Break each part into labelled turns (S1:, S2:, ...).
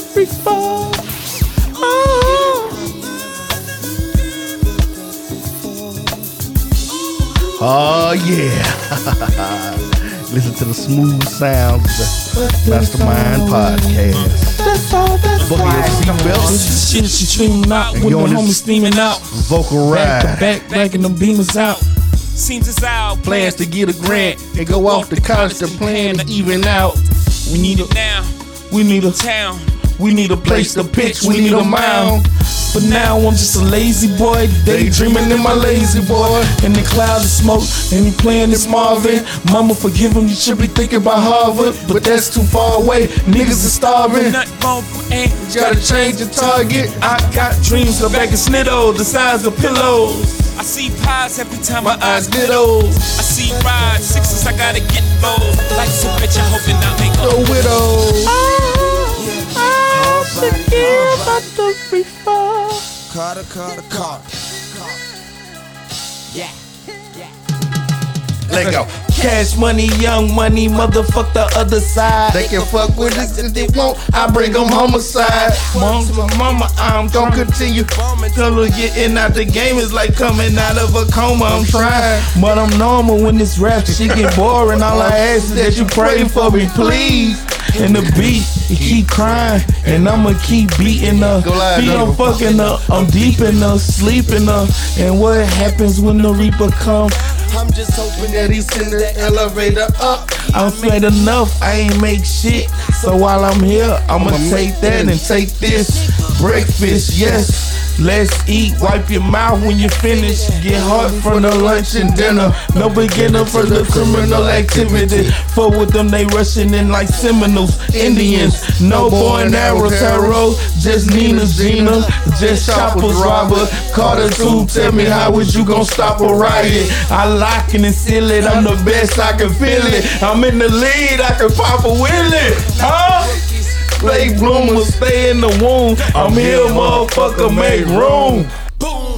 S1: fall. Oh.
S2: Oh yeah. Listen to the smooth sounds of the Mastermind Podcast.
S1: That's all that's
S2: Buckle your
S1: why.
S2: seatbelts,
S3: Shit, she streaming out with
S2: you
S3: the
S2: on this-
S3: homies steaming out.
S2: vocal
S3: Back to
S2: ride.
S3: back, backing them beamers out.
S4: Seems as our
S3: Plans to get a grant and go off the constant plan to even out. We need a,
S4: now
S3: we need a,
S4: town.
S3: we need a place to pitch. We need a mound. But now I'm just a lazy boy, daydreaming in my lazy boy. In the clouds of smoke, and he playing this Marvin. Mama, forgive him, you should be thinking about Harvard, but that's too far away. Niggas are starving.
S4: Nothing more from ain't
S3: Gotta change the target. I got dreams, go back and snittle. The size of pillows,
S4: I see pies every time
S3: my
S4: I
S3: eyes glittles.
S4: I see rides, sixes, I gotta get those. Life's so rich, I hope that I make
S3: The
S4: up.
S3: widow.
S1: I should hear about the refund.
S5: Carter, Carter, Carter.
S2: Let go.
S3: Cash money, young money, motherfuck the other side.
S2: They can fuck with us if they want. I bring them homicide.
S3: Mama, mama, I'm
S2: Gonna
S3: gon'
S2: continue.
S3: Tell her getting out the game is like coming out of a coma. I'm trying, but I'm normal when this rap shit get boring. All I ask is that you pray for me, please. And the beat, he keep crying, and I'ma keep beating her.
S2: Go live,
S3: Feet
S2: Donovan.
S3: I'm fucking her, I'm deep in her, sleeping her. And what happens when the reaper come?
S5: I'm just hoping that he's in the elevator
S2: Uh,
S5: up.
S3: I'm fed enough, I ain't make shit. So while I'm here, I'ma
S2: I'ma
S3: take
S2: make
S3: that and
S2: this.
S3: take this. Breakfast, yes. Let's eat, wipe your mouth when you finish. Get hard from the lunch and dinner. No beginner for the criminal activity. For with them, they rushing in like Seminoles, Indians. No boy and arrows, tarot. Just Nina's Gina. Just shoppers, robber. Carter two, tell me how is you gon' stop a riot? I lock it and seal it. I'm the best, I can feel it. I'm in the lead, I can pop a wheelie. Huh? Play bloomer, stay in the womb. I'm here, motherfucker, make room.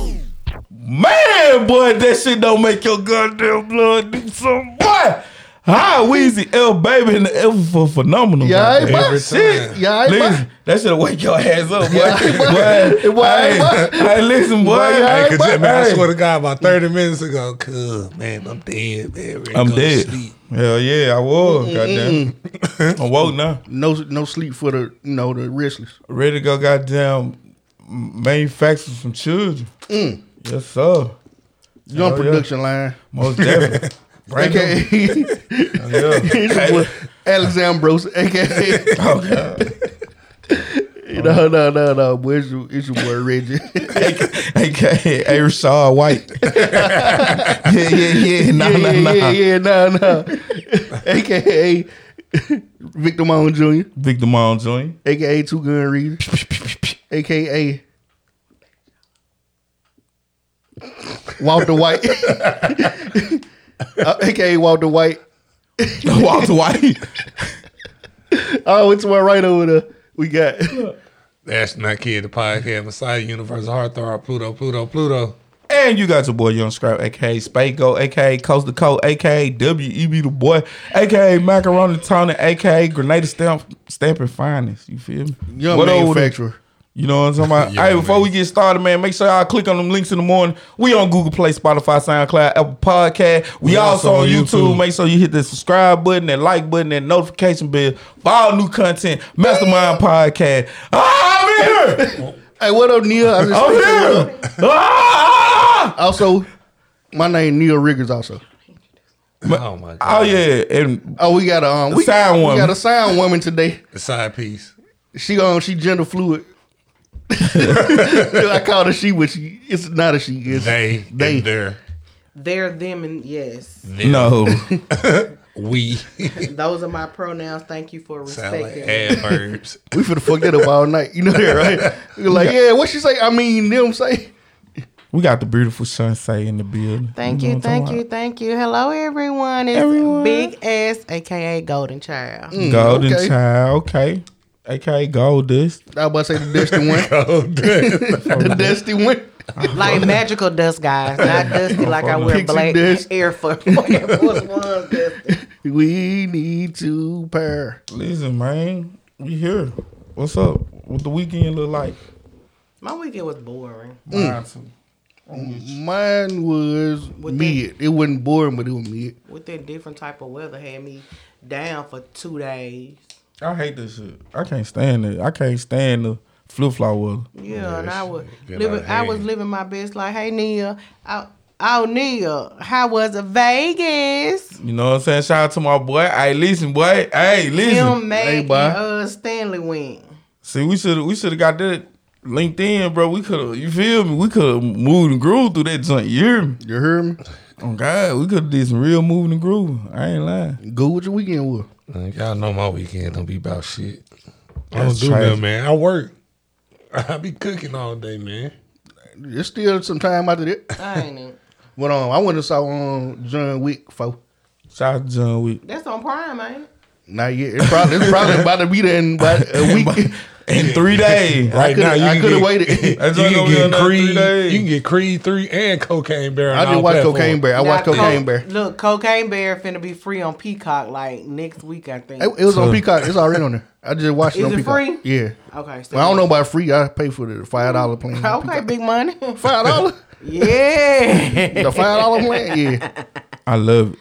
S3: Boom. Man, boy, that shit don't make your goddamn blood do something. Boy, hi, Weezy, L Baby, and the L for phenomenal.
S2: Yeah,
S3: goddamn.
S2: I
S6: Every
S2: shit.
S6: time.
S2: Yeah, I
S3: Listen, that should wake your ass up, boy.
S2: Yeah, right,
S3: boy,
S2: boy. Right,
S3: hey,
S2: boy.
S3: hey, listen, boy.
S2: Right,
S6: Hey,
S2: right,
S6: cause,
S2: Hey,
S6: man, I
S3: hey.
S6: swear to God, about 30 minutes ago, cuz, man, I'm dead, man. Ready to
S3: I'm
S6: go to
S3: dead.
S6: sleep.
S3: Hell yeah, I was. Goddamn. I'm woke now.
S2: No, no sleep for the you know the restless.
S3: Ready to go, goddamn, manufacture some children.
S2: Mm.
S3: Yes, sir.
S2: Young
S3: Oh, yeah.
S2: production line.
S3: Most definitely. Bring them.
S2: AKA
S3: Yeah.
S2: Alexandros, AKA
S3: Oh, God.
S2: No, no, no, no. Boy, it's your, it's your boy Reggie.
S3: AKA A. Rashad White. yeah, yeah, yeah. Nah,
S2: yeah,
S3: nah,
S2: yeah,
S3: nah.
S2: yeah, yeah, no, no. AKA Victor Mahone Jr.,
S3: Big Demond Jr.
S2: AKA Two Gun Reader, AKA Walter White, Uh, AKA Walter White.
S3: Walter White.
S2: Oh, it's one right over there. We got
S6: That's not kid, the podcast, Messiah, Universe, Heartthrob, Pluto, Pluto, Pluto.
S3: And you got your boy Young Scrap, aka Spako, aka Coast to Coast, aka WEB E the Boy, aka Macaroni Tony, aka Grenada Stamp Stamping Finest. You feel me?
S2: Young
S3: What over there?
S2: Manufacturer.
S3: You know what I'm talking about?
S6: Yeah,
S3: hey, before
S6: man.
S3: we get started, man, make sure y'all click on them links in the morning. We on Google Play, Spotify, SoundCloud, Apple Podcast. We,
S6: We
S3: also, on YouTube.
S6: YouTube.
S3: Make sure you hit the subscribe button, that like button, that notification bell for all new content. Mastermind Podcast. Ah, I'm here.
S2: Hey, what up, Neil? I just-
S3: I'm here. Ah, ah, ah.
S2: Also, my name Neil Riggers. Also,
S6: oh, my God.
S3: Oh yeah, and
S2: oh, we got a um, we,
S3: Sound
S2: we
S3: woman.
S2: got a sound woman today.
S6: The side piece.
S2: She um she gender fluid. I called her she, but she it's not a she. It's
S6: They,
S2: They.
S6: they, their,
S7: They're them and yes.
S6: them,
S3: no,
S6: we
S7: Those are my pronouns. Thank you for
S6: sound like
S7: respecting. me.
S6: adverbs.
S2: we finna fuck that up all night. You know that, right? We're like, yeah, what she say? I mean, them say.
S3: we got the beautiful Sensei in the building.
S7: Thank
S3: know
S7: you,
S3: what I'm
S7: thank
S3: talking
S7: you, thank you. Hello, everyone. It's
S3: Everyone.
S7: Big Ass, aka Golden Child.
S3: about. Golden
S2: okay.
S3: Child, okay, aka Gold Dust.
S2: I was about to say the dusty one.
S6: Oh, damn.
S2: the dusty one.
S7: Like magical dust, guys. Not dusty like I wear
S2: Pixie
S7: black
S2: dust.
S7: Air Force Air Force Ones. dusty.
S2: We need to pair.
S3: Listen, man, we here. What's up? What the weekend look like?
S7: My weekend was boring.
S3: Mine too. I'm with you.
S2: Mine was
S7: What
S2: mid. It wasn't boring, but it was mid.
S7: With that different type of weather, had me down for two days.
S3: I hate this shit. I can't stand it. I can't stand the flip flop weather.
S7: Yeah, and I was
S6: get
S7: living.
S6: outta
S7: I was
S6: hand.
S7: living my best. Like, hey Nia, I, oh Nia, how was Vegas?
S3: You know what I'm saying? Shout out to my boy. Hey, listen, boy. Hey, listen.
S7: Him, Meg, and,
S2: boy.
S7: uh, Stanley went.
S3: See, we should we should have got that LinkedIn, bro. We could have. You feel me? We could have moved and grooved through that joint. You hear me?
S2: You heard me?
S3: Oh God, we could have did some real moving and grooving. I ain't lying.
S2: Go with your weekend was.
S6: Man, Y'all know my weekend don't be about shit. I
S3: That's
S6: don't do
S3: tragic.
S6: nothing, man. I work. I be cooking all day, man.
S2: There's still some time after that.
S7: I ain't even-
S2: Went on. I went and saw um, John Wick for
S3: Shout out to John Wick.
S7: That's on Prime, ain't it?
S2: not yet. It's probably, it's probably about to be there in about a week.
S3: In three days.
S6: Right
S2: coulda-
S6: now, you
S2: I
S6: can
S2: coulda
S6: get-
S2: waited.
S6: you
S3: That's like
S6: can
S3: gonna be
S6: get
S3: another three
S6: Creed.
S3: days.
S6: You can get Creed three and Cocaine Bear. on
S2: I
S6: all
S2: didn't watch
S6: platforms.
S2: Cocaine Bear. I watched
S7: Now,
S2: Cocaine
S7: Co-
S2: Bear.
S7: Look, Cocaine Bear finna be free on Peacock like next week, I think.
S2: It, it was on Peacock. It's already on there. I just watched it
S7: Is
S2: on
S7: it
S2: Peacock.
S7: free?
S2: Yeah.
S7: okay, so
S2: Well, I don't know about free. I pay for the five dollar plan. on
S7: Okay,
S2: Peacock.
S7: big money.
S2: Five dollar.
S7: yeah.
S2: The five dollar plan. Yeah.
S3: I love it.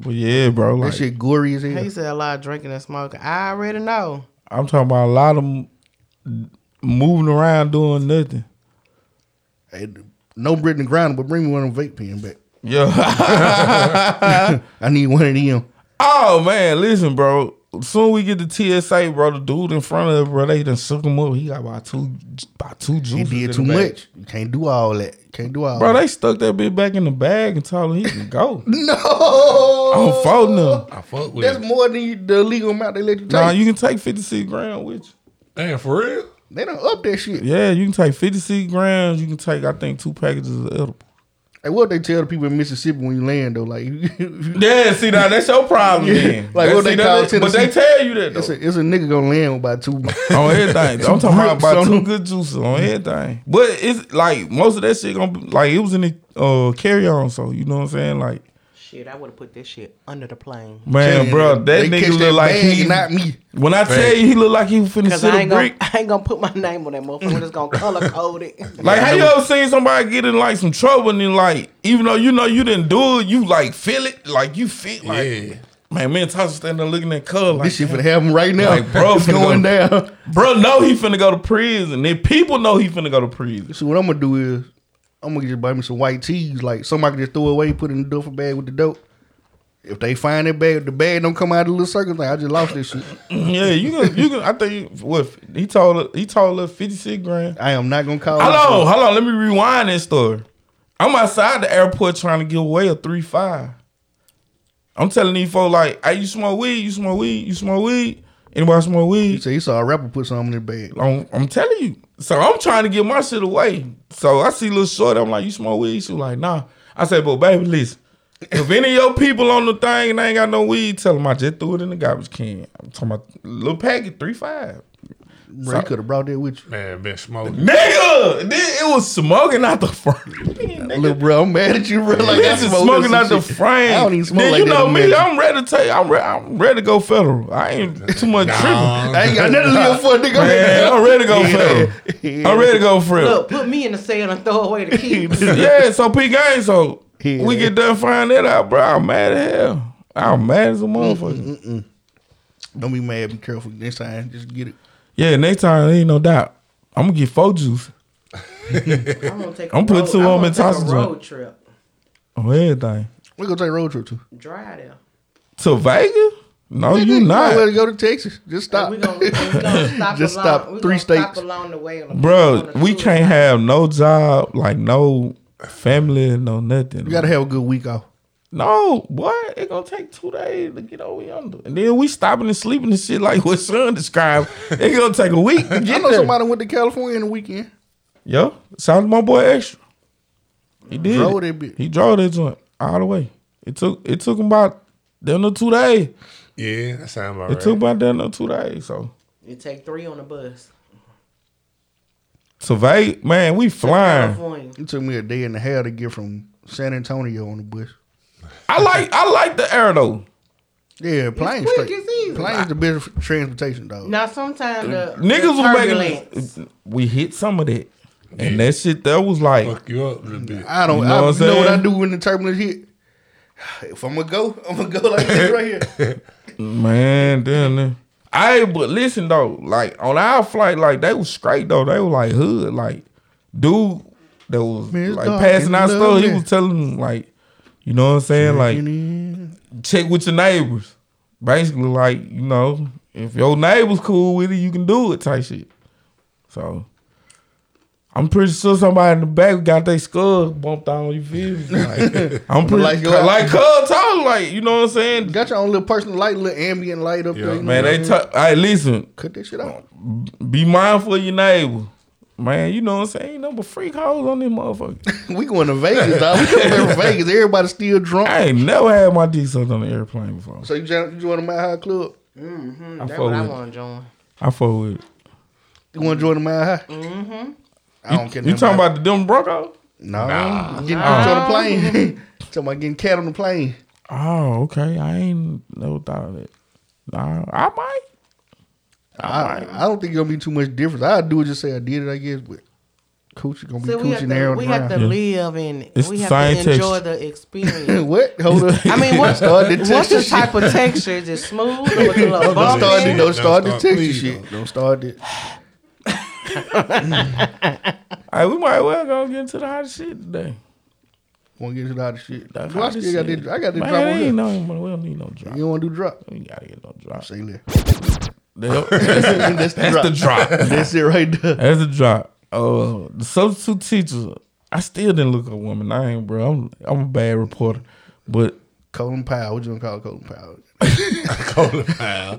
S3: But yeah, bro.
S2: That
S3: Like
S2: shit gory as hell.
S7: He said a lot of drinking and smoking. I already know.
S3: I'm talking about a lot of m- moving around doing nothing.
S2: Hey, No bread in the ground, but bring me one of them vape pen back.
S3: Yeah.
S2: I need one of them.
S3: oh man, listen, bro. Soon we get the TSA, bro. The dude in front of us, bro, they done shook him up. He got about two, about two
S2: He
S3: juices. in
S2: did
S3: the
S2: too
S3: bag.
S2: much. You can't do all that. Can't do all
S3: bro.
S2: that.
S3: They stuck that bitch back in the bag and told him he can go.
S2: No.
S3: I'm folding him.
S6: I fuck with
S2: That's
S6: it.
S2: more than you, the legal amount they let you take.
S3: Nah, you can take 56 grand with you.
S6: Damn, for real?
S2: they don't up that shit.
S3: Yeah, you can take 56 grams. You can take, I think, two packages of edible.
S2: Hey, what they tell the people in Mississippi when you land though? Like, you-
S3: Yeah, see now that's your problem. Then.
S2: Like,
S3: That-
S2: what they
S3: see,
S2: call
S3: that-
S2: it,
S3: but they
S2: Tennessee-
S3: tell you that
S2: it's
S3: though.
S2: a, it's a nigga gonna land with about two.
S3: on everything, I'm talking about,
S2: grips
S3: about
S2: on
S3: two
S2: them.
S3: good juices on everything. But it's like most of that shit gonna be, like it was in the uh, carry on. So you know what I'm saying? Like
S7: Shit, I would have put this shit under the plane.
S2: Mm,
S3: man, bro, that
S2: They
S3: nigga
S2: catch
S3: look
S2: that
S3: like
S2: bag,
S3: he.
S2: not me.
S3: When I tell you he look like he finna
S7: Cause
S3: sit
S7: I
S3: a
S7: ain't, gonna,
S3: brick.
S7: I ain't gonna put my name on that motherfucker. It's gonna color code it.
S3: Like, how you ever seen somebody get in like some trouble and then like, even though you know you didn't do it, you like feel it, like you feel like,
S6: Yeah.
S3: man, me and Tasha standing there looking at Cub like,
S2: This shit finna happen right now.
S3: Like, bro,
S2: it's
S3: finna
S2: going
S3: go-
S2: down.
S3: Bro, know he finna go to prison. Then people know he finna go to prison.
S2: So what I'm gonna do is I'm gonna just buy me some white teas, like something I can just throw away, put in the duffel bag with the dope. If they find that bag, if the bag don't come out of the little circle thing. I just lost this shit.
S3: Yeah, you can. You can. I think you- what he told. her- He told her fifty six grand.
S2: I am not gonna call.
S3: Hello,
S2: it.
S3: hello. Let me rewind this story. I'm outside the airport trying to give away a three five. I'm telling these folks like, "Hey, you smoke weed? You smoke weed? You smoke weed? Anybody smoke
S2: He
S3: weed?"
S2: said he saw a rapper put something in the bag.
S3: I'm, I'm telling you. So I'm trying to get my shit away. So I see little short. I'm like, you smoke weed? She was like, nah. I said, but baby, listen. If any of your people on the thing and they ain't got no weed, tell them I just threw it in the garbage can. I'm talking about little packet, three five.
S2: Bro, he could have brought that with you.
S6: Man, been smoking.
S3: Nigga, this, it was smoking out the front.
S2: Look, bro, I'm mad at you, bro. Like,
S3: This is smoking out the frame.
S2: I don't even smoke
S3: then
S2: like
S3: you
S2: that
S3: know
S2: no
S3: me.
S2: more.
S3: I'm ready to take. I'm, re- I'm ready to go federal. I ain't too much tripping.
S2: I ain't got nothing to live for, nigga.
S3: Man, I'm ready to go federal. I'm ready to go federal.
S7: Look, put me in the cell and throw away the key.
S3: yeah, so P Gang, so
S2: Yeah.
S3: we get done finding that out, bro. I'm mad as hell. I'm mad as a motherfucker.
S2: Don't be mad. Be careful next time. Just get it.
S3: Yeah, next time ain't no doubt. I'm gonna get four juice
S7: I'm gonna take. a
S3: I'm putting
S7: road-
S3: two
S7: I'm
S3: on
S7: gonna
S3: and
S7: take a
S3: tossing
S7: road trip.
S3: on everything.
S2: We gonna take a road trip too.
S7: Dry there.
S3: To Vegas? No, you
S2: We're
S3: not.
S2: to go to Texas. Just stop.
S7: We gonna, we gonna stop
S2: Just
S7: along,
S2: stop
S7: we
S2: three
S7: gonna stop
S2: states.
S7: along the way. On the, on
S3: Bro,
S7: the
S3: we
S7: cruise.
S3: can't have no job, like no family, no nothing.
S2: You gotta have a good week off.
S3: no, what? It gonna take two days to get over yonder. And then we stopping and sleeping and shit like what Son described. it gonna take a week to
S2: I
S3: get
S2: know
S3: there.
S2: somebody went to California in the weekend.
S3: Yo, sounds my boy extra. He did.
S2: Drove
S3: it.
S2: that bitch.
S3: He drove that joint all the way. It took it took him about damn near two days.
S6: Yeah, that sound about
S3: It
S6: right.
S3: took about damn near two days. So
S7: You take three on the bus.
S3: survey, man, we flying.
S7: California.
S2: It took me a day and a half to get from San Antonio on the bus.
S3: I like I like the air though.
S2: Yeah,
S7: It's
S2: plane
S7: quick
S2: straight.
S7: as you.
S2: Planes the best transportation, dog.
S7: Now sometimes the the
S3: Niggas was
S7: turbulence.
S3: making. We hit some of that, and that shit that was like.
S6: Fuck you up a little bit.
S2: I don't.
S3: You know
S2: know I
S3: what I'm
S2: know what I
S3: saying?
S2: do when the turbulence hit. If I'm gonna go, I'm gonna go like this right here.
S3: Man, damn it. I but listen though, like on our flight, like they was straight though. They were like hood, like dude that was
S2: Man, it's
S3: like
S2: dark
S3: passing
S2: and
S3: out stuff. He
S2: lovely.
S3: was telling them like, you know what I'm saying, like check with your neighbors. Basically, like you know, if your neighbors cool with it, you can do it type shit. So. I'm pretty sure somebody in the back got their skull bumped on. You feel me? Like, I'm pretty
S2: Like
S3: like,
S2: your-
S3: like Cub talk, like you know what I'm saying.
S2: Got your own little personal light, little ambient light up
S6: Yeah.
S2: there. you know
S3: Man,
S2: what I
S3: they
S2: mean?
S3: talk. All right, listen.
S2: cut that shit out.
S3: Be mindful of your neighbor. Man, you know what I'm saying? Ain't nothing but freak hoes on this motherfucker.
S2: We going to Vegas, dog. We coming there from Vegas. Everybody's still drunk.
S3: I ain't never had my dick sucked on the airplane before.
S2: So you join, you join the Mile High Club?
S3: I
S7: Mm, That's
S3: fuck
S7: what I
S3: with it.
S7: want to join.
S3: I fuck with it.
S2: You want to join the Mile High? Mm-hmm. I don't care.
S3: You
S2: nothing
S3: talking about the them Bronco?
S2: No, getting cooked on the plane. talking about getting cat on the plane.
S3: Oh, okay. I ain't never thought of that. Nah, I might.
S2: I, I don't think it's gonna be too much difference. I do it just say I did it, I guess. But coochie gonna be
S7: So we have
S2: coochie there
S7: to,
S2: on the
S7: we have to
S2: ground.
S7: live in.
S3: It's
S7: we
S3: the
S7: have
S3: same
S7: to enjoy
S3: texture.
S7: the experience.
S2: What? Hold up.
S7: I mean, what,
S2: Start the
S7: what's the
S2: texture
S7: type of texture? Is it smooth or with a little
S2: Don't
S7: bump
S2: start
S7: in
S2: it.
S7: it?
S2: Don't start the
S6: Don't
S2: texture
S6: start, please,
S2: shit. Don't start it.
S3: All right, we might well go get into the hot shit today.
S2: Won't get you out of shit.
S3: The
S2: Well, I
S3: hottest
S2: still got
S3: shit.
S2: this. I got this
S3: Man,
S2: drop on
S3: ain't
S2: here.
S3: no, we don't need no drop.
S2: You don't want to do drop.
S3: We gotta get no drop.
S2: Say that.
S3: That's
S2: That's the
S3: the
S2: drop.
S3: drop.
S2: That's it right there.
S3: As a drop, uh, the substitute teacher. I still didn't look up woman. I ain't, bro. I'm I'm a bad reporter, but
S2: Colin Powell. What you gonna call Colin Powell?
S6: Colin Powell.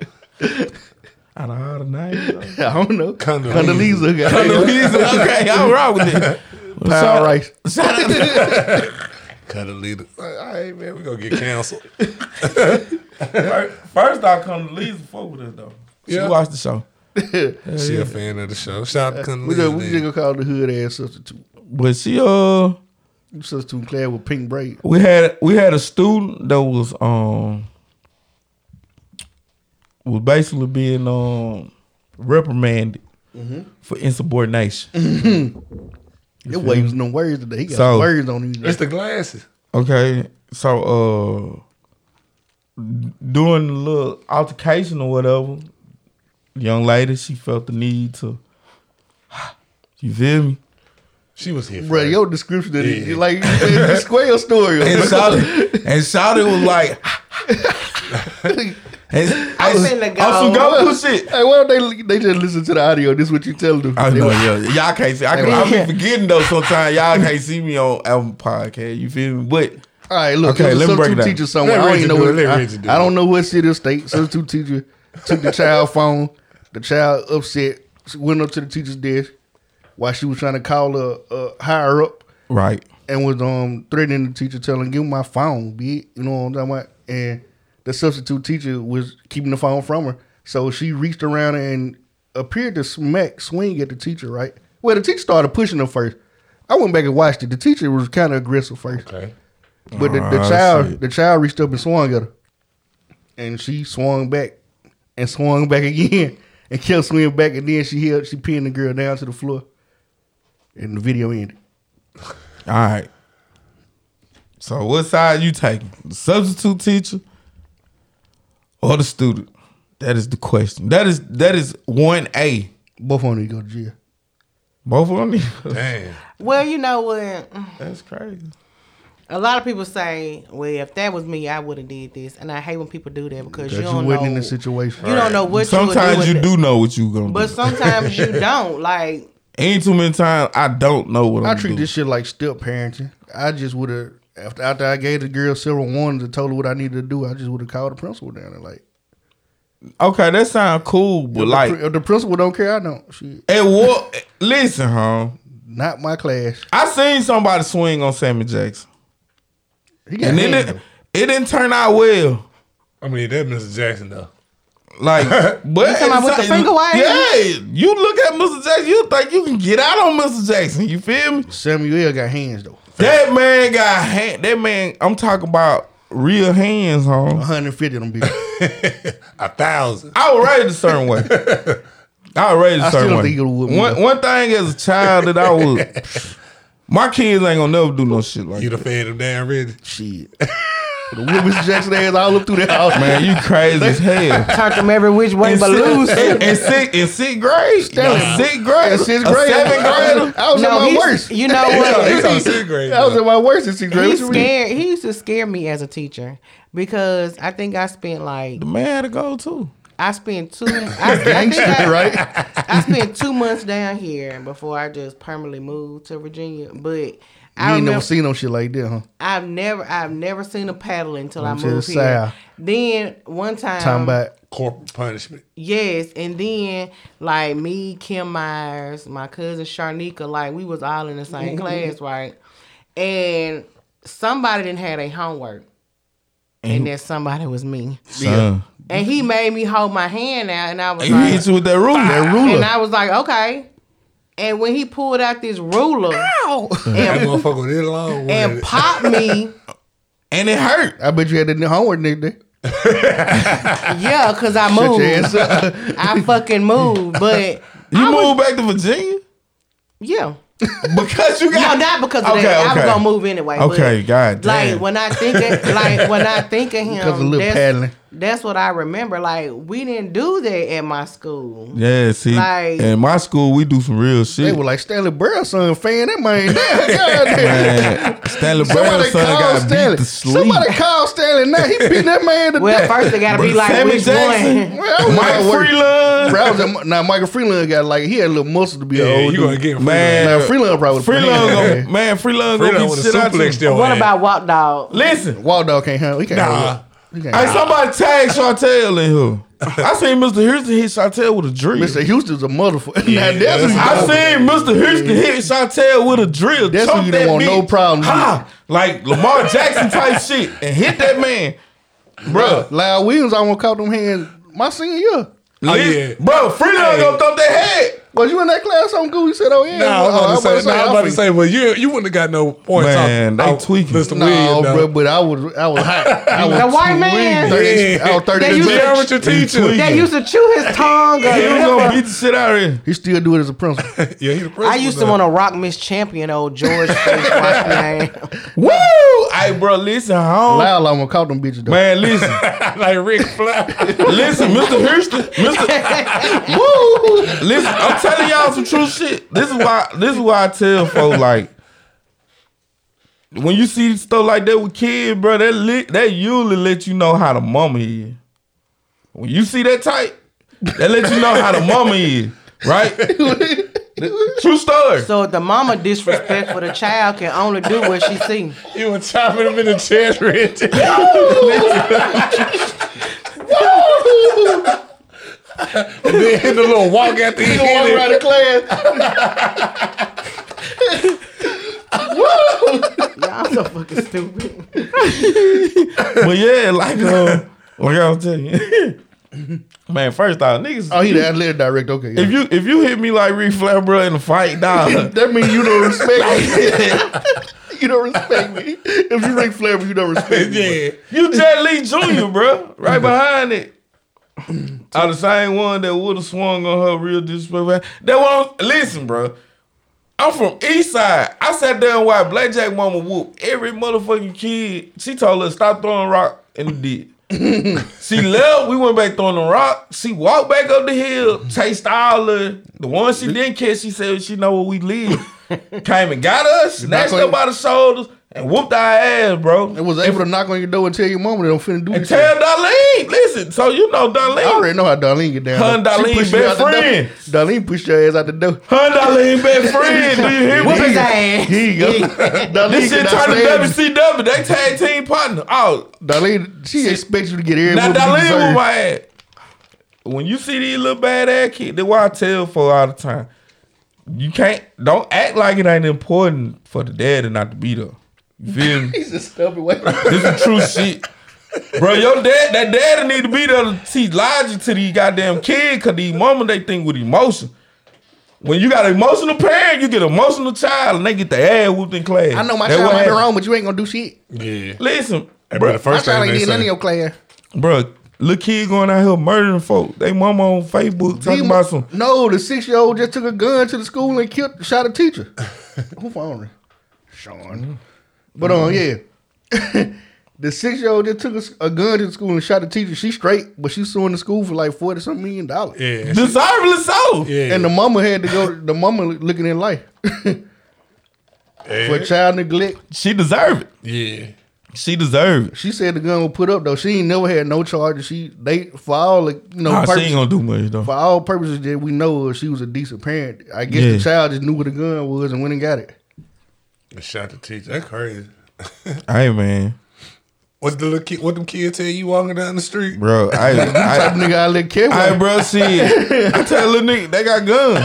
S3: out of all the names, though.
S2: I don't know.
S6: Condoleezza.
S2: Condoleezza. Condoleezza.
S3: He's okay. I'm wrong with it.
S2: Powell Rice.
S6: Cut a leader. All right, man, we gonna get canceled.
S3: First, first I come to Lisa fuck with us though. She
S6: Yeah.
S3: watched the show.
S6: she a fan of the show. Shout out to
S2: We just, we just
S6: Condoleezza.
S2: gonna call the hood ass substitute.
S3: But she uh
S2: You substitute Claire with pink braid.
S3: we had we had a student that was um was basically being um reprimanded for insubordination.
S2: It waves no words today. He got
S3: So-
S2: words on him.
S6: It's the glasses.
S3: Okay, so uh, during the little altercation or whatever, the young lady she felt the need to. You feel me?
S6: She was here.
S2: Bro,
S6: first.
S2: your description of
S6: Yeah.
S2: it, like it's the square story.
S3: And shouted, and shouted was like, and I
S7: I'm
S3: was,
S7: finna go.
S3: I'm some Goku shit.
S2: Hey, why don't they they just listen to the audio? This what you tell them.
S3: I
S2: They
S3: know,
S2: was-
S3: yeah. Y'all can't see. I, can, I be forgetting though. Sometimes y'all can't see me on Apple Podcast. You feel me? But
S2: All right, look,
S3: Okay,
S2: okay,
S3: let me break it
S2: substitute
S3: down.
S2: teacher somewhere.
S6: Let
S2: I don't
S6: Reggie
S2: even know
S6: do it,
S2: what
S6: let
S2: I,
S6: Reggie do
S2: I
S6: it.
S2: don't know what city or state. Substitute teacher took the child phone. The child upset. She went up to the teacher's desk while she was trying to call her uh, higher up
S3: right,
S2: and was um threatening the teacher, telling give me my phone, bitch. You know what I'm talking about? And the substitute teacher was keeping the phone from her, so she reached around and appeared to smack swing at the teacher. Right? Well, the teacher started pushing her first. I went back and watched it. The teacher was kind of aggressive first.
S6: Okay.
S2: But the, the
S3: Ah,
S2: child,
S3: shit.
S2: the child reached up and swung at her, and she swung back, and swung back again, and kept swinging back, and then she held, she pinned the girl down to the floor, and the video ended.
S3: all right. So what side you taking? The substitute teacher or the student? That is the question. That is that is one A.
S2: Both of them go to jail.
S3: Both of them.
S6: Damn.
S7: Well, you know what?
S3: That's crazy.
S7: A lot of people say, "Well, if that was me, I would have did this," and I hate when people do that because you
S2: Because
S7: don't
S2: you wasn't
S7: know.
S2: in the situation.
S7: You don't know what you would
S3: Sometimes you
S7: do.
S3: do know what you gonna
S7: but
S3: do.
S7: sometimes you don't. Like
S3: Ain't too many times I don't know what I'm
S2: I
S3: gonna
S2: treat
S3: do.
S2: this shit like step parenting. I just would have after after I gave the girl several warnings and told her what I needed to do. I just would have called the principal down and like,
S3: Okay, that sound cool, but like
S2: if the principal don't care, I don't. Shit,
S3: at what? Listen, huh?
S2: not my class.
S3: I seen somebody swing on Sammy Jackson,
S2: He got
S3: and then
S2: hands,
S3: it, it didn't turn out well.
S6: I mean, that Mr. Jackson though.
S3: Like, but you
S7: talking about with the finger waves?
S3: Yeah, you look at Mr. Jackson, you think you can get out on Mr. Jackson? You feel me?
S2: though. Samuel got hands though.
S3: That man got hand. That man, I'm talking about real hands, home.
S2: 150 of them bitches.
S6: A thousand.
S3: I was raised a certain way. I was raised a
S2: I
S3: certain
S2: still
S3: way.
S2: think it would be.
S3: one, one thing as a child that I was, my kids ain't gonna never do no shit like
S6: You
S3: that.
S6: done fed them down really.
S2: Shit. the women Jackson ass all up through that house.
S3: Man, you crazy as hell.
S7: Turned them every which way
S3: In
S7: but loose.
S3: sixth, in, in sixth, in sixth grade,
S2: Nah.
S3: sixth grade,
S2: In sixth grade,
S3: a seventh
S2: I was-
S3: grade.
S2: I was
S7: No,
S2: at my
S7: he's-
S2: worst.
S7: you know what?
S6: They on sixth grade.
S2: I was at my worst in sixth grade.
S7: He
S2: What you mean?
S7: scared. He used to scare me as a teacher because I think I spent like
S3: The man had to go too.
S7: I spent two. I, I
S2: Gang
S7: think
S2: shit,
S7: I,
S2: right?
S7: I spent two months down here before I just permanently moved to Virginia. But
S2: You
S7: I
S2: ain't
S7: remember,
S2: never seen no shit like that, huh?
S7: I've never I've never seen a paddle until i
S2: I'm
S7: moved
S2: just
S7: here.
S2: saying.
S7: Then one time,
S2: Talking about
S6: Corporate punishment.
S7: yes, and then like me, Kim Myers, my cousin Sharnika, like we was all in the
S3: Mm-hmm.
S7: same class, right? And somebody didn't had a homework, and that somebody was me.
S3: Son.
S7: And he made me hold my hand out, and I was
S3: He
S7: like,
S3: hit you with that ruler. That
S7: And I was like, okay. And when he pulled out this ruler
S6: That
S7: and,
S6: motherfucker was this long.
S7: and
S6: wasn't it?
S7: popped me,
S3: And it hurt.
S2: I bet you had that new homework nigga. day.
S7: yeah, because I
S2: Shut
S7: moved.
S2: your ass up.
S7: I fucking moved. But
S3: You moved back to Virginia
S7: yeah.
S3: because you
S7: No,
S3: got
S7: not because of
S3: Okay,
S7: that. I
S3: okay.
S7: was gonna move anyway. but,
S3: Okay, god
S7: Like
S3: damn.
S7: when I think of, like when I think of him,
S3: Um,
S2: Because of little
S7: that's,
S2: paddling.
S7: that's what I remember. Like we didn't do that at my school.
S3: Yeah, see,
S7: Like-
S3: in my school we do some real
S2: They
S3: shit.
S2: were like Stanley Burrell son fan that man down. God damn.
S3: Man, Stanley Brown's
S2: Somebody
S3: son
S2: call
S3: got
S2: Stanley.
S3: beat to sleep.
S2: Somebody call Stanley now. He beat that man to
S7: Well,
S2: death.
S7: first they gotta be like
S3: Sammy
S7: which
S3: Jackson.
S7: one.
S2: Well, I was
S3: Mike
S2: at work.
S3: Freeland,
S2: Bro, I was at, now Michael Freeland got like he had a little muscle to be an
S6: yeah,
S2: old
S6: you
S2: dude.
S6: gonna get
S3: Man.
S2: Now Freeland probably was
S3: Freeland, gonna- man, Freeland
S6: Freeland
S3: gonna be
S6: would've
S3: shit out
S6: suplexed
S3: you.
S6: your
S7: What
S6: ass.
S7: about Walk Dog?
S3: Listen,
S2: Wall dog can't handle. He can't
S6: Nah.
S2: handle. it. He can't
S3: hey,
S2: handle.
S3: somebody tag Chantel in here. I seen Mr. Houston hit Chantel with a drill.
S2: it. Mr. Houston's a motherfucker.
S6: Yeah,
S2: now, that's who
S6: that's-
S2: you
S3: I
S2: don't-
S3: seen Mr. Houston hit Chantel with a drill.
S2: That's
S3: Chunk
S2: who you don't
S3: that
S2: want no
S3: bitch.
S2: problem with.
S3: Ha! Like Lamar Jackson type shit and hit that man. Bruh.
S2: Lyle Williams almost caught them hands my senior year.
S6: Oh,
S3: Lee-
S6: yeah.
S3: Bro, Freeland
S6: Hey.
S3: gonna thump their head.
S2: Was you in that class on Goo? You said, oh yeah.
S6: No, I
S2: Oh,
S6: was about to say, nah, I was about to
S2: forget.
S6: say, but you you wouldn't have got no points
S3: Man,
S6: off,
S3: they
S6: off
S3: tweaking.
S6: Mr.
S2: No,
S6: Williams, though.
S2: bro, but I was I was hot. I was
S7: The white man.
S2: tweaking. I was
S7: They
S2: thirty.
S7: used to-
S6: Jared, your teacher.
S7: They used to chew his tongue. Or
S3: He was
S7: whatever.
S3: gonna beat the shit out of him.
S2: He still do it as a principal.
S6: Yeah, he the
S7: I used to want to rock Miss Champion, old George. Fitz, rock me.
S3: Woo! Hey, bro, listen, home.
S2: Lyle almost caught them bitches though.
S3: Oh. Man, listen,
S6: to like Rick Flair.
S3: listen, Mr. Houston, Mr. Woo! Listen, I'm telling y'all some true shit. This is why. This is why I tell folks like. When you see stuff like that with kids, bro, that lit, that usually let you know how the mama is. When you see that type, that let you know how the mama is, right? True story.
S7: so if the mama disrespectful, the child can only do what she see.
S6: you were chopping him in the chest, Rich. and then hit the little walk at the
S2: Walk
S6: end.
S2: around the class.
S7: Y'all so fucking stupid.
S3: But yeah, like uh, like I was telling you, man. First off, niggas.
S2: Oh, he the athletic director. Okay, yeah.
S3: if you if you hit me like Ric Flair, bro, in a fight, nah.
S2: That means you don't respect me. you don't respect me. If you Ric Flair, you don't respect me.
S6: Yeah.
S3: you Jet Lee Jr., bro, right behind it. Out the same one that would have swung on her real disrespectful. That one, listen, bro. I'm from East Side. I sat there and watched Black Jack Mama whoop every motherfucking kid. She told us stop throwing rock and did. she left. We went back throwing the rock. She walked back up the hill, chased all of the ones she didn't catch. She said she know where we live. Came and got us, snatched
S2: gonna-
S3: up by the shoulders, and whooped our ass, bro.
S2: It was able to knock on your door and tell your mama they don't finna do
S3: And
S2: this. shit.
S3: tell Darlene, listen, so you know
S2: I
S3: Darlene.
S2: already know how Darlene get down.
S3: Her and
S2: She
S3: Darlene
S2: pushed you
S3: best
S2: out the door.
S3: friend.
S2: Darlene pushed your ass out the door.
S3: Her and Darlene best friend, do you hear
S7: Whoop his
S3: me?
S7: ass.
S2: Here you go. Darlene
S3: This shit
S2: cannot
S3: turned to
S2: stand you.
S3: WCW, they tag team partner. Oh,
S2: Darlene, she expects you to get every
S3: now
S2: whooping you
S3: Darlene
S2: deserve.
S3: with my ass. When you see these little bad ass kids, that's why I tell for all the time. You can't, don't act like it ain't important for the daddy not to be there. You feel me?
S2: He's a stubborn way.
S3: This is true shit. Bro, your dad, that daddy need to be there to teach logic to these goddamn kids, cause these mama they think with emotion. When you got an emotional parent, you get an emotional child, and they get the ass whooped in class.
S2: I know my
S3: That
S2: child
S3: what
S2: might be
S3: happened.
S2: wrong, but you ain't gonna do shit.
S6: Yeah.
S3: Listen,
S6: Hey, bro, the first
S2: I
S6: thing
S2: ain't
S6: they
S2: did none of
S6: say,
S2: your class.
S3: Bruh, little kid going out here murdering folk. They mama on Facebook talking
S2: He-
S3: about some.
S2: No, the six year old just took a gun to the school and killed, shot a teacher. Who phone? Sean. But um, yeah, the six year old just took a s- a, gun to the school and shot a teacher. She straight, but she's suing the school for like forty something million dollars.
S6: yeah,
S3: Desirably so.
S6: yeah,
S2: And the mama had to go. The mama looking in life for
S6: yeah,
S2: child neglect.
S3: She deserved it.
S6: yeah.
S3: She deserved it.
S2: She said the gun was put up though. She ain't never had no charges. She they for all like you know
S3: Nah, she
S2: purposes,
S3: ain't gonna do much though.
S2: for all purposes that we know of, she was a decent parent. I guess
S3: Yeah.
S2: the child just knew what the gun was and went and got it.
S6: And Shot the teacher. That's crazy.
S3: Hey man,
S6: What the little kid, what them kids tell you walking down the street?
S3: bro. I,
S2: Type of
S3: I,
S2: nigga I let care
S3: I,
S2: for.
S3: bro. See, I tell little nigga they got gun.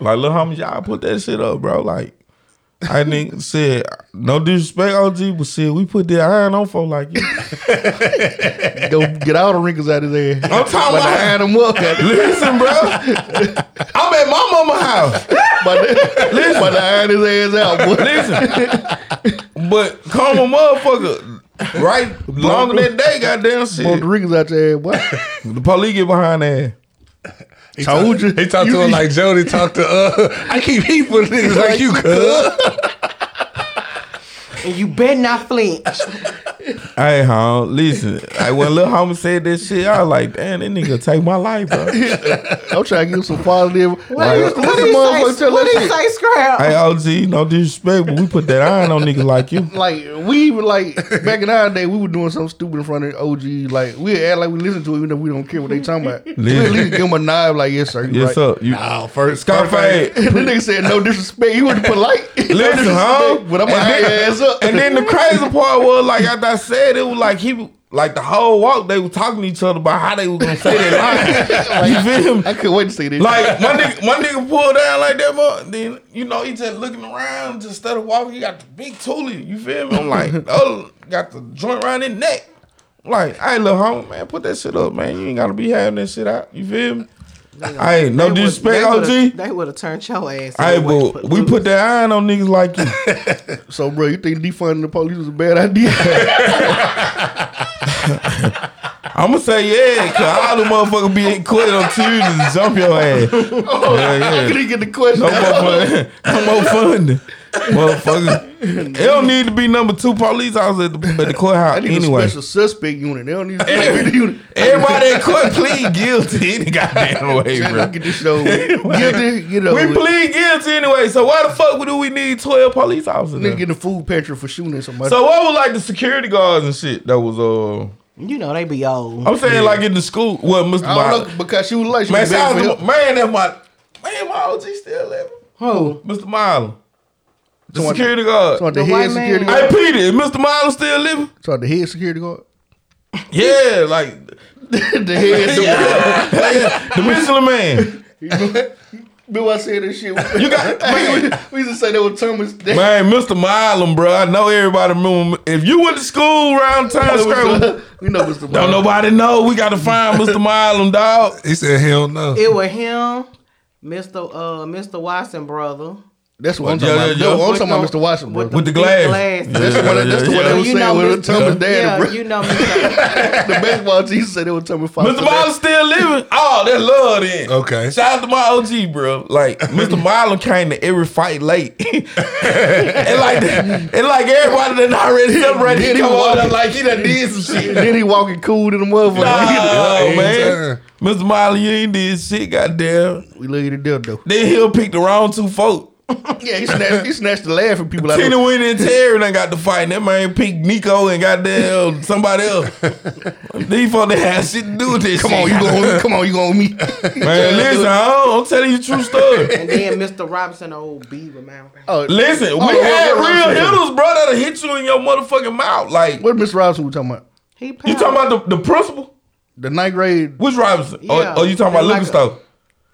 S3: like little homie, y'all put that shit up, bro. Like. I think said no disrespect, OG, but said we put that iron on for like you.
S2: Go get all the wrinkles out of his ass.
S3: I'm talking
S2: Like,
S3: about
S2: iron him up.
S3: listen, bro. I'm at my mama house.
S2: But but to iron his ass out. Boy.
S3: Listen, but call my motherfucker right longer that day. Goddamn
S2: Pull
S3: shit.
S2: the wrinkles out your ass. Boy.
S3: The police get behind that.
S6: He
S2: Told
S6: talk-
S2: you.
S6: He talked
S2: You-
S6: to her like Jody talked to. Uh, I keep he for niggas like you,
S2: uh,
S6: cuz.
S7: And you better not flinch.
S3: Hey, home. Listen, like when little homie said that shit, I was like, damn, that nigga take my life, bro. hey,
S2: I'm trying to give him some positive.
S7: What do you,
S2: Like,
S7: what
S2: let
S7: do
S2: the
S7: you
S2: motherfucker
S7: say?
S2: tell
S7: What
S2: that
S7: do you
S2: shit.
S7: say, Scrap?
S3: OG, no disrespect, but we put that iron on niggas like you.
S2: Like we even like back in our day, we were doing something stupid in front of OG. Like we act like we listen to it, even though we don't care what they talking about. we at
S3: Listen.
S2: least give him a nod, like yes sir, you
S3: Yes,
S2: right.
S3: up. You,
S6: Oh, first
S3: Scarface.
S2: the nigga said no disrespect. He wasn't polite. no
S3: Listen,
S2: disrespect,
S3: huh?
S2: But I'm gonna
S3: And
S2: hang your
S3: then-
S2: ass up.
S3: And then the crazy part was, like after I said, it was like he, like the whole walk, they were talking to each other about how they was gonna say that line. you feel me?
S2: I couldn't wait to see this.
S3: Like my nigga, my nigga pulled down like that, but then you know he just looking around just instead of walking. He got the big toolie. You feel me? I'm like, oh, got the joint around his neck. I'm like, hey, little homie, man, put that shit up, man. You ain't gotta be having that shit out. You feel me? Hey, no
S7: They would've-
S3: disrespect,
S7: they would've-
S3: OG.
S7: They would have turned your ass.
S3: Hey,
S7: away and
S3: but we
S7: loose.
S3: put that iron on niggas like you.
S2: so, bro, you think defunding the police was a bad idea?
S3: I'm gonna say yeah, cause all the motherfuckers be in court on Tuesdays and jump your ass.
S2: How
S7: Oh,
S3: yeah,
S2: could
S3: yeah.
S2: he get the question?
S3: No more fun. No more funding. Motherfucker. It don't need to be number two police officer at the, at the
S2: I
S3: courthouse
S2: need a
S3: anyway.
S2: special suspect unit. They don't need a
S3: Every-
S2: special unit.
S3: Everybody in court plead guilty any goddamn way, bro.
S2: Look get this show. Guilty, get over
S3: We
S2: it.
S3: plead guilty anyway, so why the fuck do we need 12 police officers?
S2: Nigga
S3: then?
S2: get the food pantry for shooting somebody.
S3: So what was like the security guards and shit that was uh
S7: you know they be old.
S3: I'm saying like in the school well Mr.
S2: I
S3: Bob-
S2: don't know because she was like she
S3: Man,
S2: was begging
S3: shout
S2: for
S3: out
S2: help.
S3: to man, that my man, my OG still living.
S7: Who?
S3: Mr. Milam, the
S2: Someone-
S3: security guard.
S2: So the
S7: The white
S2: head security
S7: man.
S3: Hey
S2: guard.
S3: Peter, is Mr. Milam still living?
S2: So the head security guard.
S3: Yeah, like
S2: the head.
S3: the Michelin Man.
S2: Remember I said that shit.
S3: You got man,
S2: we used to say that with Thomas. That
S3: man, Mr. Milam, bro. I know everybody remember. If you went to school around time
S2: was
S3: square,
S2: the- we know Mr.
S3: don't nobody know. We got to find Mr. Milam, dog.
S6: He said, "Hell no."
S7: It was him, Mr. Uh, Mr. Watson brother.
S2: That's what I'm
S3: Yeah,
S2: talking about.
S3: yeah, yeah.
S2: No, I'm
S7: With
S2: talking about
S7: the-
S2: Mr. Watson, bro.
S7: with
S3: With the
S7: big
S3: glass.
S7: glass.
S2: That's the one. that- That's the
S3: Yeah, yeah,
S2: one they were
S7: you know
S2: saying with
S7: Mr.
S2: Thomas'
S7: yeah,
S2: daddy, bro.
S7: you know Mr.
S2: The basketball team said they were Thomas.
S3: Mr. Milam still living. Oh, that's love then.
S6: Okay.
S3: Shout out to my OG, bro. Like Mr. Milam came to every fight late, and like and like everybody that already separated,
S2: Did
S3: he
S2: he
S3: come
S2: walk?
S3: on up like he done did some shit.
S2: Then he walking cool to the motherfucker.
S3: Oh
S6: Yeah,
S3: man, Mr. Milam, you ain't did shit, goddamn.
S2: We love you to death though.
S3: Then he'll pick the wrong two folk.
S2: Yeah, he snatched, he snatched the laugh from people out
S3: Tina
S2: there.
S3: Wynn and Terry done got the fight. And that man picked Nico and goddamn somebody else. These folk that had shit to do with this.
S2: Come
S3: shit.
S2: on, you going? Come on, you going me?
S3: man. Listen, I don't- I'm telling you the true story.
S7: and then Mr. Robinson, old Beaver man.
S2: Oh,
S3: Listen, we
S2: Oh, what-
S3: had
S2: what
S3: real
S2: Robinson was-
S3: hitters, bro, that'll hit you in your motherfucking mouth. Like,
S2: What Miss Robinson we talking about?
S7: He pound.
S3: you talking about the, the principal?
S2: The ninth grade.
S3: Which Robinson? Or-
S7: Yeah.
S3: Or, you talking about
S7: Like
S3: liquor
S7: a-
S3: store?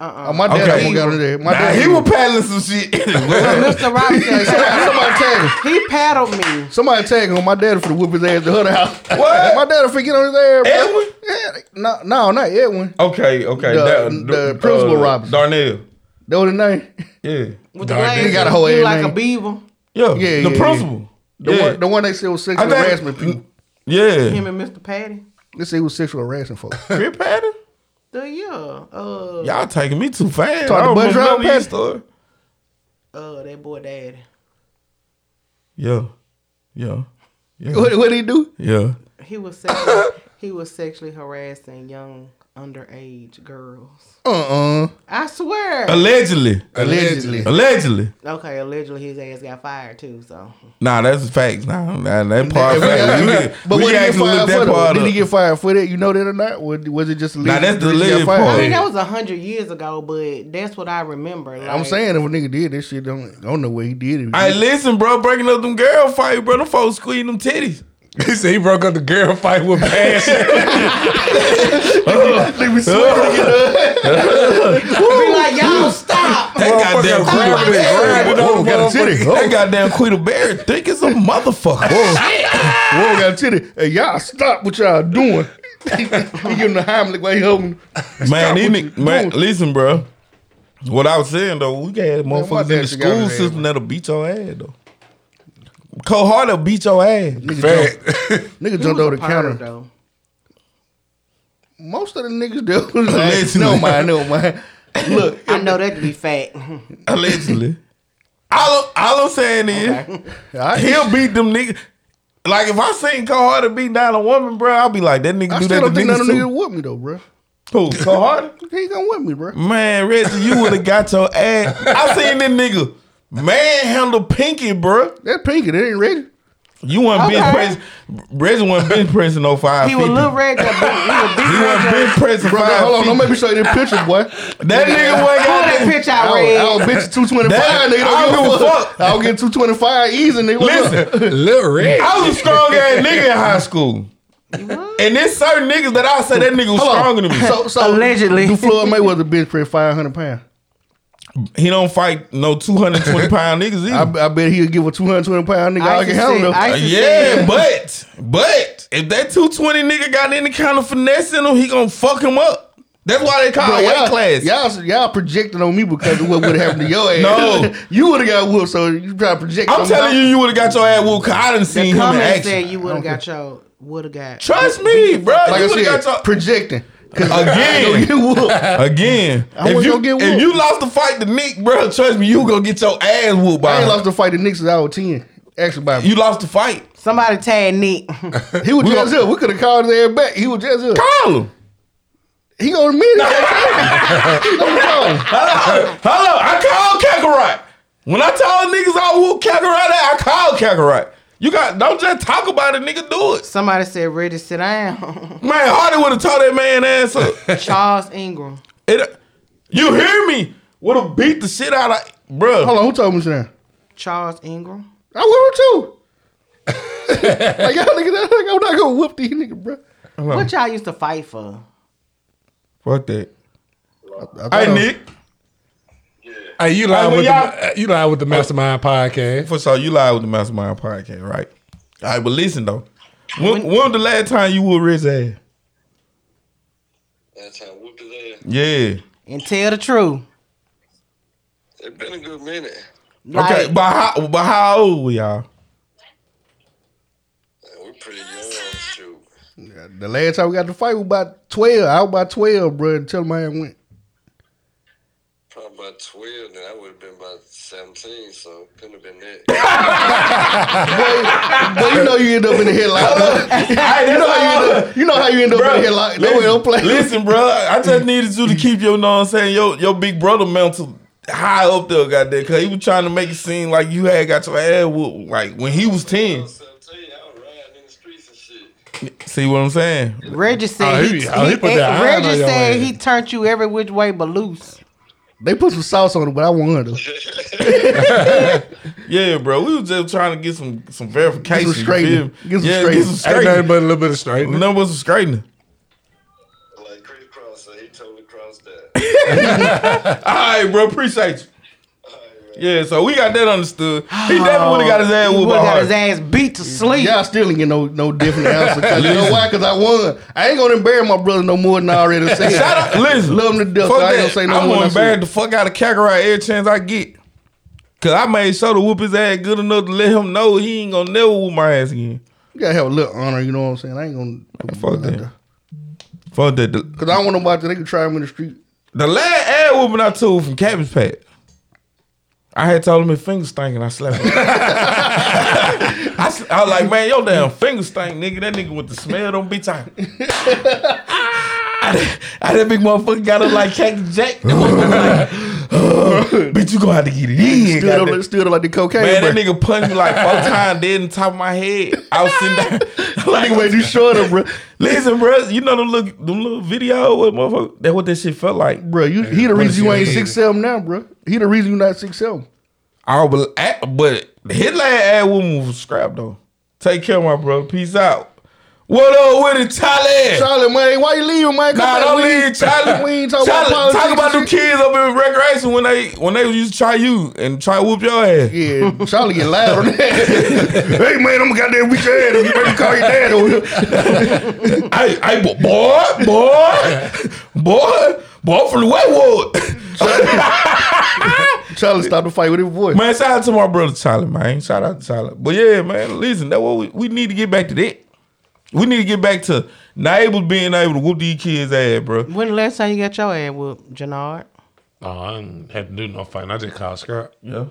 S7: Uh-uh.
S2: Uh, my dad
S3: Okay.
S2: almost got in there. My
S3: Nah,
S2: dad.
S3: he was paddling some shit.
S7: Mr. Robinson,
S2: somebody tag him.
S7: he paddled me.
S2: Somebody tag him. My dad for the whip his ass to her house.
S3: What?
S2: my dad forget on his ass. bro.
S3: Edwin?
S2: Yeah. No, no, not Edwin.
S3: okay, okay.
S2: The-
S3: that- uh,
S2: the principal Robinson.
S3: Darnell.
S2: That was the name.
S3: Yeah.
S7: With the
S6: Darn,
S7: glass.
S6: he
S2: got a whole
S7: He
S2: ass
S7: like
S2: name.
S7: a beaver.
S3: Yeah,
S2: Yeah,
S3: the
S2: yeah,
S3: principal.
S2: The
S3: Yeah.
S2: one, the one they said was sexual
S3: I think-
S2: harassment people.
S3: Yeah.
S7: Him and Mr. Patty.
S2: Let's see what sexual harassment for.
S3: Crip pattern?
S7: The yeah. Uh,
S3: Y'all taking me too fast.
S2: Talking
S3: I don't
S2: about
S3: remember
S2: drug
S3: none of these
S2: pattern?
S3: stories.
S7: uh, that boy daddy.
S3: Yeah. Yeah. Yeah.
S2: what what he do?
S3: Yeah.
S7: He was sexually, he was sexually harassing young underage girls.
S2: Uh uh
S7: I swear.
S3: Allegedly.
S2: Allegedly.
S3: Allegedly.
S7: okay, allegedly his ass got fired too. So
S3: Nah, that's a fact. Nah, nah that part
S2: If we-
S3: fact.
S2: if
S3: We,
S2: we-
S3: can-
S2: but
S3: we
S2: what
S3: can
S2: did he
S3: actually
S2: get
S3: look
S2: fired
S3: that
S2: for?
S3: part
S2: Did
S3: up.
S2: he get fired for that? You know that or not? Or was it just
S3: Nah, that's the
S2: did he get
S3: alleged
S2: fired?
S3: part.
S7: I mean
S3: Yeah.
S7: that was a hundred years ago, but that's what I remember.
S2: I'm
S7: like-
S2: saying if a nigga did that shit, don't I don't know what he did. If
S3: Hey,
S2: he-
S3: listen, bro, breaking up them girl fight, bro. Them folks squeezing them titties.
S6: He said he broke up the girl fight with passion.
S2: Let me
S6: Uh,
S2: swear to God.
S7: be like, y'all stop.
S3: That goddamn
S6: grabbing
S3: Quita,
S6: it, grabbing it
S2: Whoa,
S6: on
S2: Oh, got a titty.
S6: motherfucker.
S2: Whoa,
S3: that goddamn Quita Bear thick as a motherfucker.
S2: whoa, got a titty. Hey, y'all stop what y'all doing. he giving the Heimlich while he holding.
S3: man, these
S2: what
S3: nigg-
S2: you
S3: man,
S2: doing.
S3: listen, bro. What I was saying though, we got motherfuckers
S2: dad
S3: in the
S2: should got
S3: school
S2: his ass,
S3: system
S2: man.
S3: that'll beat your ass though. Cold heart'll beat your ass.
S2: Oh, Nigga
S7: He was
S2: jumped
S7: a
S2: over the
S7: perv,
S2: counter.
S7: though.
S2: Most of the niggas do. like,
S3: Allegedly.
S2: no mind, no mind. Look,
S7: I know that to be fact.
S3: Allegedly. all, I'm- all I'm saying is
S2: I,
S3: he'll beat them niggas. Like if I seen Cold Hearted beat down a woman, bro, I'll be like that nigga
S2: I
S3: do
S2: still
S3: that to
S2: don't think none of
S3: niggas
S2: them niggas
S3: too.
S2: with me though, bro.
S3: Who? Cold Hearted?
S2: He ain't gonna with me, bro.
S3: Man, Reggie, you would have got your ass. I seen this nigga manhandle Pinky, bruh.
S2: That pinky, that ain't ready.
S3: You want okay. bench
S7: Okay.
S3: press? Reggie wasn't bench pressing no five.
S7: He was little red. He was big
S3: He
S7: red.
S3: wasn't bench pressing
S2: Bro,
S3: five.
S2: hold on,
S3: feet.
S2: don't make me show you that picture, boy.
S3: that nigga wasn't
S7: Pull
S3: got
S7: that
S3: that.
S7: picture
S2: I
S7: out, Red.
S2: don't, I don't bitch you 225,
S3: That-
S2: nigga. Don't
S3: I don't
S2: give a
S3: give a
S2: fuck.
S3: fuck.
S2: I don't get 225 easy, nigga. What's up?
S3: Listen,
S6: Little red.
S3: I was a strong ass nigga in high school, and there's certain niggas that I say that nigga was
S2: Hold on.
S3: stronger than me.
S2: So, so
S7: Allegedly.
S2: do Floyd Mayweather bench press 500 pounds?
S3: he don't fight no 220 pound niggas
S2: I,
S3: either. Uh,
S2: I bet he'll give a 220 pound nigga all
S7: I
S2: can
S7: used to
S2: handle.
S7: say- I
S2: though.
S7: used to say-
S3: yeah, but but if that 220 nigga got any kind of finesse in him, he gonna fuck him up. That's why they call
S2: Bro,
S3: it weight
S2: y'all-
S3: class.
S2: Y'all, y'all projecting on me because of what would have happened to your ass.
S3: No.
S2: you would have got whooped, so you try to project
S3: I'm
S2: on
S3: telling
S2: me.
S3: you, you would have got your ass whooped. 'cause I didn't see
S7: The
S3: him in
S7: comment
S3: action.
S7: said you would have got your would have got.
S3: Trust me, bro.
S2: Like
S3: you
S2: I
S3: would have got
S2: said,
S3: your
S2: projecting.
S3: Again.
S2: You whooped.
S3: again. If
S2: wasn't
S3: you
S2: gonna get
S3: if
S2: whooped.
S3: you lost the fight to Nick, bro, trust me, you gonna get your ass whooped by.
S2: I ain't
S3: him.
S2: lost the fight to Knicks out of 10. Actually, by
S3: you lost the fight.
S7: Somebody tag Nick.
S2: He was just up. We could have called his ass back. He was just up.
S3: Call him.
S2: He gonna meet it. He gonna call him.
S3: Hello, hello. I called Kakarot. When I told niggas I whoop Kakarot, out, I called Kakarot. You got don't just talk about it, nigga. Do it,
S7: Somebody said ready to sit down.
S3: man. Hardy would have taught that man ass up.
S7: Charles Ingram.
S3: It, you hear me? Would have beat the shit out of, bro.
S2: Hold on, who told me that?
S7: Charles Ingram.
S2: I whoop him too. like y'all niggas, I'm not gonna whoop these niggas, bro.
S7: What y'all used to fight for?
S3: Fuck that.
S2: I thought I
S3: Hey
S2: was-
S3: Nick,
S6: Hey, you
S3: Hey,
S6: live
S3: when
S6: with
S3: y'all-
S6: the you live with the Mastermind podcast.
S3: For sure, you live with the Mastermind Podcast, right? All right, but listen though, when, when was the last time you were his ass?
S8: That's how whooped his ass.
S3: Yeah.
S7: And tell the truth.
S8: It's been a good minute.
S7: Like,
S3: okay, but how but how old were y'all?
S8: Man, we're pretty young, shoot.
S2: The last time we got to fight was about twelve. I was about twelve, bro. Until my ass went.
S8: Probably about 12, then I would have been about 17, so couldn't have been that.
S2: But you know you end up in the headlock. bro.
S3: you
S2: You know how you end up, you know how you end up in the headlock. No way, don't play.
S3: Listen, bro, I just needed you to keep your, know what I'm saying, your your big brother mental high up there, goddamn, cause he was trying to make it seem like you had got your ass whooped, like when he was ten.
S8: 17, I was riding in the streets and shit.
S3: See what I'm saying?
S7: Reggie said
S6: Oh,
S7: he, eh,
S6: he- oh, he put that iron on
S7: Reggie
S6: your
S7: said
S6: ass.
S7: he turned you every which way but loose.
S2: They put some sauce on it, but I won though.
S3: Yeah, bro, we was just trying to get some some verification. you
S2: straightening.
S3: feel me?
S2: Get some
S3: yeah, get some
S2: straightening.
S6: Ain't nothing
S3: straightening.
S6: but a little bit of straight.
S3: None was straightening.
S8: Like Chris Cross said, he totally crossed that.
S3: All right, bro. Appreciate you. Yeah, so we got that understood. He definitely would have got his ass
S7: He
S3: whooped
S7: would
S3: by
S7: have got his
S3: Hardy.
S7: ass beat to sleep.
S2: Y'all still ain't get no no different answer. 'Cause you know why? Because I won. I ain't gonna embarrass my brother no more than I already said.
S3: Shout out, listen.
S2: Love him to death.
S3: Fuck
S2: so I ain't
S3: that.
S2: gonna say no
S3: I'm gonna
S2: more. than I said.
S3: embarrass the fuck out of Kakarot every chance I get. Cause I made sure to whoop his ass good enough to let him know he ain't gonna never whoop my ass again.
S2: You gotta have a little honor, you know what I'm saying? I ain't gonna
S3: Fuck that. Fuck that. The,
S2: Cause I don't want nobody that they can try him in the street.
S3: the last ad woman I took from Cabbage Patch. I had told him his finger stank and I slapped him. I, s- I was like, man, your damn finger stank, nigga. That nigga with the smell don't be time. I, done- I that big motherfucker got up like Jack the Jack. That motherfucker like, bitch, you gonna have to get it in.
S2: Stood up,
S3: goddamn."
S2: like- stood up like the cocaine.
S3: Man, that
S2: bruh.
S3: nigga punched me like four times dead in the top of my head. I was sitting down.
S2: That nigga made you short up, bro.
S3: Listen, bro, you know them little, them little video with motherfucker. That what that shit felt like.
S2: Bro, you, he the
S6: what
S2: reason
S6: you
S2: you ain't
S6: mean?
S2: six seven now, bro. He the reason you not six seven.
S3: I was, at, but his last ad woman was scrapped though. Take care, my bro. Peace out. What up with it, Charlie?
S2: Charlie, man, why you leaving, man? Come
S3: Nah,
S2: back.
S3: don't
S2: We ain't-
S3: leave, Charlie.
S2: We ain't talking about
S3: Charlie,
S2: politics
S3: talk about them
S2: and
S3: kids up in recreation when they when they used to try you and try to whoop your ass.
S2: Yeah, Charlie get loud on that. hey man, I'm goddamn weak ass. You better call your dad over here.
S3: I, I, bo- boy, boy, boy, boy from the Westwood.
S2: Charlie stopped the fight with his voice.
S3: man, shout out to my brother Tyler, man. Shout out to Tyler. But yeah, man, listen, that what we, we need to get back to that. We need to get back to not able being able to whoop these kids' ass, bro.
S7: When the last time you got your ass whooped, Jannard?
S6: Oh, I didn't have to do no fighting. I just called scrap.
S3: Yeah.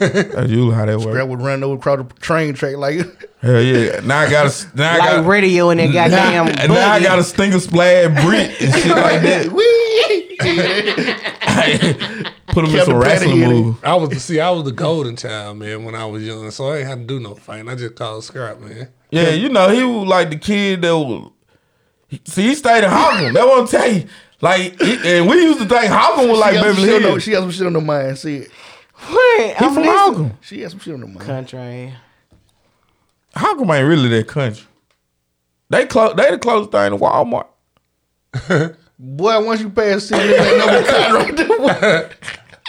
S3: That's usually Oh, how that
S2: That
S3: works.
S2: would run over across the train track like
S3: Hell yeah. Now I gotta now I
S7: Like
S3: gotta,
S7: radio and that
S3: now,
S7: goddamn.
S3: now I
S7: boogie.
S3: gotta sting a splash brick and shit like that. Put him in
S2: Captain
S3: some
S2: Patty
S3: wrestling
S2: in it.
S3: move.
S6: I was see, I was the golden child, man, when I was young, so I ain't had to do no fighting. I just called scrap, man.
S3: Yeah, you know, he was like the kid that was. See, he stayed in Harlem. That won't tell you. Like, he- and we used to think Harlem was like
S2: she, got
S3: Beverly
S2: some shit on her-
S3: Hills.
S2: she got some shit on her mind. See it.
S7: What?
S3: He
S7: I'm
S3: from
S7: listening.
S3: Harlem.
S2: She got some shit on her mind.
S7: Country.
S3: Harlem ain't really that country. They close. They the closest thing to Walmart.
S2: Boy, once you pass see it ain't no more cotton right there.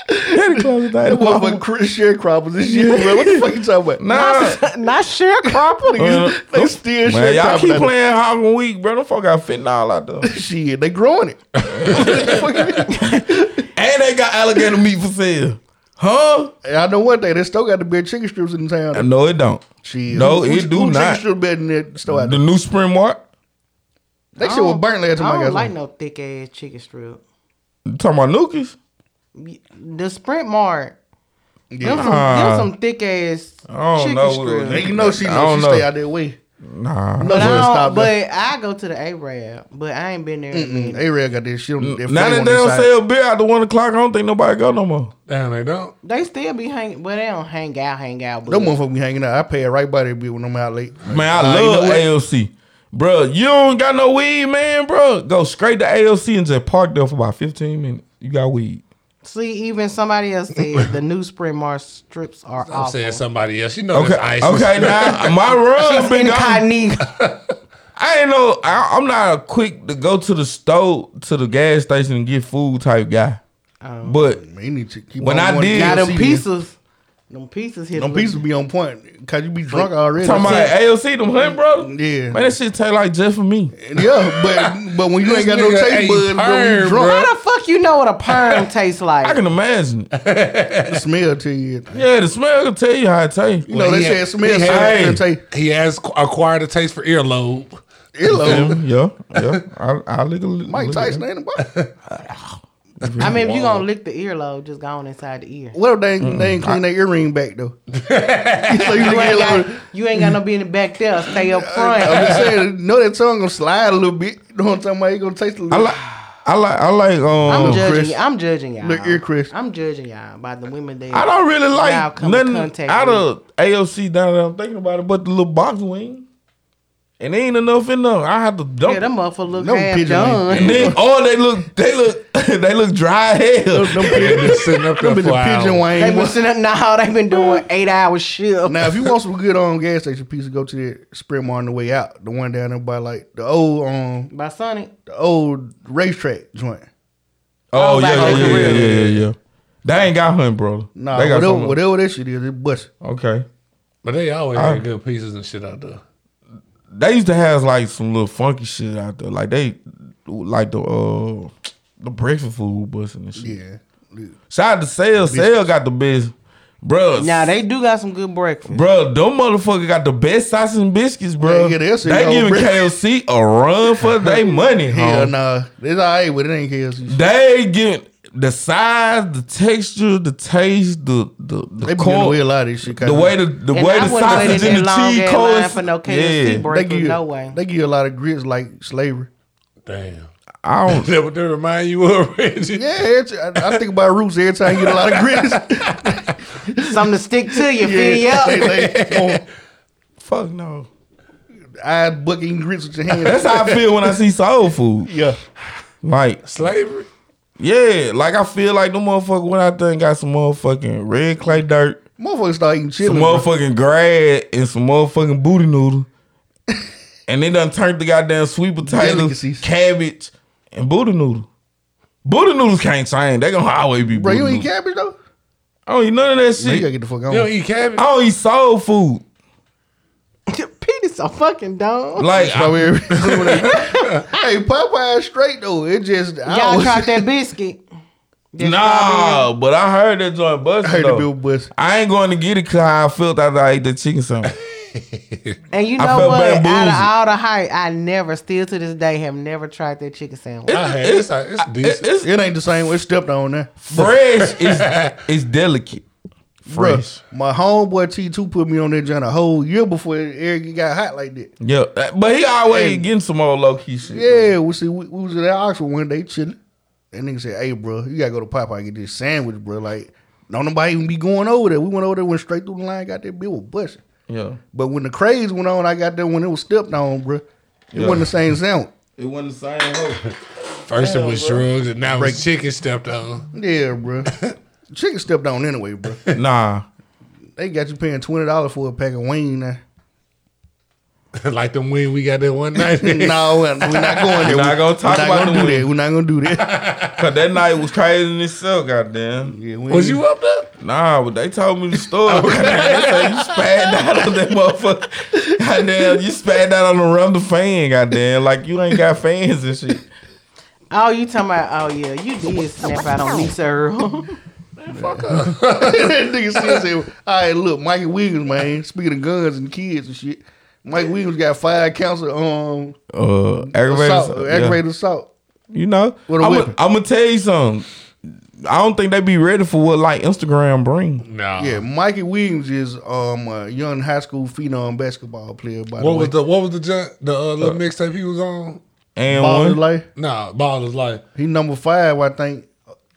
S3: They the closest thing to
S2: That motherfucking
S3: Walmart.
S2: Chris sharecroppers and shit, bro. What the fuck you talking about?
S3: Nah.
S7: Not sharecropper.
S3: Uh,
S2: They still
S3: Man, y'all
S2: sharecropping.
S3: keep
S2: out there.
S3: playing Harlem week, bro. Them folk got fentanyl out there,
S2: Shit, they growing it.
S3: and they got alligator meat for sale. Huh?
S2: And I know one thing. They still got the best chicken strips in
S3: Uh,
S2: town.
S3: No, it don't.
S2: Shit.
S3: No,
S2: Who-
S3: it
S2: who-
S3: do
S2: who
S3: not.
S2: Chicken strip better than that store out
S3: The
S2: there.
S3: new spring mark.
S2: That shit was burnt last time
S7: I
S2: I
S7: don't
S2: got
S7: like
S2: like
S7: no thick ass chicken strip.
S3: You talking about Nukies?
S7: The Sprint Mart. Them some,
S3: Nah.
S7: them some thick ass
S3: I don't
S7: chicken
S3: know what it
S7: strips.
S3: is.
S2: You know she,
S3: I
S2: know
S3: don't
S2: she
S3: know.
S2: stay out that way.
S3: Nah.
S2: No,
S7: But
S2: she
S7: I,
S2: don't stop
S7: don't,
S2: there.
S7: but I go to the Arab, but I ain't been there. in a minute.
S2: A-Rag Mm, got that shit on that
S3: Now that
S2: flame
S3: they don't
S2: on his side.
S3: sell beer after one o'clock, I don't think nobody go no more.
S6: Damn, they don't.
S7: They still be hanging, well, they don't hang out, hang out. But
S2: Them motherfuckers be hanging out. I pay right by that bill when I'm out late.
S3: Man, I
S2: Nah, you
S3: love
S2: know what?
S3: ALC. Bro, you don't got no weed, man, bro. Go straight to ALC and just park there for about 15 minutes. You got weed.
S7: see, even somebody else said the new Sprint Mart strips are
S6: I'm
S7: awful.
S6: saying somebody else. You know
S3: Okay.
S6: this ice.
S3: Okay, now my run been gone.
S7: Incognito.
S3: I ain't no I, I'm not a quick to go to the store to the gas station and get food type guy.
S2: Oh,
S3: But
S2: Man, you need to keep
S3: When
S2: on
S3: I
S2: going to
S3: did-
S7: Now
S2: KFC,
S7: them
S2: man.
S7: pieces, them pieces hit.
S2: Them
S7: a little-
S2: pieces be on point because you be drunk already.
S3: talking about ALC them hunt, bro.
S2: Mm. Yeah.
S3: Man, that shit taste like just for me.
S2: yeah, but but when you ain't got no
S6: This nigga
S2: taste
S6: ate
S2: buds, bro,
S6: perm,
S2: you drunk.
S7: How the fuck you know what a perm tastes like?
S3: I can imagine.
S2: The smell to you.
S3: Yeah, the smell can tell you how it tastes.
S2: You know, they
S6: he
S2: said
S6: had-
S2: smell
S6: he
S2: something
S6: had-
S2: and taste.
S6: He has qu- acquired a taste for earlobe.
S2: Hello.
S3: Yeah, yeah, yeah. I, I look a little.
S2: Mike
S3: look at
S2: Tyson
S3: that.
S2: ain't about.
S7: I mean, if you gonna lick the earlobe, just go on inside the ear.
S2: What if they, ain't- they ain't clean their earring back though? so you
S7: You
S2: get a
S7: ain't,
S2: little,
S7: got, you ain't got no business back there. Stay up
S2: I'm
S7: front.
S2: just saying, know that tongue gonna slide a little bit. You know what I'm talking about? It gonna taste a
S3: I
S2: little.
S3: like. I like. I like. Um.
S7: I'm judging.
S2: Chris.
S7: I'm judging y'all.
S2: Look here, Chris.
S7: I'm judging y'all by the women they.
S3: I don't really
S7: Now
S3: like
S7: come
S3: nothing
S7: contact
S3: out of AOC. Now that I'm thinking about it, but the little box wing, and they ain't enough in them. I have to dump.
S7: Yeah, them motherfuckers look
S2: No
S7: half
S2: pigeon
S7: done.
S3: and then, oh, they look. They look. they look dry hell.
S2: Them
S6: They've
S2: pigeon,
S6: been sitting up there
S2: them
S6: for
S2: be the pigeon
S6: hours.
S7: They
S2: wing.
S7: been sitting up now. They been doing eight hour shift.
S2: Now, if you want some good um gas station pizza, go to the Sprint Mart on the way out. The one down there by like the old um
S7: By Sonic,
S2: the old racetrack joint.
S3: Oh
S7: like,
S3: yeah, yeah,
S7: oh,
S3: yeah,
S7: for
S3: yeah,
S7: real.
S3: yeah, yeah. They ain't got hun, bro.
S2: Nah,
S3: they got
S2: whatever,
S3: something-
S2: whatever that shit is, it bust.
S3: Okay.
S6: But they always had good pieces and shit out there.
S3: they used to have like some little funky shit out there. Like they like the uh the breakfast food busting and shit.
S2: Yeah.
S3: Shout out to Sale. Sale got the best Bruh,
S7: Now they do got some good breakfast.
S3: Bro, them motherfuckers got the best sausage and biscuits, bro.
S2: Yeah, yeah,
S3: they
S2: that's it, y'all.
S3: giving KFC a run for their money,
S2: Hell
S3: homie.
S2: nah. It's all right, but it ain't KFC.
S3: They giving the size, the texture, the taste, the the
S2: They
S3: the
S2: be giving away a
S3: corn,
S2: lot of this shit.
S3: the way the the
S7: And
S3: way
S7: I
S3: the
S7: wouldn't wait
S3: sausage
S7: in
S3: and the
S7: that long
S3: cheese
S7: ass line
S3: coats.
S7: for no KFC
S3: yeah,
S7: break.
S2: they
S7: breakfast,
S2: give,
S7: no way.
S2: They give you a lot of grits like slavery.
S6: Damn.
S3: I don't.
S6: Is that what they remind you of, Reggie?
S2: Yeah, it's, I, I think about roots every time you get a lot of grits.
S7: Something to stick to you, fill you
S2: yeah.
S7: up.
S2: They- they on
S3: Fuck no.
S2: eye bucking grits with your
S3: That's
S2: hands.
S3: how I feel when I see soul food.
S2: yeah.
S3: Like,
S6: Slavery?
S3: yeah, like I feel like them motherfucker went out there and got some motherfucking red clay dirt.
S2: Motherfuckers start eating
S3: some
S2: chili. bro.
S3: motherfucking grad and some motherfucking booty noodle. and they done turned the goddamn sweet potatoes,
S2: Delicacies.
S3: cabbage, and booty noodle. Booty noodles can't change. They gonna always be
S2: Bro,
S3: booty
S2: you eat
S3: noodles.
S2: cabbage though?
S3: I don't eat none of that
S2: Man, you
S3: shit.
S2: gotta get the fuck on.
S6: You don't eat cabbage?
S3: I don't eat soul food.
S7: Peter's so fucking dumb.
S3: Like I,
S2: Strawberry. hey, Popeye straight though. It just I
S7: Y'all
S2: was-
S7: tried that biscuit. That
S3: nah, but I heard that joint
S2: I
S3: busted
S2: heard the
S3: though.
S2: bill bust.
S3: I ain't going to get it because how I felt after I ate the chicken sandwich.
S7: And you
S3: I
S7: know
S3: felt
S7: what? Out
S3: bamboozled.
S7: of all the hype, I never, still to this day, have never tried that chicken sandwich.
S6: I had it's, it's
S3: It-
S6: decent.
S3: it's
S2: It ain't the same. It stepped on eh? there.
S3: fresh. It's, it's delicate. Fresh.
S2: Bruh, my homeboy T two put me on that joint a whole year before Eric got hot like that.
S3: Yeah, that- but he always
S2: And-
S3: getting some old low key shit.
S2: Yeah, we see we, we was at Oxford one day chilling. That nigga said, "Hey, bro, you gotta go to Popeye and get this sandwich, bro. Like, don't nobody even be going over there. We went over there, went straight through the line, got that bill with busting.
S3: yeah.
S2: But when the craze went on, I got there when it was stepped on, bro. It wasn't the same sandwich.
S3: It wasn't the same hoe.
S6: First it was drugs, and now it's chicken stepped on.
S2: Yeah, bro. Chicken stepped on anyway, bro.
S3: nah.
S2: They got you paying twenty dollars for a pack of wing now.
S6: like them wing we got that one night.
S2: no, we're not going there.
S3: We're not gonna talk
S2: We're not
S3: about the
S2: gonna do
S3: wing.
S2: that. We're not gonna do that.
S3: Cause that night was crazy in itself, goddamn.
S2: Yeah, we
S6: was
S2: ain't-
S6: you up there?
S3: Nah, but they told me the story. Goddamn, they said you spazzed out on that motherfucker. Goddamn, you spazzed out on the run the fan, goddamn. Like you ain't got fans and shit.
S7: Oh, you talking about, oh yeah, you did snap out on Lisa Earl.
S2: that nigga still said, all right, look, Mikey Williams, man, speaking of guns and kids and shit, Mike Williams got five counts of um,
S3: Uh aggravated.
S2: assault,
S3: assault, yeah.
S2: aggravated assault.
S3: You know?
S2: With a
S3: I'm
S2: whipping.
S3: gonna tell you something. I don't think they be ready for what like Instagram bring.
S6: No.
S2: Yeah, Mikey Williams is um, a young high school phenom basketball player, by
S6: What was
S2: the way.
S6: the what was the ju- the uh, little mixtape he was on?
S3: And
S2: Ball
S3: one
S2: his life.
S6: Nah, Ball is like
S2: He number five, I think.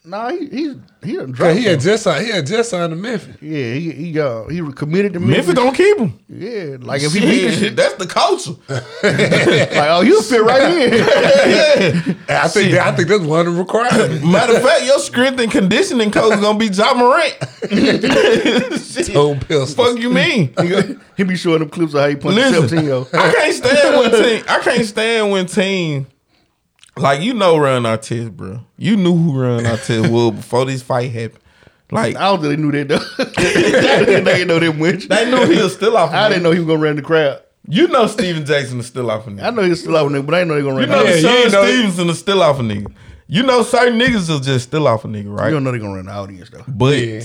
S2: Nah, he, he's, he done
S6: yeah,
S2: dropped.
S6: he had just signed, he had just signed to Memphis.
S2: yeah, he, he, uh, he committed to Memphis.
S3: Memphis don't keep him.
S2: Yeah, like if he beat this shit,
S3: that's the culture.
S2: like, oh, he'll fit right in.
S3: Yeah.
S6: And I think that, I think that's one of the requirements.
S3: Matter of fact, your strength and conditioning coach is gonna be John Morant. Shit.
S6: Old pistol.
S3: Fuck you mean?
S2: he be showing them clips of how he punched
S3: Listen.
S2: 17 yo.
S3: I can't stand when team. I can't stand when team. Like you know, run our test, bro. You knew who run our test was before this fight happened. Like
S2: I don't think they knew that though. they didn't know that much.
S3: they knew he was still off.
S2: I didn't know he was gonna run the crowd.
S3: You know, Steven Jackson is still off. a nigga.
S2: I know he's still out there, but I didn't know they
S3: You
S2: gonna run.
S3: know,
S2: the
S6: Yeah,
S2: house.
S6: you
S3: Sean
S6: ain't know-
S3: Stevenson is still off a nigga. You know, certain niggas is just still off a nigga, right?
S2: You don't know they gonna run the audience though.
S3: But
S6: Yeah.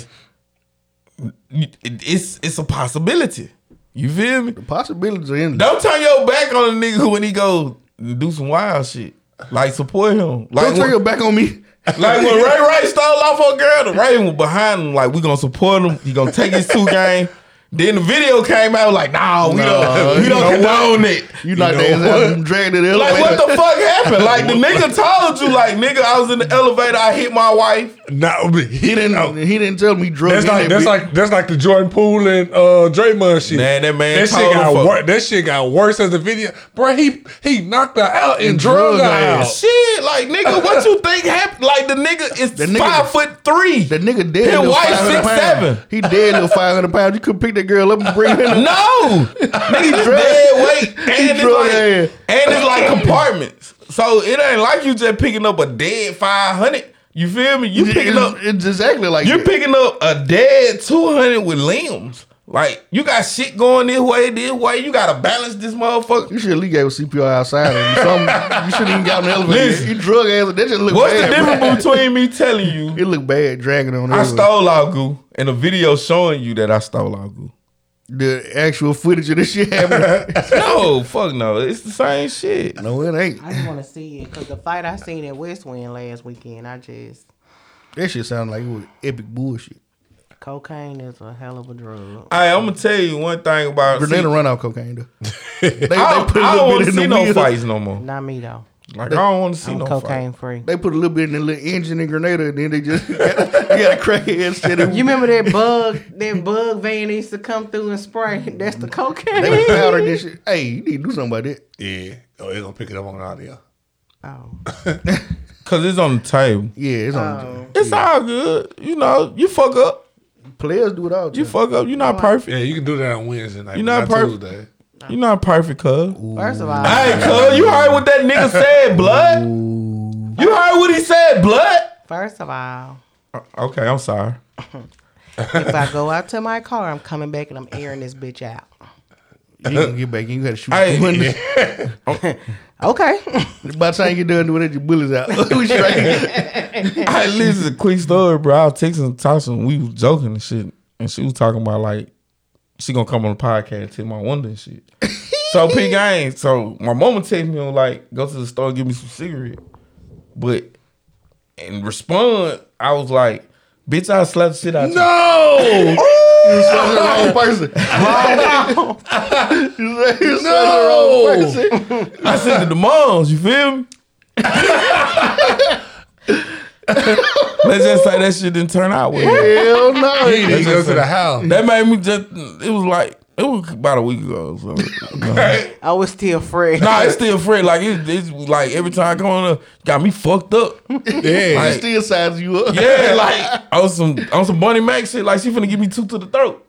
S3: it- it's it's a possibility. You feel me?
S2: Possibilities are in there.
S3: Don't turn your back on a nigga who when he go do some wild shit. Like support him. Like
S2: Don't turn
S3: when,
S2: your back on me.
S3: like when Ray Ray stole off her girl, the Ray was behind him. Like we gonna support him. He gonna take his two game. Then the video came out like, nah, we
S2: Nah,
S3: don't, we
S2: you
S3: don't
S2: know
S3: condone it.
S2: You knocked
S6: know
S2: their
S6: what?
S2: ass out, you dragged it in.
S3: Like what the fuck happened? Like the nigga told you, like nigga, I was in the elevator, I hit my wife.
S6: No, he
S2: He didn't. He didn't tell me drugs.
S6: That's like that's like that's like the Jordan Poole and uh, Draymond shit.
S3: Man, that man
S6: that shit
S3: told him
S6: got
S3: for-
S6: worse. That shit got worse as the video. Bro, he he knocked her out and drug her
S2: drug her
S6: out.
S3: Shit, like nigga, what you think happened? Like the nigga is
S2: The nigga-
S3: five foot three.
S2: that nigga dead.
S3: His
S2: little
S3: wife
S2: 500
S3: six
S2: pounds.
S3: seven.
S2: He dead little five hundred pounds. You could pick that girl up and bring her. in.
S3: No, nigga just
S2: drug-
S3: dead weight,
S2: He
S3: and it's
S2: drug
S3: like,
S2: ass.
S3: and it's like compartments. So it ain't like you just picking up a dead five hundred. You feel me? You picking up,
S2: It's exactly like
S3: you
S2: that.
S3: picking up a dead two hundred with limbs. Like you got shit going this way, this way. You gotta balance this motherfucker.
S2: You should at least gave CPR outside. Or something. you shouldn't even got on the elevator.
S3: Listen.
S2: you drug ass. That just look
S3: What's the
S2: bad. bro.
S3: difference between me telling you
S2: It look bad dragging on.
S3: I
S2: everyone.
S3: stole our goo And a video showing you that I stole Agu.
S2: The actual footage of this shit happened.
S3: No, fuck no. It's the same shit.
S2: no, it ain't.
S7: I just want to see it because the fight I seen at West Wind last weekend, I just
S2: That shit sounded like it was epic bullshit.
S7: cocaine is a hell of a drug.
S3: All right, I'm gonna tell you one thing about.
S2: Grenada
S3: see,
S2: run out cocaine though. they, they
S3: I don't,
S2: put a
S3: I don't
S2: little
S3: want
S2: bit
S3: to
S2: in
S3: see
S2: the
S3: no
S2: wheel.
S3: fights no more.
S7: Not me though.
S3: Like I don't want to see
S7: I'm
S3: no
S7: cocaine free.
S2: They put a little bit in the little engine in Grenada, and then they just got, they got a crackhead instead of
S7: You remember that bug? That bug van that used to come through and spray. That's the
S2: they
S7: cocaine.
S2: powder this shit. Hey, you need to do something about that.
S6: Yeah. Oh, they're gonna pick it up on audio.
S7: Oh,
S3: fight because it's on the table.
S2: Yeah, it's on.
S3: It's all good. You know, you fuck up.
S2: Players do it all.
S3: You
S2: time.
S3: fuck up. You're not perfect.
S6: Yeah, you can do that on Wednesday night.
S3: You're
S6: but
S3: not perfect.
S6: Tuesday.
S3: You're not perfect, cuz.
S7: first of all,
S3: Hey, cuz, you heard what that nigga said, blood? You heard what he said, blood?
S7: first of all,
S2: Uh,
S3: Okay, I'm sorry.
S7: if I go out to my car, I'm coming back and I'm airing this bitch out.
S2: You ain't gonna get back in. You gotta shoot.
S3: Hey.
S2: the window.
S7: Okay,
S2: By the time you done doing it, your bullets out. We straight.
S3: Hey, listen, quick story, bro. I was texting Tasha and we was joking and shit. And she was talking about like she gonna come on the podcast and take my wonder and shit. so P gang. So my mama text me on like, go to the store, give me some cigarette. But in response, I was like, bitch, I slapped the shit out no!
S6: Oh!
S2: You slapped the wrong person. You slapped- you slapped the wrong person.
S3: I said to the moms, you feel me? Let's just say that shit didn't turn out well.
S2: Hell no.
S6: You need to go to the house.
S3: That made me just it was like it was about a week ago. So
S7: I was still fresh.
S3: nah, it's still fresh. Like it's, it's like every time I come on up, got me fucked up.
S2: She
S3: Like,
S2: still sizes you up.
S3: yeah, like on some on some Bunny Mac shit. Like she finna give me two to the throat.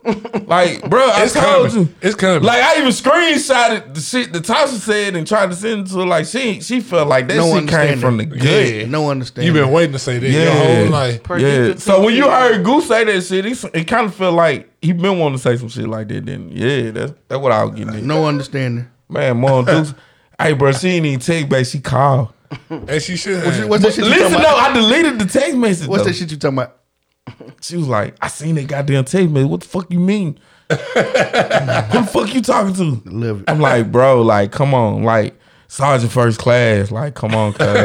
S3: Like, bro, I
S6: It's
S3: told
S6: coming.
S3: you.
S6: It's coming.
S3: Like I even screenshotted the shit that Tasha said and tried to send it to her. Like she she felt like that
S2: No
S3: shit came
S2: understanding.
S3: from the gut.
S2: Yeah, no understanding.
S6: You've been waiting to say this your
S3: Yeah.
S6: whole life.
S3: Yeah.
S7: Predicted
S3: So
S7: to
S3: when you
S7: be-
S3: heard Goose say that shit, it's, it kind of felt like he been wanting to say some shit like that. Then yeah, that's that's what I was getting. At.
S2: no understanding.
S3: Man, mom, Dukes. hey, bro, she didn't even text back. She called.
S6: And she should
S2: What's,
S6: have.
S2: what's that shit you
S3: Listen,
S2: talking
S3: though,
S2: about?
S3: I deleted the text message.
S2: What's
S3: though.
S2: that shit you talking about?
S3: She was like, I seen that goddamn text message. What the fuck you mean? Who the fuck you talking to?
S2: Love it.
S3: I'm like, bro, like, come on, like. Sergeant first class, like, come on, cuz. like,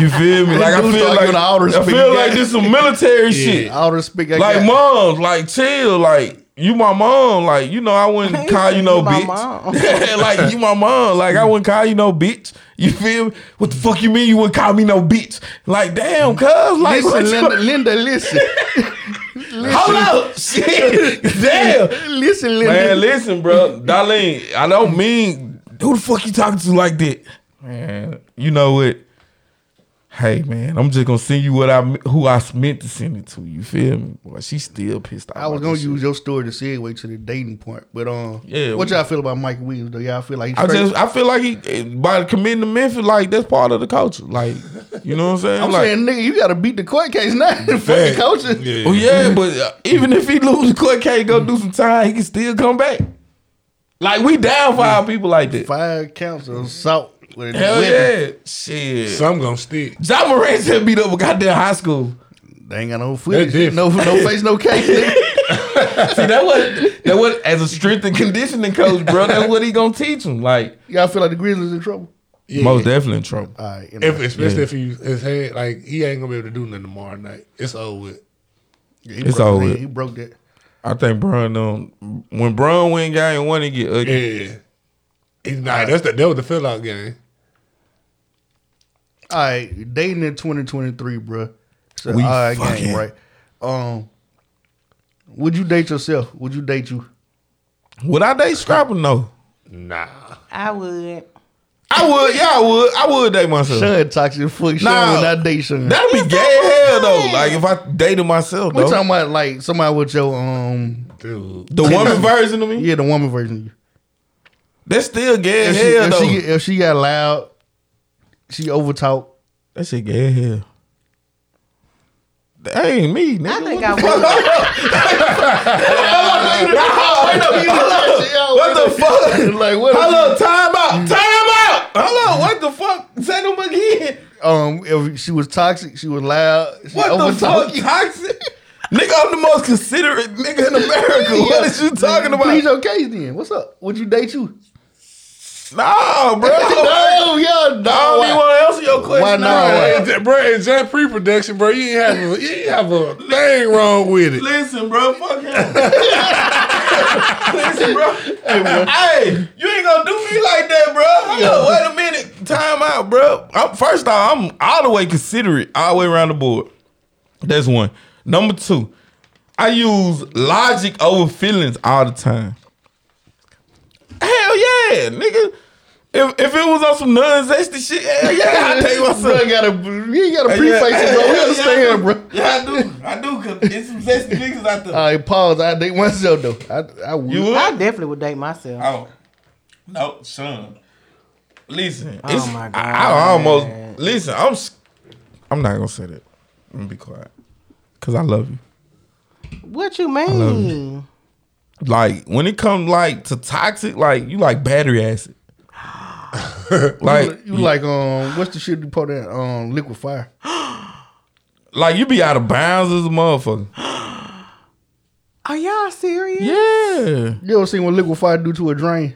S3: you feel me? Like, I
S2: Dude,
S3: feel
S2: thought you
S3: like,
S2: an outer
S3: I feel
S2: speaking
S3: like
S2: guy.
S3: this some military shit.
S2: All the speak I
S3: like
S2: got.
S3: moms, like chill, like you my mom, like you know I wouldn't call you no
S7: You my
S3: bitch.
S7: mom.
S3: like you my mom, like I wouldn't call you no bitch. You feel me? What the fuck you mean you wouldn't call me no bitch? Like damn, cuz like what
S2: Listen,
S3: you-
S2: Linda, Linda, listen.
S3: hold up, shit, damn.
S2: Listen, Linda.
S3: Man, listen, bro, Darlene, I don't mean who the fuck you talking to like that, man. You know what? Hey man, I'm just gonna send you what I who I meant to send it to. You feel me? Boy, she still pissed off.
S2: I was
S3: about
S2: gonna
S3: this shit.
S2: use your story to segue to the dating point, but um,
S3: Yeah,
S2: what
S3: we-
S2: y'all feel about Mike Williams? though? y'all feel like he's
S3: I
S2: straight?
S3: just I feel like he by committing to Memphis, like that's part of the culture. Like you know what I'm saying?
S2: I'm
S3: like,
S2: saying, nigga, you gotta beat the court case now. Fuck the
S6: Fact.
S2: culture.
S6: Yeah.
S3: oh yeah, but uh, even if he lose the court case, go do some time, he can still come back. Like we down five people like that.
S2: Five counts of assault. With a
S3: Hell
S2: weapon.
S3: yeah, shit.
S6: Some gonna stick.
S3: John Moran said beat up a goddamn high school.
S2: They ain't got no footage.
S6: different.
S2: No, no face, no case. nigga.
S3: See that was that was as a strength and conditioning coach, bro. That's what he gonna teach him. Like
S2: y'all feel like the Grizzlies in trouble?
S6: Yeah.
S3: most definitely in trouble.
S2: All right, you know,
S6: If, especially
S3: Yeah.
S6: if he his head like he ain't gonna be able to do nothing tomorrow night. It's over with.
S2: he
S3: it's
S2: broke,
S3: over.
S2: He, he broke that.
S3: I think Brown um when Brown win game one, he get ugly.
S6: Yeah. He's not. That's the that was the fill out game.
S2: All right, dating in 2023, bruh. It's an
S3: We
S2: odd game,
S3: fucking-
S2: right? Um, would you date yourself? Would you date you?
S3: Would I date Scrapper? No.
S6: Nah.
S7: I would.
S3: I would, yeah, I would, I would date myself.
S2: Son toxic fuck. Sean
S3: Nah.
S2: would not date Sean.
S3: That'd be gay as hell though. Like if I dated myself,
S2: We
S3: though.
S2: talking about like somebody with your um
S6: Dude.
S3: the woman version of me,
S2: yeah the woman version of you.
S3: that's still gay
S2: If
S3: as
S2: she,
S3: hell
S2: if
S3: though.
S2: she if she got loud, she overtalk.
S3: that shit gay as hell. That ain't me. Nigga.
S7: I think
S3: what
S7: I would.
S3: the fuck?
S2: like what?
S3: Hello, time out, time out. Hello, what the fuck? Say them again.
S2: Um, if she was toxic, she was loud. She
S3: What the
S2: overtalk
S3: fuck?
S2: you.
S3: Toxic. Nigga, I'm the most considerate nigga in America. What is you talking about?
S2: Please, okay then. What's up? Would you date you?
S3: Nah, bro.
S2: no, yeah,
S3: I don't
S2: no.
S3: even
S2: Why,
S3: want to answer your question.
S2: why
S3: Nah.
S2: not?
S6: Hey, bro, is that pre-production, bro? You ain't have a, you ain't have a thing wrong with it.
S3: Listen, bro. Fuck him. Listen, bro. Hey, you ain't gonna do me like that, bro. Hold up, Wait a minute. Time out, bro. I'm, first off, I'm all the way considerate, all the way around the board. That's one. Number two, I use logic over feelings all the time. Hell yeah, nigga. If, if it was on some non-zesty shit, hell yeah, I take myself.
S2: Bro, gotta, you ain't got to preface it, bro. We understand, bro.
S3: Yeah, I do. I do. Cause it's some zesty niggas out there.
S2: All right, pause. I date myself though. I, I would.
S3: you
S7: I
S3: would?
S7: definitely would date myself.
S3: Oh, no, son. Listen,
S7: Oh
S3: it's,
S7: my
S3: I, I
S7: God.
S3: almost listen. I'm. s- I'm not gonna say that. I'm gonna be quiet. Cause I love you.
S7: What you
S3: love
S7: mean?
S3: Like when it comes like to toxic, like you like battery acid. like
S2: you like um, what's the shit you put in um, liquid fire?
S3: like you be out of bounds as a motherfucker.
S7: Are y'all serious?
S3: Yeah.
S2: You ever seen what liquid fire do to a drain?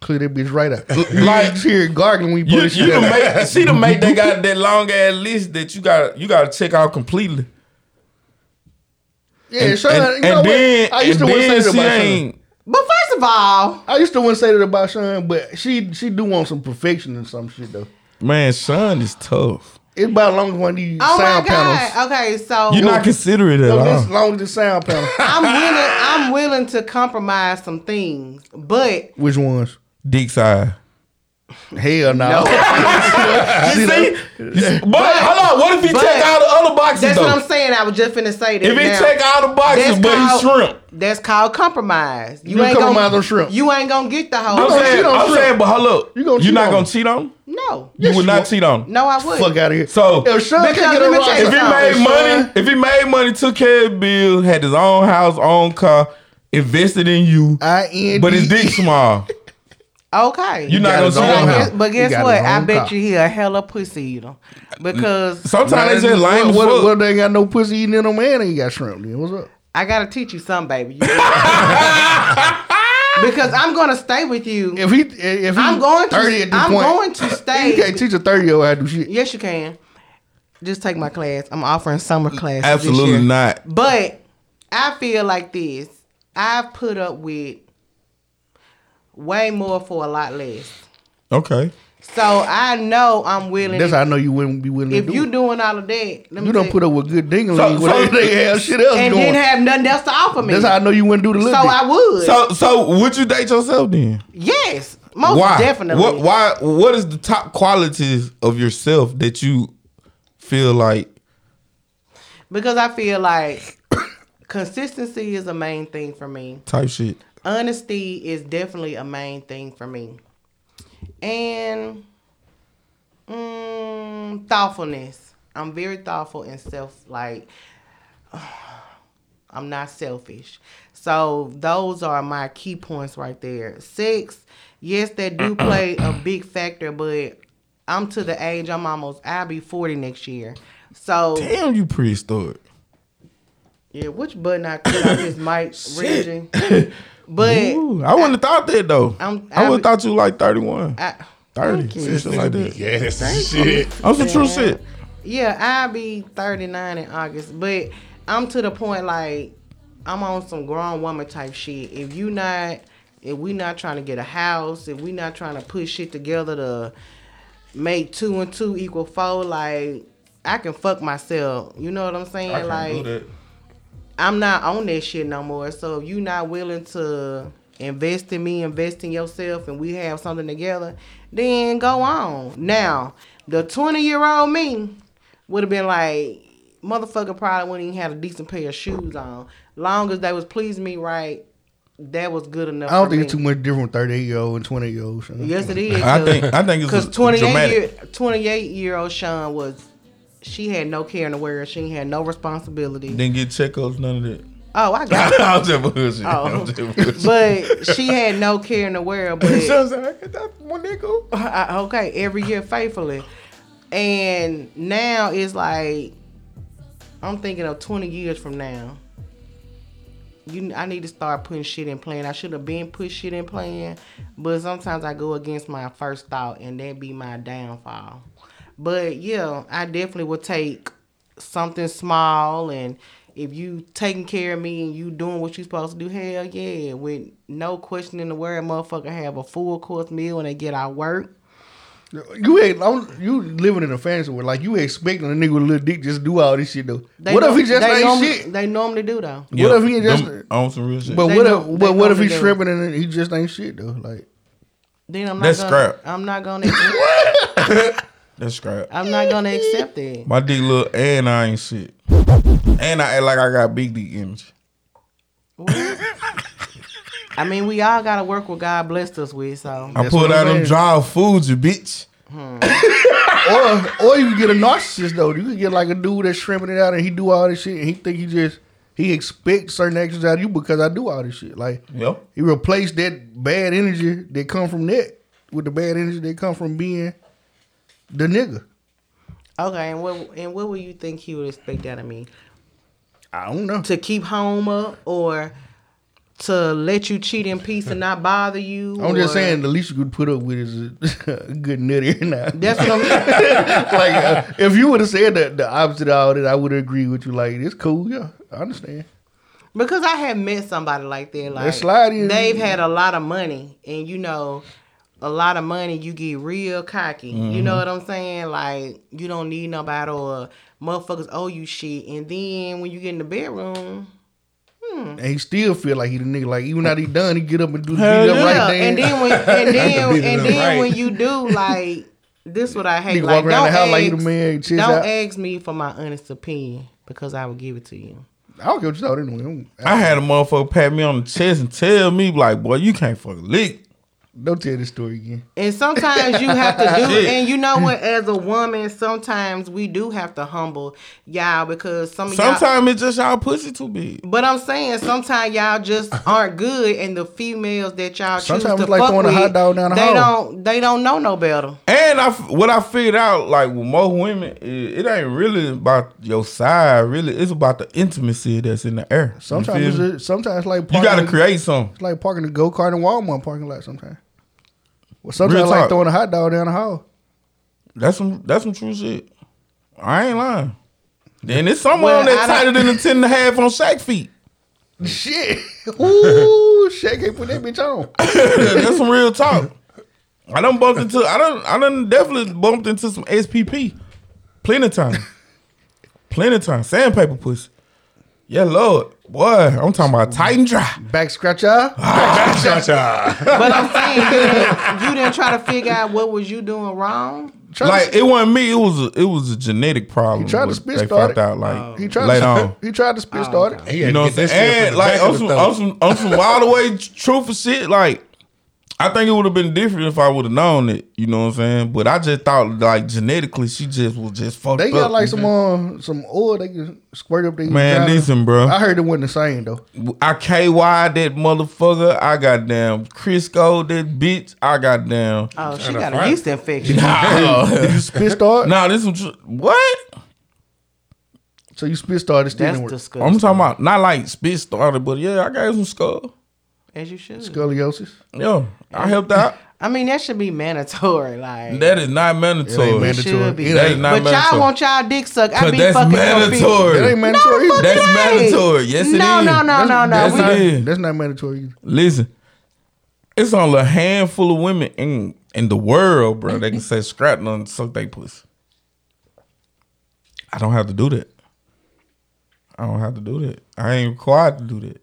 S2: Clear that bitch right out.
S3: Like-
S2: like here gargling, we put
S3: You,
S2: this
S3: you
S2: shit.
S3: done
S2: out.
S3: make, she done make that got that long ass list that you got to you got to check out completely.
S2: yeah,
S3: And,
S2: Sean.
S3: and-
S2: you know
S3: and
S2: what?
S3: then
S2: I used to
S3: and
S2: want
S3: then
S2: to say that
S3: she
S2: about Sean.
S3: ain't.
S7: But first of all,
S2: I used to wouldn't say that about Sean, but she she do want some perfection and some shit though.
S3: Man, Sean is tough.
S2: It's about as long as one of these
S7: oh
S2: sound
S7: my god. Oh.
S2: panels.
S7: Okay, so
S3: You're not considerate at
S2: So this as
S3: all.
S2: long as the sound panel.
S7: I'm willing. I'm willing to compromise some things, but
S2: Which ones?
S3: Dick side.
S2: Hell no.
S3: You see? But, hold on. What if he
S7: but-
S3: check all the other boxes
S7: that's
S3: though?
S7: what I'm saying. I was just finna say that.
S3: if he
S7: now.
S3: check all the boxes,
S7: That's
S3: but he
S7: called-
S3: shrimp.
S7: that's called compromise. You,
S2: You
S7: ain't
S2: compromise
S7: gonna
S2: on shrimp.
S7: You ain't gonna get the
S3: I'm
S7: whole.
S2: gonna
S3: saying,
S2: cheat on
S3: I'm
S2: shrimp.
S3: saying, but hold up.
S2: You gonna
S3: You're
S2: cheat
S3: not
S2: on
S3: gonna
S2: him.
S3: cheat on him?
S7: no,
S3: You would not cheat on him.
S7: no, I would.
S2: Fuck out of here.
S3: So-
S2: if Sean
S7: Because
S2: can get
S7: let
S2: a
S7: me
S2: rock,
S7: tell you
S3: If he
S7: Sean.
S3: made money, if he made money, took care of bills, had his own house, own car, invested in you,
S2: I N D.
S3: but his dick small.
S7: Okay,
S3: You're not
S2: got
S3: gonna
S2: his
S3: cheat
S2: own
S3: on
S2: house.
S7: But
S3: him.
S7: guess, but
S2: He
S7: guess
S2: got
S7: what?
S2: his
S7: I
S2: own
S7: bet
S2: cock.
S7: you he a hella pussy eater because
S3: Sometimes they just lying.
S2: What,
S3: as
S2: what,
S3: fuck.
S2: what if they ain't got no pussy eating in them and ain't got shrimp then? What's up?
S7: I gotta teach you something, baby. You- because I'm gonna stay with you.
S2: If he if he
S7: I'm going to.
S2: 30 at this
S7: I'm
S2: point,
S7: going to stay.
S2: you can't teach a 30 year old how to do shit.
S7: Yes, you can. Just take my class. I'm offering summer class.
S3: Absolutely not.
S7: But I feel like this. I've put up with way more for a lot less.
S3: Okay.
S7: So I know I'm willing.
S2: That's how I know you wouldn't be willing
S7: if
S2: to do
S7: you
S2: it.
S7: doing all of that, let me
S2: You
S7: tell
S2: don't put up with good dingling
S3: So-
S2: whatever
S3: so-
S2: they have shit else
S7: and
S2: going.
S7: didn't have nothing else to offer me.
S2: That's how I know you wouldn't do the
S7: so
S2: little dick.
S7: I would.
S3: So, so would you date yourself then?
S7: yes, most
S3: why?
S7: Oh, definitely.
S3: What? Why? What is the top qualities of yourself that you feel like?
S7: Because I feel like consistency is a main thing for me.
S3: Type shit.
S7: Honesty is definitely a main thing for me. And mm, thoughtfulness. I'm very thoughtful and self like I'm not selfish. So those are my key points right there. Six, yes, that do play a big factor, but I'm to the age I'm almost I'll be 40 next year. So
S3: Damn, you prehistoric.
S7: yeah, which button I click on this mic,
S3: Shit.
S7: Reggie. But
S3: Ooh, I wouldn't have thought that though.
S7: I'm-
S3: I would have
S7: I-
S3: thought you like thirty-one,
S7: I,
S3: thirty, something like that.
S6: Yes, shit.
S3: I'm some true shit.
S7: Yeah, I'll be 39 in August, but I'm to the point like I'm on some grown woman type shit. If you not, if we not trying to get a house, if we not trying to put shit together to make two and two equal four, like I can fuck myself. You know what I'm saying? like I'm not on that shit no more. So if you not willing to invest in me, invest in yourself, and we have something together, then go on. Now, the 20 year old me would have been like, motherfucker probably wouldn't even have a decent pair of shoes on. Long as they was pleasing me right, that was good enough.
S2: I don't
S7: for
S2: think
S7: me.
S2: it's too much different from 38 year old and 28 year old.
S7: Yes, it is.
S3: I think I think it's
S7: because
S3: a-
S7: 28
S3: dramatic.
S7: year, 28 year old Sean was, she had no care in the world. She had no responsibility.
S3: Didn't get checkups, none of that.
S7: oh, I got it.
S3: I'm just bullshit.
S7: Oh.
S3: I'm just bullshit.
S7: but she had no care in the world. But
S3: Sean's like, "That's my nigga."
S7: I- okay, every year faithfully, and now it's like I'm thinking of 20 years from now. You, I need to start putting shit in plan. I should have been put shit in plan, but sometimes I go against my first thought, and that be my downfall. But yeah, I definitely will take something small, and if you taking care of me and you doing what you supposed to do, hell yeah, with no question in the world, motherfucker have a full course meal and they get out work.
S2: You ain't I'm- you living in a fantasy where like you expecting a nigga with a little dick just do all this shit though.
S7: They
S2: what if
S7: norm-
S2: he just
S7: they
S2: ain't
S7: norm-
S2: shit?
S7: They normally do though.
S2: What if he just?
S3: them- on some real shit?
S2: but
S7: They
S2: what
S7: know-
S2: if?
S7: they
S2: But what if
S7: know
S2: he
S7: they do.
S2: shrimping and he just ain't shit though? Like
S7: Then I'm not
S3: That's
S7: gonna,
S3: scrap.
S7: I'm not gonna. what?
S3: That's crap.
S7: I'm not gonna accept it.
S3: My dick little and I ain't shit. And I act like I got big dick energy.
S7: I mean, we all gotta work what God blessed us with. So
S3: I
S2: That's
S3: pulled
S2: what
S3: out
S2: I'm
S3: them
S2: saying.
S3: dry foods, you bitch.
S2: or or you could get a narcissist though. You could get like a dude that's shrimping it out and he do all this shit and he think he just he expects certain actions out of you because I do all this shit. Like
S3: Yep.
S2: he replaced that bad energy that come from that with the bad energy that come from being the nigga.
S7: okay, and what and what would you think He would expect out of me
S2: I don't know.
S7: to keep home up or to let you cheat in peace and not bother you?
S2: I'm just
S7: or-
S2: saying the least you could put up with is a good nut here now.
S7: That's what I'm.
S2: like uh, if you would have said the, the opposite of all that, I would agree with you. Like it's cool, yeah, I understand.
S7: Because I have met somebody like that. Like
S2: slide is-
S7: they've had
S2: Mm-hmm.
S7: a lot of money, and you know, a lot of money, you get real cocky. You
S2: Mm-hmm.
S7: know what I'm saying? Like you don't need nobody or motherfuckers owe you shit. And then when you get in the bedroom,
S2: And he still feel like he the nigga. Like even after he done, he get up and do the beat
S3: Hell
S2: up
S3: yeah,
S2: right there.
S7: and then when and then
S6: Beat it
S7: and
S6: up
S7: then
S6: right.
S7: when you do like this, what I hate.
S2: Nigga walk
S7: Like
S2: around
S7: don't
S2: the house
S7: ask,
S2: like you the man,
S7: don't
S2: chest out.
S7: ask me for my honest opinion because I will give it to you.
S2: I don't care what you thought anyway. I'm- I-
S3: I had a motherfucker pat me on the chest and tell me, like, boy, you can't fuck a lick.
S2: Don't tell this story again.
S7: And sometimes you have to do,
S3: Shit.
S7: and you know what? As a woman, sometimes we do have to humble y'all because some of y'all.
S3: Sometimes it's just y'all pussy too big.
S7: But I'm saying sometimes y'all just aren't good, and the females that y'all choose
S2: Sometimes
S7: to
S2: it's like
S7: fuck
S2: throwing a
S7: with,
S2: hot dog down the
S7: they
S2: hole.
S7: don't they don't know no better.
S3: And I, f- what I figured out, like with most women, it, it ain't really about your size. Really, it's about the intimacy that's in the air. You
S2: Sometimes
S3: feel
S2: it's
S3: me?
S2: just- sometimes it's like
S3: you
S2: parking
S3: gotta
S2: the-
S3: create something.
S2: It's like parking the go kart in Walmart parking lot. Sometimes. Well, sometimes
S3: Real
S2: it's like
S3: talk.
S2: throwing a hot dog down the hall.
S3: That's some that's some true shit. I ain't lying. Then it's someone
S7: Well,
S3: on that
S7: I
S3: tighter than a ten and a half on Shaq feet.
S2: Shit. Ooh, Shaq can't put that bitch on.
S3: that's some real talk. I done bumped into I done I done definitely bumped into some SPP. Plenty of time. Plenty of time. Sandpaper pussy. Yeah, Lord. Boy, I'm talking about tight and dry.
S2: Back scratcher.
S7: But I'm saying you didn't, you didn't try to figure out what was you doing wrong.
S2: Try
S3: Like
S2: to,
S3: it wasn't me, it was a, it was a genetic problem.
S2: He tried to
S3: what
S2: spit
S3: they
S2: start
S3: found
S2: it.
S3: out like
S2: he tried.
S3: later
S2: to,
S3: on.
S2: He tried to spit start it.
S6: He
S3: You
S6: had
S3: know
S6: to
S3: what I'm
S6: get that
S3: saying? And
S6: shit from the
S3: like
S6: back of
S3: on
S6: the
S3: some,
S6: throat.
S3: on some on some all the way truthful shit, like I think it would have been different if I would have known it. You know what I'm saying? But I just thought like genetically she just was just fucked
S2: They
S3: up.
S2: got like some uh, some oil they can squirt up their
S3: Man,
S2: vagina.
S3: listen, bro.
S2: I heard it wasn't the same though.
S3: I KY that motherfucker. I got damn Crisco that bitch. I got damn.
S7: Oh, she
S6: Trying to
S7: got a
S6: front.
S7: yeast infection.
S2: Did you spit start?
S3: Nah, this was what?
S2: So you spit started, still
S7: That's
S2: didn't work.
S7: disgusting.
S3: I'm talking about not like spit started, but yeah, I gave some skull.
S7: As you should.
S2: Scoliosis.
S3: Yeah, I helped out.
S7: I mean, that should be mandatory. Like
S3: That is not
S2: It ain't
S3: mandatory.
S7: mandatory.
S2: mandatory.
S7: be.
S2: It
S3: That is
S2: ain't,
S3: not
S7: but y'all
S3: mandatory.
S7: want y'all dick sucked. I
S3: Cause
S7: be
S3: that's
S7: fucking confused.
S2: it
S3: mandatory.
S2: ain't mandatory. either.
S3: That's
S7: Right.
S3: mandatory. Yes, it is.
S7: no, no, no, no, no,
S3: That's
S7: We-
S3: not-
S2: not,
S3: is.
S2: that's not mandatory. either.
S3: Listen, it's only a handful of women in in the world, bro. They can say scrap none suck they pussy. I don't have to do that. I don't have to do that. I ain't required to do that.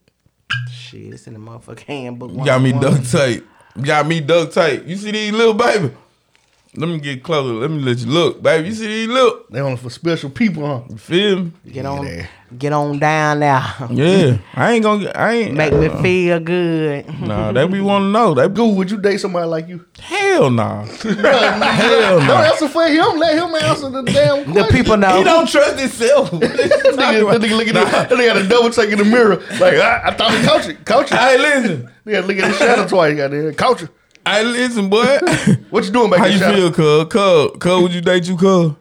S7: Shit, it's in the motherfucking handbook.
S3: You got me
S7: one-on-one.
S3: duct tape. You got me duct tape. You see these little baby? Let me get closer. Let me let you look, baby. You see these look?
S2: They only for special people, huh?
S3: You feel me?
S7: Get on, get on down there.
S3: Yeah. I ain't gonna. get- I ain't.
S7: Make me feel good.
S3: Nah, they be want to know. They be,
S2: Goo, would you date somebody like you?
S3: hell nah. hell
S2: No,
S3: nah.
S2: that's a for him. Let him answer the damn
S7: The
S2: question.
S7: people know.
S3: He don't trust himself.
S2: That nigga, that nigga look at the, that nigga had a double take in the mirror. Like I, I thought he coached it. Coach it.
S3: Hey, listen.
S2: Nigga look at the shadow twice. Goddamn, coach it.
S3: Hey, listen, boy.
S2: What you doing back
S3: How
S2: there?
S3: you
S2: shadow?
S3: feel, cuz? Cuz, cuz, would you date you, cuz?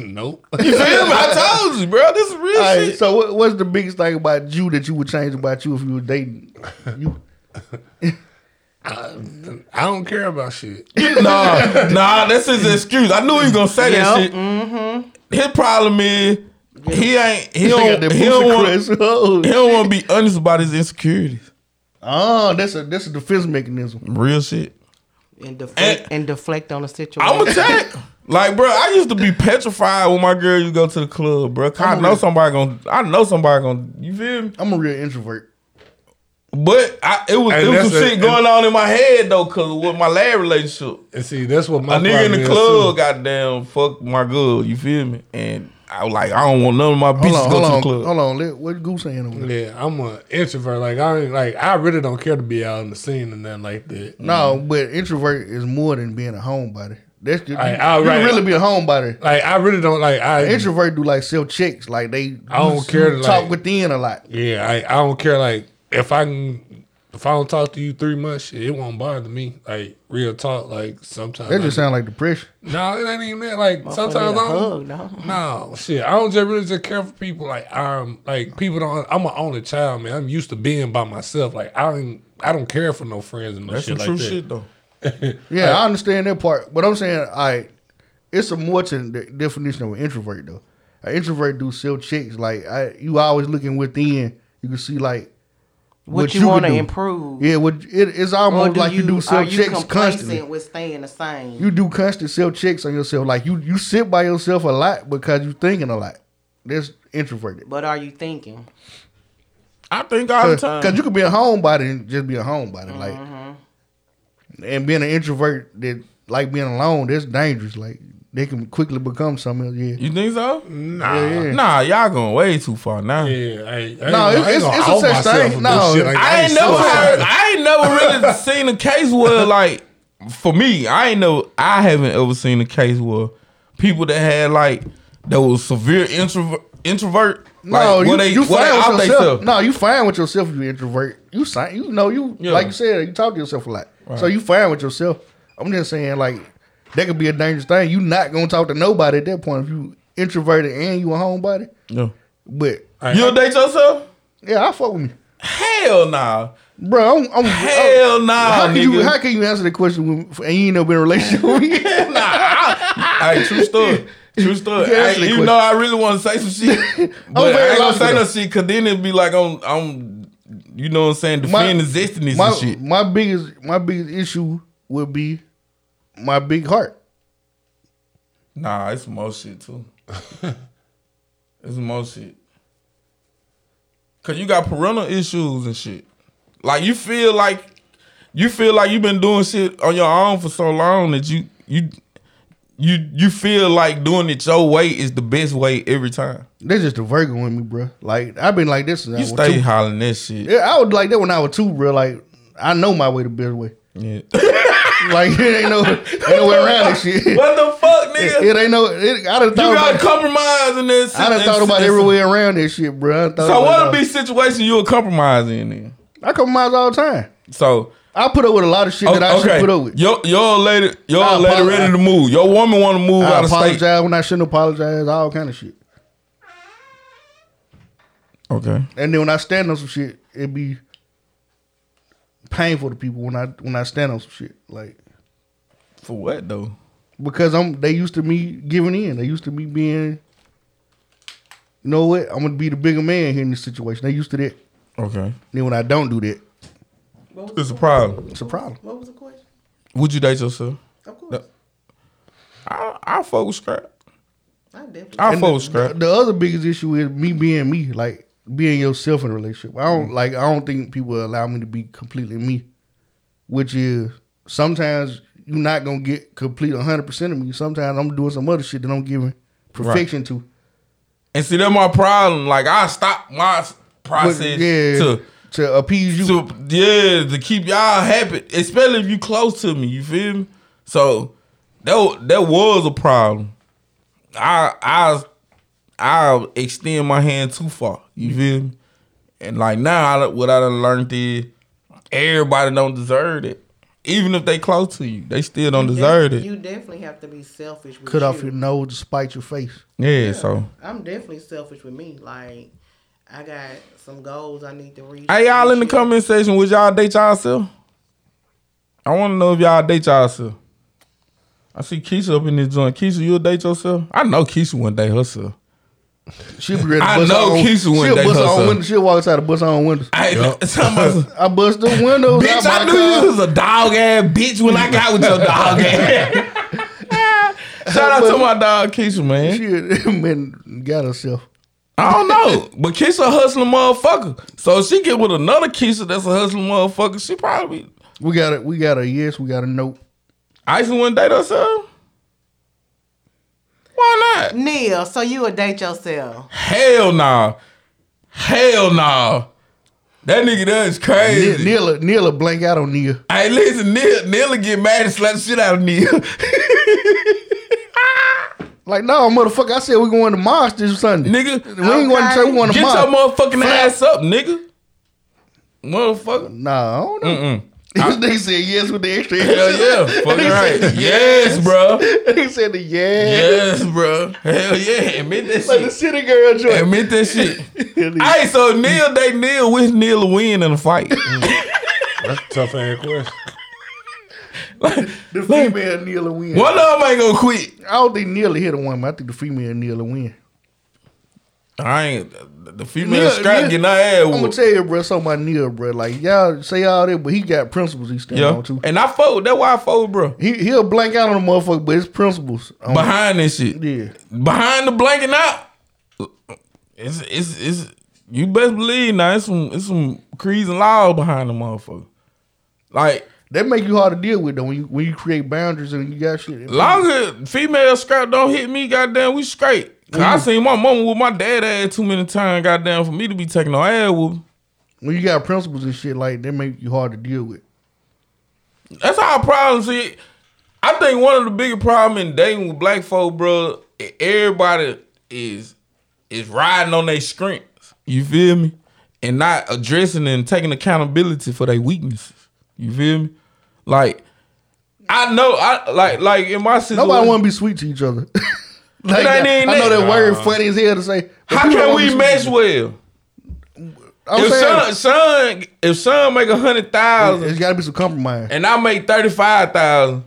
S6: nope.
S3: You feel me? I told you, bro. This is real
S2: All right,
S3: shit.
S2: so what, what's the biggest thing about you that you would change about you if you were dating? You
S6: I don't care about shit.
S3: nah, nah, that's his excuse. I knew he was gonna say that
S7: Yep,
S3: shit.
S2: Mm-hmm.
S3: His problem is he ain't he
S2: I got
S3: don't
S2: that
S3: he don't,
S2: booster
S3: want,
S2: crush. Oh.
S3: he don't want to be honest about his insecurities.
S2: Oh, that's a that's a defense mechanism.
S3: Real shit.
S7: and deflect
S3: And-
S7: and, deflect on the situation.
S3: I'm gonna tell you. Like, bro, I used to be petrified when my girl you go to the club, bro. 'Cause I know somebody gonna, I know somebody gonna, you feel me?
S2: I'm a real introvert.
S3: But I, it was,
S6: Hey,
S3: it was
S6: that's
S3: some
S6: a-
S3: shit going on in my head though, cause with my last relationship,
S6: And see, that's what my
S3: a nigga in
S6: problem
S3: the
S6: is,
S3: club,
S6: too.
S3: goddamn, fuck my girl, you feel me? And I was like, I don't want none of my
S2: Hold
S3: bitches
S2: on,
S3: to go to
S2: hold
S3: the
S2: on,
S3: club.
S2: hold on. Let, what Goose saying over there?
S6: Yeah, I'm an introvert. Like I ain't, like I really don't care to be out in the scene and nothing like that.
S2: No, but introvert is more than being a homebody. That's just,
S6: All
S2: you,
S6: right, all
S2: you
S6: right.
S2: really be a homebody.
S6: Like I really don't like I
S2: Introvert do like self checks, like they
S6: I don't
S2: you
S6: care to,
S2: talk
S6: like-
S2: within a lot.
S6: yeah I I don't care like if I can if I don't talk to you three months shit, it won't bother me like real talk like sometimes
S2: That
S6: I
S2: just sound like depression.
S6: No, it ain't even that. Like sometimes I don't.
S7: hug, no.
S6: No shit. I don't just really just care for people. Like I'm like people don't. I'm an only child, man. I'm used to being by myself. Like I don't. I don't care for no friends and no
S3: That's
S6: shit
S3: some
S6: like
S3: true
S6: that.
S3: shit though.
S2: Yeah, I understand that part, but I'm saying, all right, it's a more to the definition of an introvert though. An introvert do self checks, like I, you always looking within. You can see like
S7: what,
S2: what
S7: you,
S2: you
S7: want to
S2: could do.
S7: improve?
S2: yeah, what it, it's almost like you, do
S7: are
S2: self
S7: you
S2: checks
S7: complacent
S2: constantly.
S7: with staying the same?
S2: you do constant self checks on yourself. Like you, you sit by yourself a lot because you thinking a lot. That's introverted.
S7: but are you thinking?
S3: I think all the time.
S2: Because you could be a homebody and just be a homebody, like, and being an introvert that like being alone, that's dangerous. Like they can quickly become something. Else. Yeah,
S3: You think so?
S6: Nah.
S2: Yeah, yeah.
S3: Nah, y'all going way too far now.
S6: Yeah, I, ain't- I
S2: No,
S6: ain't,
S2: it's-
S6: I ain't
S2: it's-
S6: gonna
S2: it's a
S6: out
S2: such
S6: myself
S2: thing.
S6: with
S2: No,
S6: this shit. Like,
S3: I ain't never
S6: suicidal.
S3: heard, I ain't never really seen a case where like for me, I ain't know I haven't ever seen a case where people that had like that was severe introvert introvert.
S2: no,
S3: like,
S2: you,
S3: where they,
S2: you
S3: where they
S2: fine
S3: out
S2: with
S3: they
S2: yourself.
S3: self.
S2: No, you fine with yourself. if You introvert. You sign. You know you
S3: Yeah.
S2: like you said. You talk to yourself a lot, so you fine with yourself. I'm just saying like that could be a dangerous thing. You not gonna talk to nobody at that point if you introverted and you a homebody.
S3: Yeah.
S2: But
S3: You'll date yourself?
S2: yeah, I fuck with me,
S3: Hell nah.
S2: bro. I'm, I'm I'm-
S3: Hell nah.
S2: Oh. How can
S3: nigga.
S2: you how can you answer the question when, and you ain't never been in a relationship with me?
S3: Hey, true story. True story.
S2: Yeah,
S3: Hey,
S2: actually,
S3: even
S2: quick.
S3: though I really want to say some shit, but
S2: very
S3: I ain't gonna
S2: logical.
S3: say no shit because then it'd be like I'm, I'm, you know what I'm saying,
S2: My-
S3: defending existence
S2: my,
S3: and shit.
S2: my biggest my biggest issue would be my big heart.
S3: Nah, it's more shit too. it's more shit. Cause you got parental issues and shit. Like you feel like you feel like you've been doing shit on your own for so long that you you you you feel like doing it your way is the best way every time.
S2: That's just a Virgo in me, bro. Like I've been like this since
S3: You
S2: I was
S3: stay
S2: two.
S3: hollering that shit.
S2: Yeah, I was like that when I was two, bro. Like I know my way to best way.
S3: Yeah.
S2: Like it ain't no ain't no way around this shit. It,
S3: what the fuck, nigga?
S2: it ain't no. It, I done
S3: you
S2: thought
S3: gotta
S2: about.
S3: compromise in this.
S2: I done
S3: and-
S2: thought about
S3: and-
S2: every way around this shit, bro. I done thought
S3: So
S2: about
S3: what'll
S2: it all.
S3: be situation you'll compromise in then?
S2: I compromise all the time.
S3: So
S2: I put up with a lot of shit
S3: Oh,
S2: that I should put up with.
S3: Your your lady, your
S2: I
S3: lady
S2: apologize.
S3: ready to move. Your woman want to move
S2: I
S3: out of
S2: apologize
S3: state.
S2: when I shouldn't apologize. All kind of shit.
S3: Okay.
S2: And then when I stand on some shit, it be painful to people when I when I stand on some shit. Like
S3: For what though?
S2: because I'm they used to me giving in. They used to me being you know what? I'm gonna be the bigger man here in this situation. They used to that.
S3: Okay.
S2: Then when I don't do that,
S3: It's a problem.
S2: it's a problem.
S5: What was the question?
S3: Would you date yourself?
S5: Of course.
S3: No. I I fuck with scrap.
S5: I definitely.
S3: I fuck with
S2: The,
S3: scrap.
S2: the other biggest issue is me being me, like being yourself in a relationship. I don't like I don't think people allow me to be completely me. Which is sometimes you're not gonna get complete hundred percent of me. Sometimes I'm doing some other shit that I'm giving perfection to.
S3: And see, that's my problem. Like I stop my
S2: But,
S3: process
S2: yeah,
S3: to.
S2: to, appease you.
S3: to yeah to keep y'all happy, especially if you close to me. You feel me? So that wa- that was a problem. I I I extend my hand too far. You feel me? And like now, I, done- what I done learned is everybody don't deserve it. Even if they close to you, they still don't deserve it.
S7: You definitely have to be selfish. With
S2: Cut off
S7: you.
S2: your nose to spite your face.
S3: Yeah, so
S7: I'm definitely selfish with me. Like, I got some goals I need to reach.
S3: hey y'all in the comment section, would y'all date y'all self? I wanna know if y'all date y'all self. I see Keisha up in this joint. Keisha, you'll date yourself? I know Keisha wouldn't date herself.
S2: She'll be ready to
S3: I
S2: bust
S3: know
S2: her own,
S3: Keisha wouldn't
S2: she'll
S3: date
S2: bust her
S3: herself.
S2: own window. She'll walk outside and bust her own windows.
S3: I, somebody-
S2: I bust the windows.
S3: Bitch, I knew you was a dog ass bitch when I got with your dog ass. Shout out to my dog Keisha, man.
S2: She man got herself.
S3: I don't know, but Keisha a hustling motherfucker. So if she get with another Keisha that's a hustling motherfucker, she probably
S2: We got it. We got a yes. We got a no.
S3: Ice wouldn't date herself. Why not?
S7: Neil, so you would date yourself?
S3: Hell nah. Hell nah. That nigga that is
S2: Neil,
S3: crazy.
S2: Neil, Neil a blank out on Neil.
S3: Hey, listen, Neil, Neil get mad and slap the shit out of Neil.
S2: Like no, motherfucker. I said we going to Mars this Sunday. we
S3: nigga,
S2: ain't going to church. We going to
S3: Get
S2: Mars.
S3: your motherfucking ass up, nigga. Motherfucker.
S2: nah, I don't know.
S3: Mm-mm.
S2: they said yes with the extra.
S3: Hell yeah. Fucking right. Yes, bro.
S2: they said the yes.
S3: Yes, bro. Hell yeah. Admit that
S2: Like the
S3: shit.
S2: city girl joint.
S3: Admit that shit.
S2: Hell yeah.
S3: Hey, so Neil, they Neil, wish Neil to win in a fight.
S6: That's a tough ass question.
S2: the female Neil will win.
S3: One of them ain't gonna quit.
S2: I don't think Neil will hit a woman. I think the female Neil will win.
S3: I ain't. The female
S2: Neil-
S3: strap
S2: Neil-
S3: getting her ass
S2: I'm gonna
S3: whooped.
S2: tell you, bro, something about Neil, bro. Like y'all say all that, but he got principles he stand
S3: Yeah.
S2: on too.
S3: And I fold. That's why I fold, bro.
S2: He he'll blank out on the motherfucker, but his principles. on-
S3: Behind this shit.
S2: yeah.
S3: behind the blanket out. It's it's it's you best believe now. It's some it's some creeds and laws behind the motherfucker. Like
S2: That make you hard to deal with though when you when you create boundaries and you got shit.
S3: longer female scrap don't hit me. Goddamn, we straight. 'Cause I seen my mama with my dad ass too many times. Goddamn, for me to be taking no ass with.
S2: When you got principles and shit like that make you hard to deal with.
S3: That's our problem. See, I think one of the bigger problem in dating with black folk, bro, e- everybody is is riding on their strengths. You feel me? And not addressing and taking accountability for their weaknesses. You feel me? Like I know, I like like in my situation.
S2: Nobody want to be sweet to each other. like
S3: ain't
S2: I,
S3: even
S2: I know
S3: that.
S2: that word funny as hell to say. but
S3: How
S2: people
S3: can
S2: don't wanna
S3: we
S2: be
S3: mesh
S2: sweet.
S3: well?
S2: I'm
S3: If son,
S2: saying
S3: son, if son make a hundred thousand
S2: there's got to be some compromise.
S3: and I make thirty five thousand,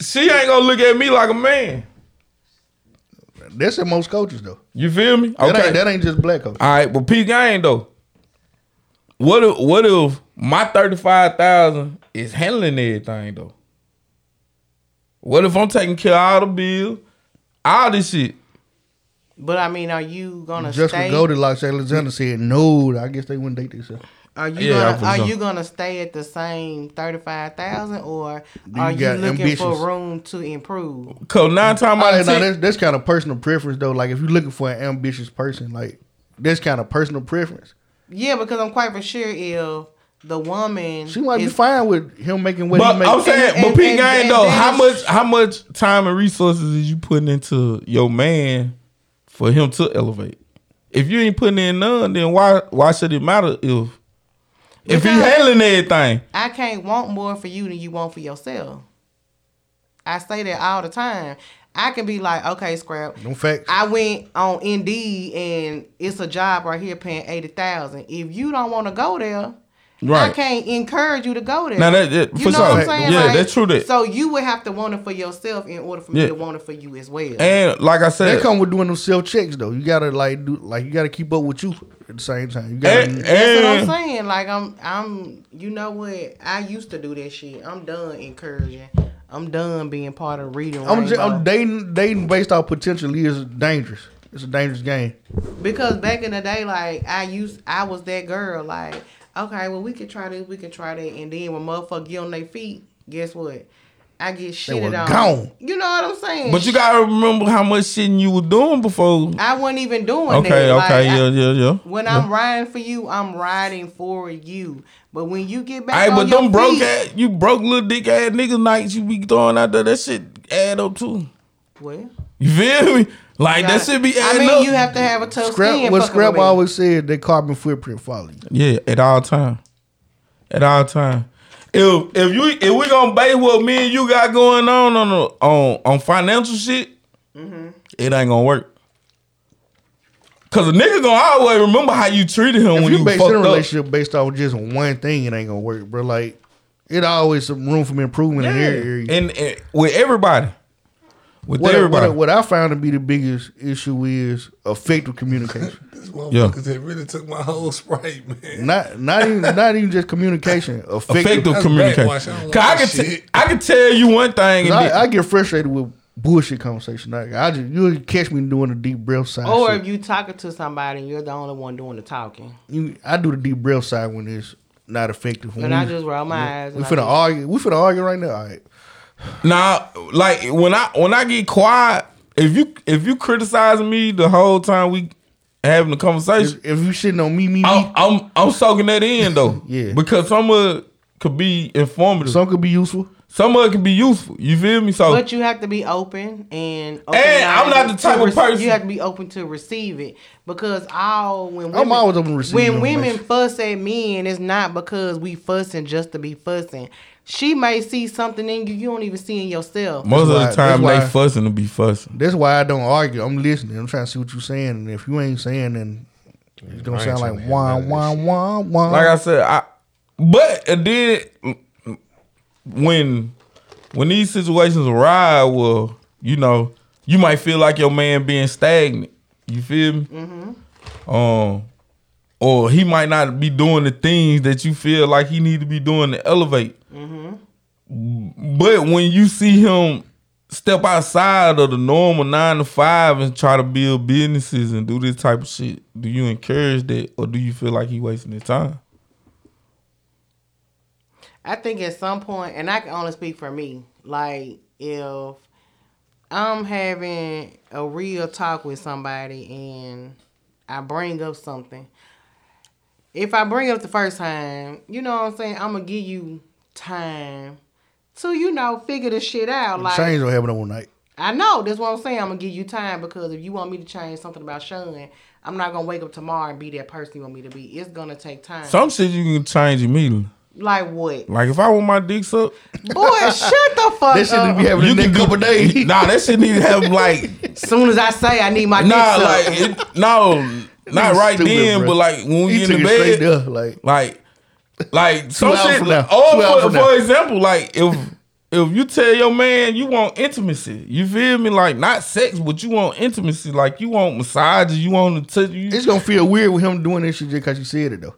S3: she ain't gonna look at me like a man.
S2: That's in most cultures though.
S3: You feel me?
S2: That, ain't, that ain't just black culture.
S3: All right, but P Gang though. What if what if my thirty five thousand is handling everything though? What if I'm taking care of all the bills, all this shit?
S7: But I mean, are you gonna
S2: Jessica
S7: stay?
S2: Goldilocks Alexander said no. I guess they wouldn't date themselves.
S7: Are you
S3: Yeah, I
S7: gonna, are
S3: presume.
S7: you gonna stay at the same thirty five thousand, or are you,
S2: got
S7: looking
S2: ambitions.
S7: for room to improve?
S3: Cause nine times out
S2: Hey,
S3: of
S2: now,
S3: ten,
S2: that's, that's kind of personal preference though. Like if you're looking for an ambitious person, like that's kind of personal preference.
S7: Yeah, because I'm quite for sure if the woman
S2: She might be
S7: is-
S2: fine with him making what
S3: but
S2: he makes.
S3: I'm saying,
S7: and-
S3: but P
S7: and-
S3: Gang
S7: and
S3: though,
S7: then
S3: how
S7: it's-
S3: much how much time and resources is you putting into your man for him to elevate? If you ain't putting in none, then why why should it matter if if he
S7: Because-
S3: handling everything?
S7: I can't want more for you than you want for yourself. I say that all the time. I can be like, okay, scrap.
S2: No facts.
S7: I went on Indeed and it's a job right here paying eighty thousand. If you don't want to go there, I
S3: Right.
S7: can't encourage you to go there.
S3: Now that- that-
S7: you
S3: for
S7: know
S3: sure.
S7: what I'm saying?
S3: Yeah,
S7: Like,
S3: that's true that.
S7: So you would have to want it for yourself in order for me
S3: Yeah.
S7: to want it for you as well.
S3: And like I
S2: That
S3: said,
S2: come with doing them self checks though. You gotta like do like you gotta keep up with you at the same time. You gotta
S3: and,
S7: That's
S3: and
S7: what I'm saying. Like I'm, I'm. You know what? I used to do that shit. I'm done encouraging. I'm done being part of reading.
S2: I'm just, I'm
S7: Rainbow.
S2: dating dating based off potential is dangerous. It's a dangerous game.
S7: because back in the day, like I used, I was that girl. Like, okay, well we could try this, we could try that, and then when motherfucker get on their feet, guess what? I get shitted
S2: were
S7: on.
S2: gone.
S7: You know what I'm saying?
S3: but you gotta remember how much shitting you were doing before.
S7: I wasn't even doing that.
S3: Okay, okay,
S7: Like, I-
S3: yeah, yeah, yeah.
S7: When I'm riding for you, I'm riding for you. But when you get back,
S3: Hey,
S7: on
S3: but
S7: your
S3: them broke
S7: feet-
S3: ass, you broke little dick ass nigga nights you be throwing out there. That shit add up too.
S7: Well,
S3: You feel me? Like that
S7: gotta-
S3: shit be
S7: I
S3: adding
S7: mean,
S3: up.
S7: you have to have a tough
S2: Scrap
S7: skin.
S2: what
S7: fucking
S2: Scrap
S7: with me.
S2: always said that carbon footprint follow you.
S3: yeah, at all time, at all time. if if you if we gonna base what me and you got going on on the- on on financial shit,
S2: Mm-hmm.
S3: it ain't gonna work. Cause a nigga gonna always remember how you treated him
S2: If
S3: when you,
S2: you base
S3: fucked
S2: your
S3: up.
S2: relationship based off just one thing, it ain't gonna work, bro. Like it always some room for improvement in every area.
S3: And, and with everybody, with
S2: what,
S3: everybody,
S2: What, what I found to be the biggest issue is effective communication.
S6: This motherfucker
S3: Yeah.
S6: that really took my whole sprite, man.
S2: not not even not even just communication. Effective.
S3: effective
S6: That's
S3: communication.
S6: backwash. I don't like
S3: Cause I
S6: that
S3: can t-
S6: shit.
S3: I can tell you one thing,
S2: 'Cause
S3: and then-
S2: I, I get frustrated with bullshit conversation. Like I just you catch me doing the deep breath side.
S7: Or
S2: shit.
S7: if you talking to somebody and you're the only one doing the talking.
S2: You- I do the deep breath side when it's not effective. When
S7: And I
S2: we-
S7: just roll my eyes.
S2: Mm. we
S7: and I
S2: finna
S7: just-
S2: argue. We finna argue right now. All right.
S3: Nah, like when I when I get quiet, if you if you criticizing me the whole time we having a conversation,
S2: If, if you shitting on me, me, me,
S9: Oh.
S3: I'm I'm I'm soaking that in though.
S2: Yeah.
S3: Because some of it could be informative. Some,
S2: some could be useful.
S3: of it could be useful. You feel me? So
S7: But you have to be open and open
S3: I'm not the type of person-
S7: You have to be open to receive it because all when women,
S2: always open to receive
S7: when
S2: information.
S7: women fuss at men, it's not because we fussing just to be fussing. She may see something in you you don't even see in yourself.
S3: most of the
S2: That's why-
S3: time
S2: that's
S3: they
S2: why-
S3: fussing to be fussing.
S2: That's why I don't argue. I'm listening. I'm trying to see what you're saying. And if you ain't saying, then it's gonna
S9: I ain't tryna
S2: sound like
S9: hear
S2: wah
S9: none of this
S2: wah
S9: shit.
S2: wah wah.
S3: Like I said, I but it did when when these situations arrive, well, you know, you might feel like your man being stagnant. You feel me? Um, or he might not be doing the things that you feel like he need to be doing to elevate. But when you see him step outside of the normal nine to five and try to build businesses and do this type of shit, do you encourage that, or do you feel like he wasting his time?
S7: I think at some point, and I can only speak for me, like if I'm having a real talk with somebody and I bring up something, if I bring it up the first time, you know what I'm saying? I'm gonna give you time to, you know, figure this shit out. Like,
S2: Change don't happen overnight.
S7: I know. That's what I'm saying. I'm gonna give you time because if you want me to change something about Sean, I'm not gonna wake up tomorrow and be that person you want me to be. It's gonna take time.
S3: Some shit you can change immediately.
S7: like what?
S3: Like if I want my dick sucked,
S7: Boy, shut the fuck
S2: That shit
S7: up.
S2: to be happening
S3: uh, you
S2: in the
S3: can
S2: next couple
S3: do-
S2: days.
S3: Nah, that shit need to have like
S7: soon as I say I need my dick
S3: nah,
S7: sucked.
S3: like it, no, not right
S2: Stupid,
S3: then,
S2: bro.
S3: but like when we
S2: He
S3: get
S2: took
S3: in the
S2: it
S3: bed,
S2: straight there, like
S3: like like some
S2: hours
S3: shit.
S2: from now. Two
S3: Or
S2: hours
S3: for,
S2: from now.
S3: for example, like if if you tell your man you want intimacy, you feel me? Like not sex, but you want intimacy. Like you want massages, you want to touch you.
S2: it's gonna feel weird with him doing this shit just because you said it though.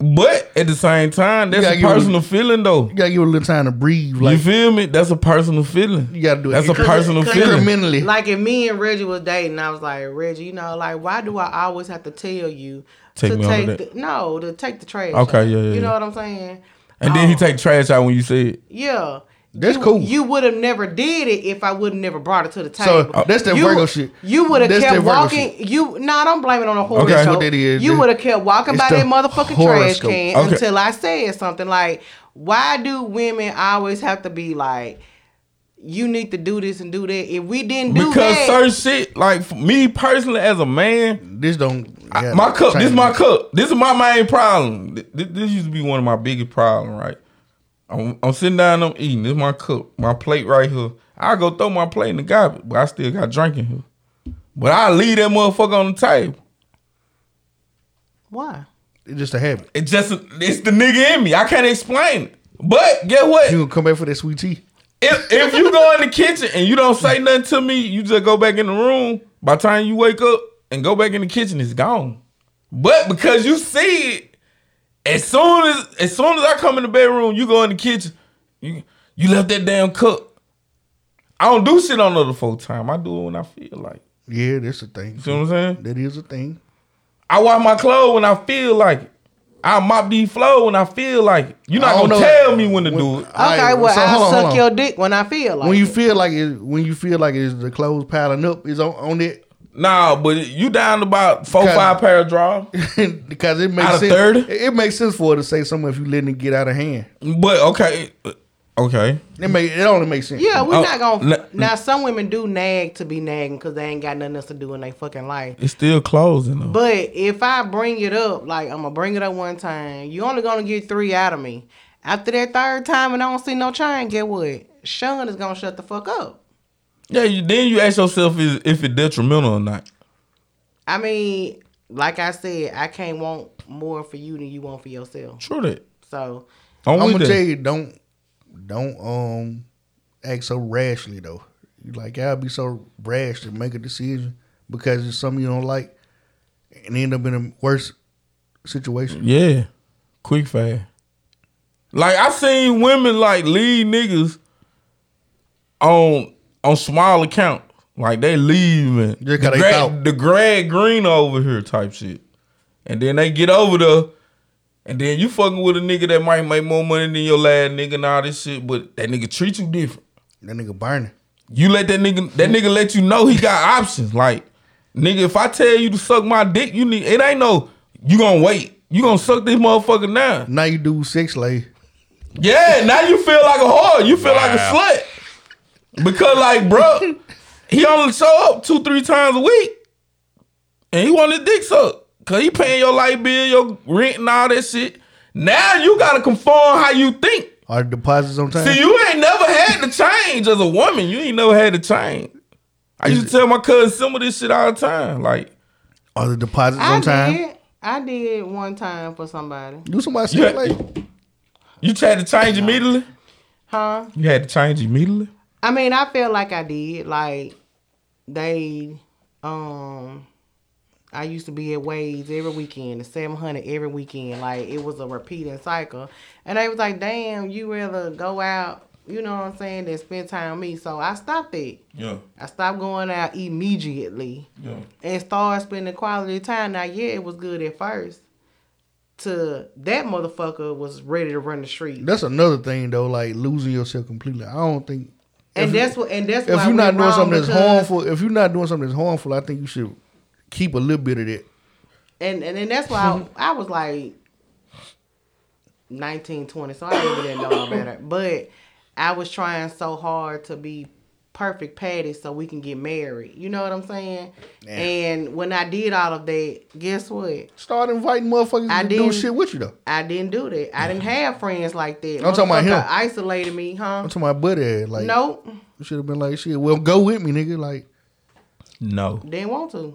S3: but at the same time, that's
S2: gotta
S3: a
S2: give him-
S3: personal feeling though.
S2: You gotta give it a little time to breathe. Like
S3: you feel me? That's a personal feeling.
S2: You gotta do it.
S3: That's a
S2: incre-
S3: personal feeling.
S2: incrementally.
S7: Like if me and Reggie was dating, I was like, Reggie, you know, like why do I always have to tell you
S3: Take
S7: to
S3: me over
S7: take
S3: that.
S7: the, no to take the trash?
S3: Okay,
S7: out?
S3: yeah, yeah,
S7: You know
S3: yeah.
S7: what I'm saying?
S3: And then he
S7: Oh.
S3: take trash out when you say it.
S7: Yeah.
S2: That's
S7: You-
S2: cool.
S7: You would have never did it if I would have never brought it to the
S2: So,
S7: table.
S2: uh, that's that
S7: you,
S2: Virgo shit.
S7: You would have
S2: That's that
S7: kept
S2: Virgo
S7: walking. You no, nah, don't blame it on the horoscope.
S3: That's
S2: what that is.
S7: You
S2: That-
S7: would have kept walking
S2: it's
S7: by
S2: the
S7: that motherfucking trash
S2: horoscope.
S7: can
S3: Okay.
S7: until I said something like, "Why do women always have to be like?" You need to do this and do that. If we didn't do
S3: Because
S7: that,
S3: certain shit, like for me personally as a man,
S2: this don't
S3: I-
S2: yeah,
S3: my cup, this
S2: change.
S3: is my cup. This is my main problem. Th- th- This, used to be one of my biggest problems, right? I'm, I'm sitting down, I'm eating. This is my cup, my plate right here. I go throw my plate in the garbage, but I still got drink in here. But I leave that motherfucker on the table.
S7: why?
S2: It's just a habit.
S3: It just, it's the nigga in me. I can't explain it. But get what?
S2: You gonna come back for that sweet tea?
S3: if if you go in the kitchen and you don't say nothing to me, you just go back in the room. By the time you wake up and go back in the kitchen, it's gone. But because you see it, as soon as as soon as I come in the bedroom, you go in the kitchen. You you left that damn cup. I don't do shit on the other full time. I do it when I feel like. it.
S2: Yeah, that's a thing.
S3: You know what I'm saying?
S2: That is a thing.
S3: I wash my clothes when I feel like it. I mop these floor when I feel like it. You're
S2: I
S3: not
S2: don't
S3: gonna
S2: know.
S3: tell me when to do it.
S7: Okay,
S2: Alright,
S7: well
S2: so
S7: I
S2: hold on,
S7: suck
S2: hold on.
S7: your dick when I feel like
S2: When you
S7: it.
S2: feel like it, when you feel like it's the clothes piling up, is on on it
S3: Nah, but you down about four,
S2: Cut.
S3: five pair of drawers.
S2: because it makes
S3: Out of
S2: sense.
S3: 30?
S2: It, it makes sense for her to say something if you letting it get out of hand.
S3: But okay, okay.
S2: It make it only makes sense.
S7: Yeah, we're
S3: Oh,
S7: not gonna.
S3: n-
S7: now, some women do nag to be nagging because they ain't got nothing else to do in their fucking life.
S3: It's still closing though.
S7: But if I bring it up, like I'm gonna bring it up one time, you only gonna get three out of me. After that third time and I don't see no change, get what? Sean is gonna shut the fuck up.
S3: Yeah, you, then you ask yourself is, if it detrimental or not.
S7: I mean, like I said, I can't want more for you than you want for yourself.
S3: True that.
S7: So
S3: I'm
S2: I'm
S3: with
S2: gonna
S3: that.
S2: tell you, don't don't um act so rashly though. You like y'all be so rash to make a decision because it's something you don't like and end up in a worse situation.
S3: Yeah, quick fast. Like I seen women like leave niggas on on small account. Like they leaving
S2: Just 'cause
S3: the,
S2: they
S3: grad,
S2: thought.
S3: the grad green over here type shit, and then they get over there, and then you fucking with a nigga that might make more money than your last nigga and all this shit, but that nigga treat you different.
S2: That nigga burning.
S3: You let that nigga that nigga let you know he got options. Like, nigga, if I tell you to suck my dick, you need it ain't no you gonna wait. You gonna suck this motherfucker down.
S2: Now you do six lay.
S3: Yeah, now you feel like a whore. You feel like a slut. Because like, bro, he only show up two, three times a week. And he want his dick sucked. Cause he paying your light bill, your rent and all that shit. Now you gotta conform how you think.
S2: Are the deposits on time?
S3: See, you ain't never had to change as a woman. You ain't never had to change. I used to tell my cousin some of this shit all the time. Like,
S2: Are the deposits
S7: I
S2: on time?
S7: did I did one time for somebody.
S2: Do somebody
S3: you
S2: six
S3: had,
S2: lay?
S3: you had to change immediately.
S7: Huh?
S3: You had to change immediately.
S7: I mean, I feel like I did. Like they, um, I used to be at Wade's every weekend, the seven hundred every weekend. Like it was a repeating cycle, and they was like, "Damn, you rather go out, you know what I'm saying, than spend time with me." So I stopped it.
S3: Yeah,
S7: I stopped going out immediately
S3: yeah.
S7: and started spending quality time. Now, yeah, it was good at first. To that motherfucker was ready to run the street,
S2: That's another thing though, like losing yourself completely. I don't think
S7: and that's what and that's
S2: if
S7: why
S2: you're
S7: we
S2: not doing
S7: wrong
S2: something that's
S7: because-
S2: harmful, if you're not doing something that's harmful, I think you should keep a little bit of that.
S7: and and then that's why I, I was like 19, 20, so I really didn't know no better. But I was trying so hard to be perfect Patty so we can get married. You know what I'm saying? And when I did all of that, guess what?
S2: Start inviting motherfuckers
S7: I
S2: to
S7: didn't-
S2: do shit with you though.
S7: I didn't do that. I didn't have friends like that.
S2: I'm talking about him.
S7: Motherfucker Isolated me, huh?
S2: I'm talking about buddy ass. Like
S7: Nope.
S2: you should have been like, shit, well go with me, nigga. Like
S3: No,
S7: Didn't want to.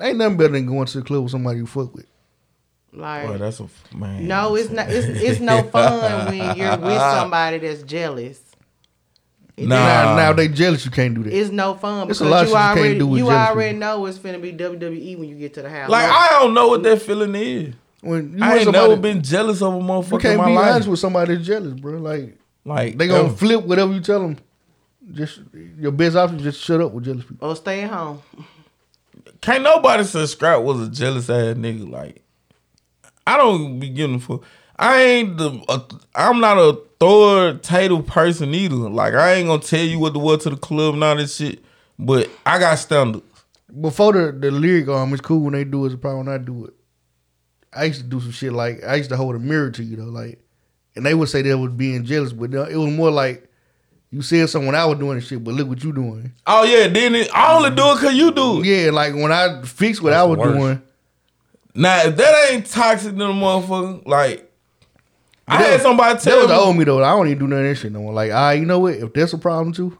S2: ain't nothing better than going to the club with somebody you fuck with.
S7: Like
S3: Boy, that's a f- man.
S7: No, it's not. It's, it's no fun when you're with somebody that's jealous.
S2: Now,
S3: nah.
S2: now they jealous you can't do that.
S7: It's no fun
S2: It's
S7: because
S2: a lot of
S7: you
S2: shit you can't
S7: already
S2: do with
S7: you
S2: jealous
S7: already know it's finna be WWE when you get to the house.
S3: like I don't know what that feeling is.
S2: when you
S3: I
S2: with
S3: ain't
S2: somebody,
S3: never been jealous of a
S2: you
S3: motherfucker in
S2: can't
S3: my
S2: be honest
S3: life.
S2: with somebody that's jealous, bro. Like
S3: Like
S2: they gonna
S3: ever.
S2: flip whatever you tell them. Just your best option, is just shut up with jealous people.
S7: or stay at home.
S2: Uh,
S3: Can't nobody subscribe was a jealous ass nigga. Like, I don't be giving a fuck. I ain't the. Uh, I'm not a authoritative person either. Like, I ain't gonna tell you what to wear to the club and all this shit. But I got standards.
S2: before the, the lyric arm, it's cool when they do it, it's probably when I do it. I used to do some shit like I used to hold a mirror to you though, like, and they would say they was being jealous, but no, it was more like you said something when I was doing this shit, but look what you doing.
S3: Oh yeah, then it, I only do it cause you do. it.
S2: Yeah, like when I fixed what I was
S6: That's worse.
S2: doing,
S3: Now if that ain't toxic to the motherfucker, like. I had somebody
S2: that was the
S3: tell
S2: old
S3: me,
S2: me though. I don't even do none of that shit no more. Like, ah, you know what? If that's a problem too,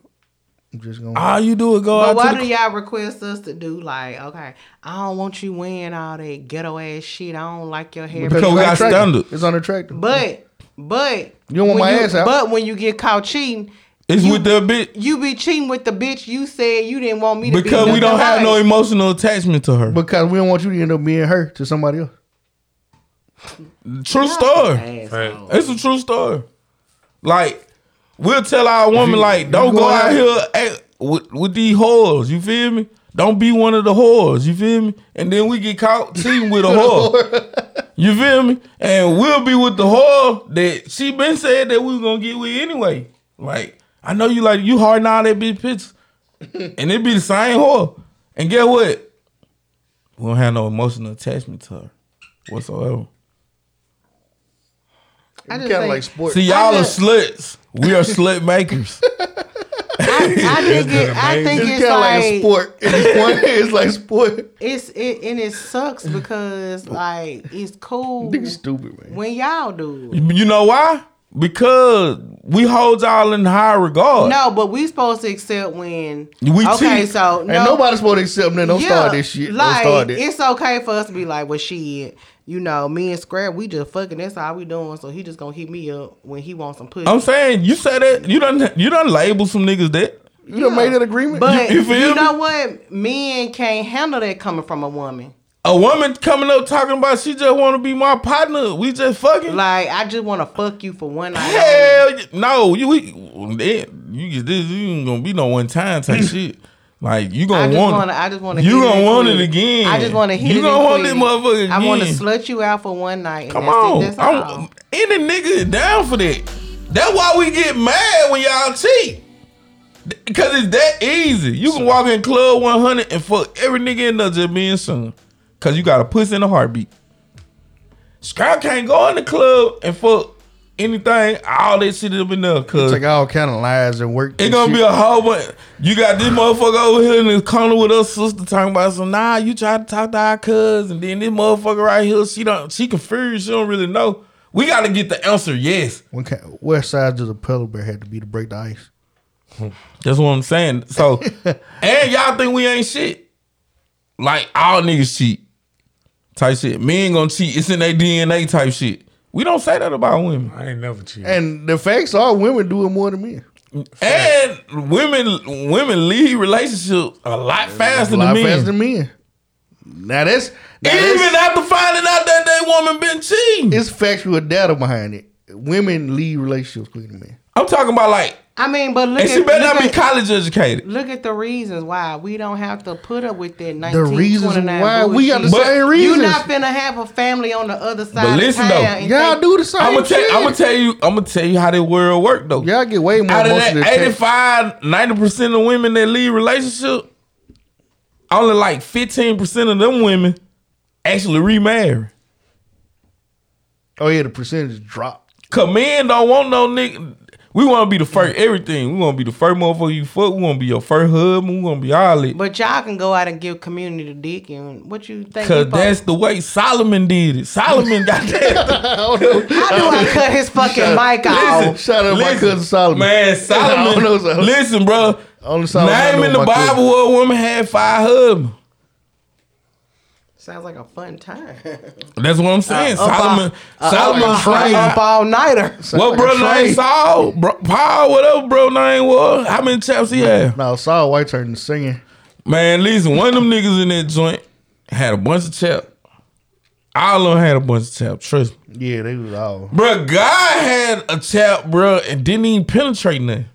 S2: I'm just gonna.
S3: all "Ah, you do is go
S7: But
S3: out
S7: why
S3: to
S7: do
S3: the
S7: y'all request us to do like, okay, I don't want you wearing all that ghetto ass shit. I don't like your hair.
S3: Because we got
S2: unattractive.
S3: standards.
S2: It's unattractive.
S7: But but
S2: You don't want
S7: when
S2: my ass out.
S7: But when you get caught cheating,
S3: It's
S7: you-
S3: with that bitch
S7: you be cheating with the bitch you said you didn't want me to be
S3: because we
S7: nothing
S3: don't have no
S7: like.
S3: emotional attachment to her.
S2: because we don't want you to end up being her to somebody else.
S3: True story.
S7: Asshole.
S3: It's a true story. Like, we'll tell our woman, like,
S2: you
S3: don't go
S2: going
S3: out
S2: out-
S3: here act with, with these whores. You feel me? Don't be one of the whores. You feel me? And then we get caught cheating with a whore. You feel me? And we'll be with the whore that she been said that we was gonna get with anyway. Like, I know you like you hard all that bitch picture. And it be the same whore. And get what? We don't have no emotional attachment to her whatsoever.
S7: I just
S2: Kind of
S7: think-
S2: like sports.
S3: See, y'all
S7: I
S3: are
S7: just-
S3: sluts. We are slut makers.
S7: I think it, I think
S2: it's kind
S7: it's,
S2: of like, a sport. It's, one, it's like sport.
S7: It's it and it sucks because like it's cool
S2: Nigga, stupid man.
S7: when y'all do. it.
S3: you know why? because we hold y'all in high regard.
S7: No, but we supposed to accept when
S3: We
S7: okay.
S3: cheat.
S7: So
S2: And
S7: no,
S2: nobody's supposed to accept nothing. Don't start this shit. Don't
S7: Like
S2: start it.
S7: it's okay for us to be like, well, shit, you know, me and Square, we just fucking. That's all we doing. So he just gonna hit me up when he wants some pussy.
S3: I'm saying you said that you done you done label some niggas that.
S2: You done made an agreement.
S7: but
S3: you
S7: you,
S3: feel me?
S7: know what? Men can't handle that coming from a woman.
S3: A woman coming up talking about she just want to be my partner. We just fucking.
S7: Like I just want to fuck you for one night. only.
S3: Hell y- no, you we, eh, you get this. You ain't gonna be no one time type shit. Like you
S7: I
S3: gonna
S7: just
S3: want
S7: want to.
S3: it.
S7: I just want to.
S3: You gonna want it again.
S7: I just want to hit
S3: You
S7: it.
S3: gonna
S7: and
S3: want
S7: quit.
S3: this motherfucker
S7: I want to
S3: again.
S7: slut you out for one night. and
S3: Come
S7: that's
S3: on,
S7: It, that's
S3: I'm,
S7: all.
S3: any nigga is down for that. That's why we get mad when y'all cheat. Cause it's that easy. You can walk in Club 100 and fuck every nigga in there just being son. Cause you got a pussy in a heartbeat. Scrap can't go in the club and fuck anything. All that shit up in there. Cause
S2: It's like all kind of lies and work.
S3: it's gonna be a whole bunch. You got this motherfucker over here in the corner with her sister talking about some. Nah, you try to talk to our cousin, then this motherfucker right here, she don't, she confused. She don't really know. We gotta get the answer. Yes,
S2: What, kind, what size does a polar bear have to be to break the ice?
S3: that's what I'm saying. So, and y'all think we ain't shit. Like all niggas cheat, type shit. Men gonna cheat. It's in their DNA, type shit. We don't say that about women.
S6: I ain't never cheated.
S2: And the facts are, women do it more than men.
S3: And women, women leave relationships a lot faster
S2: A
S3: than
S2: lot
S3: men.
S2: faster than men. Now that's now
S3: Even
S2: that's,
S3: after finding out that that woman been cheating.
S2: it's factual data behind it. Women lead relationships quicker than men.
S3: I'm talking about like,
S7: I mean, but look
S3: and
S7: at
S3: she better not
S7: look
S3: be
S7: at-
S3: college educated.
S7: Look at the reasons why we don't have to put up with that 19,
S2: The reasons
S7: 29
S2: why we got the
S7: bullshit.
S3: But
S2: same
S7: You
S2: reasons.
S7: not finna have a family on the other side.
S3: listen,
S7: of
S3: though,
S7: town and
S2: Y'all
S7: think-
S2: do the same.
S3: I'm gonna tell,
S2: shit.
S3: I'm gonna tell you, I'm gonna tell you how the world work though.
S2: Y'all get way more
S3: Out of
S2: most
S3: that
S2: of the time.
S3: 85, 90 percent of women that leave relationship, only like 15 percent of them women actually remarry.
S2: Oh yeah, the percentage dropped.
S3: Cause men don't want no nigga. We want to be the first everything. We want to be the first motherfucker you fuck. We want to be your first husband. We want to be all that.
S7: But y'all can go out and give community the dick and what you think?
S3: Cause
S7: you fuck-
S3: that's the way Solomon did it. Solomon got that.
S7: how do I cut his fucking mic
S2: Listen,
S7: off?
S2: Oh, shout out to my
S3: Listen,
S2: cousin Solomon.
S3: Man,
S2: I
S3: Solomon.
S2: don't know, so-
S3: Listen, bro.
S2: Only Solomon I
S3: Name
S2: know
S3: in the
S2: about this.
S3: Bible where a woman had five husbands.
S7: Sounds like a fun time.
S3: That's what I'm
S2: Uh,
S3: saying.
S7: up
S3: Solomon.
S7: all-
S3: Solomon
S7: up, all-
S3: trained.
S7: up all nighter.
S3: what
S2: like a
S3: brother
S2: train.
S3: name Saul? Bro, Paul, whatever bro name was. How many chaps he had?
S2: No, Saul White turned to singing.
S3: Man, listen, one of them niggas in that joint had a bunch of chaps. All of them had a bunch of chaps. Trust me.
S2: Yeah, they was all.
S3: Bruh, God had a chap, bruh, and didn't even penetrate nothing.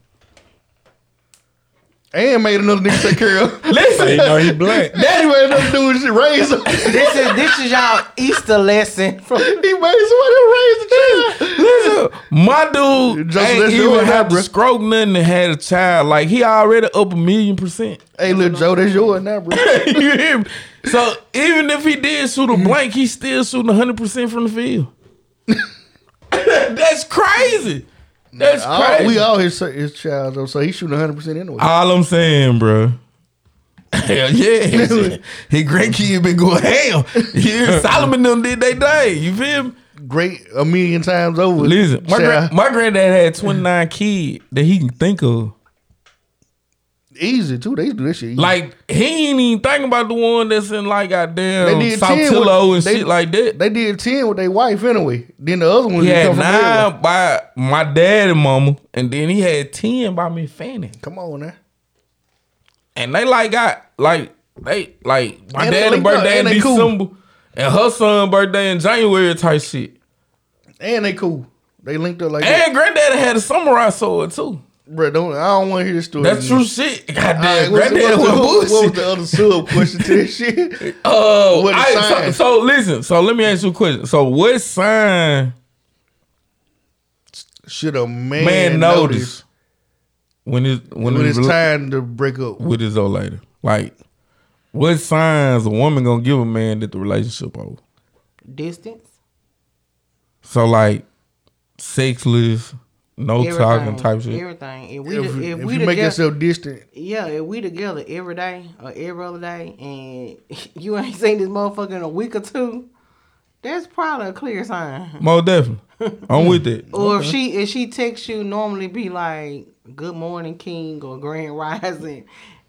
S2: And made another nigga take care of. him.
S3: Listen,
S6: No, he black.
S2: Daddy made another dude shit raise him.
S7: This is this is y'all Easter lesson. From,
S2: He made somebody raise the child.
S3: Listen, my dude
S2: Just
S3: ain't
S2: let's do
S3: even
S2: it,
S3: have to
S2: bruh.
S3: stroke nothing and had a child. Like he already up a million percent.
S2: Hey, little Joe, that's yours now, bro.
S3: you hear me? So even if he did shoot a blank, he's still shooting hundred percent from the field. That's crazy. That's
S2: All,
S3: crazy.
S2: we all his his child though, so he's shooting 100 percent anyway.
S3: All I'm saying, bro. Hell yeah. His great kid been going ham. Yeah, Solomon them did they day. You feel me?
S2: Great a million times over.
S3: Listen, my,
S2: Child,
S3: gran- my granddad had 29 kids that he can think of.
S2: easy too. They do this shit. easy.
S3: Like he ain't even thinking about the one that's in like goddamn
S2: They did 10
S3: Saltillo um, and
S2: with- they-
S3: shit like that.
S2: they did 10 with their wife anyway. Then the other one
S3: He had
S2: come from everywhere.
S3: nine by my dad and mama, and then he had ten by me Fanny.
S2: Come on now.
S3: And they like got like they like my
S2: And they
S3: dad's
S2: linked up,
S3: birthday in
S2: and they cool.
S3: December, and her son birthday in January type shit.
S2: And they cool. They linked up like that.
S3: And granddaddy had a samurai sword too.
S2: Bro, don't I don't want to hear this story.
S3: That's
S2: anymore.
S3: true shit. Goddamn,
S2: Mm. All right,
S3: granddaddy
S2: what's-
S3: was bullshit.
S2: what's- What was the other sub question to this shit?
S3: Oh,
S2: What a
S3: I- so,
S2: sign.
S3: so listen. So let me ask you a question. So what sign?
S2: Should a man,
S3: man
S2: notice,
S3: notice when it's when,
S2: when
S3: it's
S2: it's time to break up?
S3: with his old lady. Like, what signs a woman gonna give a man that the relationship over?
S7: Distance.
S3: So like, sexless, no talking
S7: Everything.
S3: type shit.
S7: Everything. If we
S2: If, if
S7: if, we
S2: you make
S7: together-
S2: yourself distant,
S7: Yeah, if we together every day or every other day, and you ain't seen this motherfucker in a week or two, that's probably a clear sign.
S3: Most definitely. I'm with it.
S7: Or if she if she texts you, normally be like "Good morning, King" or "Grand Rising,"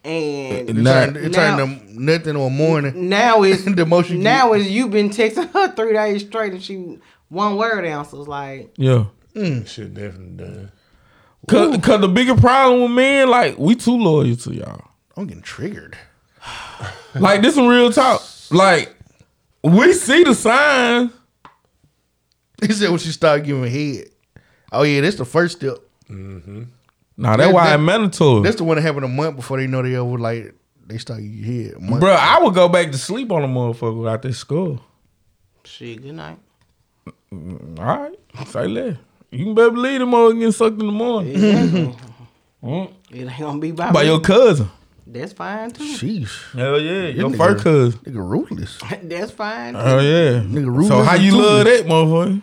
S7: and
S2: It
S3: Nah.
S2: turned, it turned to nothing or morning.
S7: now it's
S2: The most you
S7: now is you've been texting her three days straight, and she one word answers like
S3: Yeah.
S6: Shit definitely done.
S3: Cause, 'cause the bigger problem with men, like we too loyal to y'all.
S2: I'm getting triggered.
S3: Like this some real talk. Like we see the signs.
S2: He said when she started giving head. Oh yeah, that's the first step.
S3: Nah, that's
S2: That-
S3: why
S2: that-
S3: it mandatory.
S2: That's the one that happened a month before they know they over. Like they start giving you head. A month.
S3: Bro, I would go back to sleep on a motherfucker out that school.
S7: "Shit, good night."
S3: All right, say less. You can better believe them all getting sucked in the morning Mm-hmm.
S7: It ain't gonna be by,
S3: by
S7: me.
S3: your cousin.
S7: That's fine too.
S2: sheesh,
S3: Hell yeah, your
S2: nigga.
S3: first cousin.
S2: nigga ruthless.
S7: That's fine.
S2: Uh,
S7: too.
S3: Hell yeah.
S2: Nigga
S3: so
S2: ruthless
S3: how you
S2: and
S3: love that motherfucker?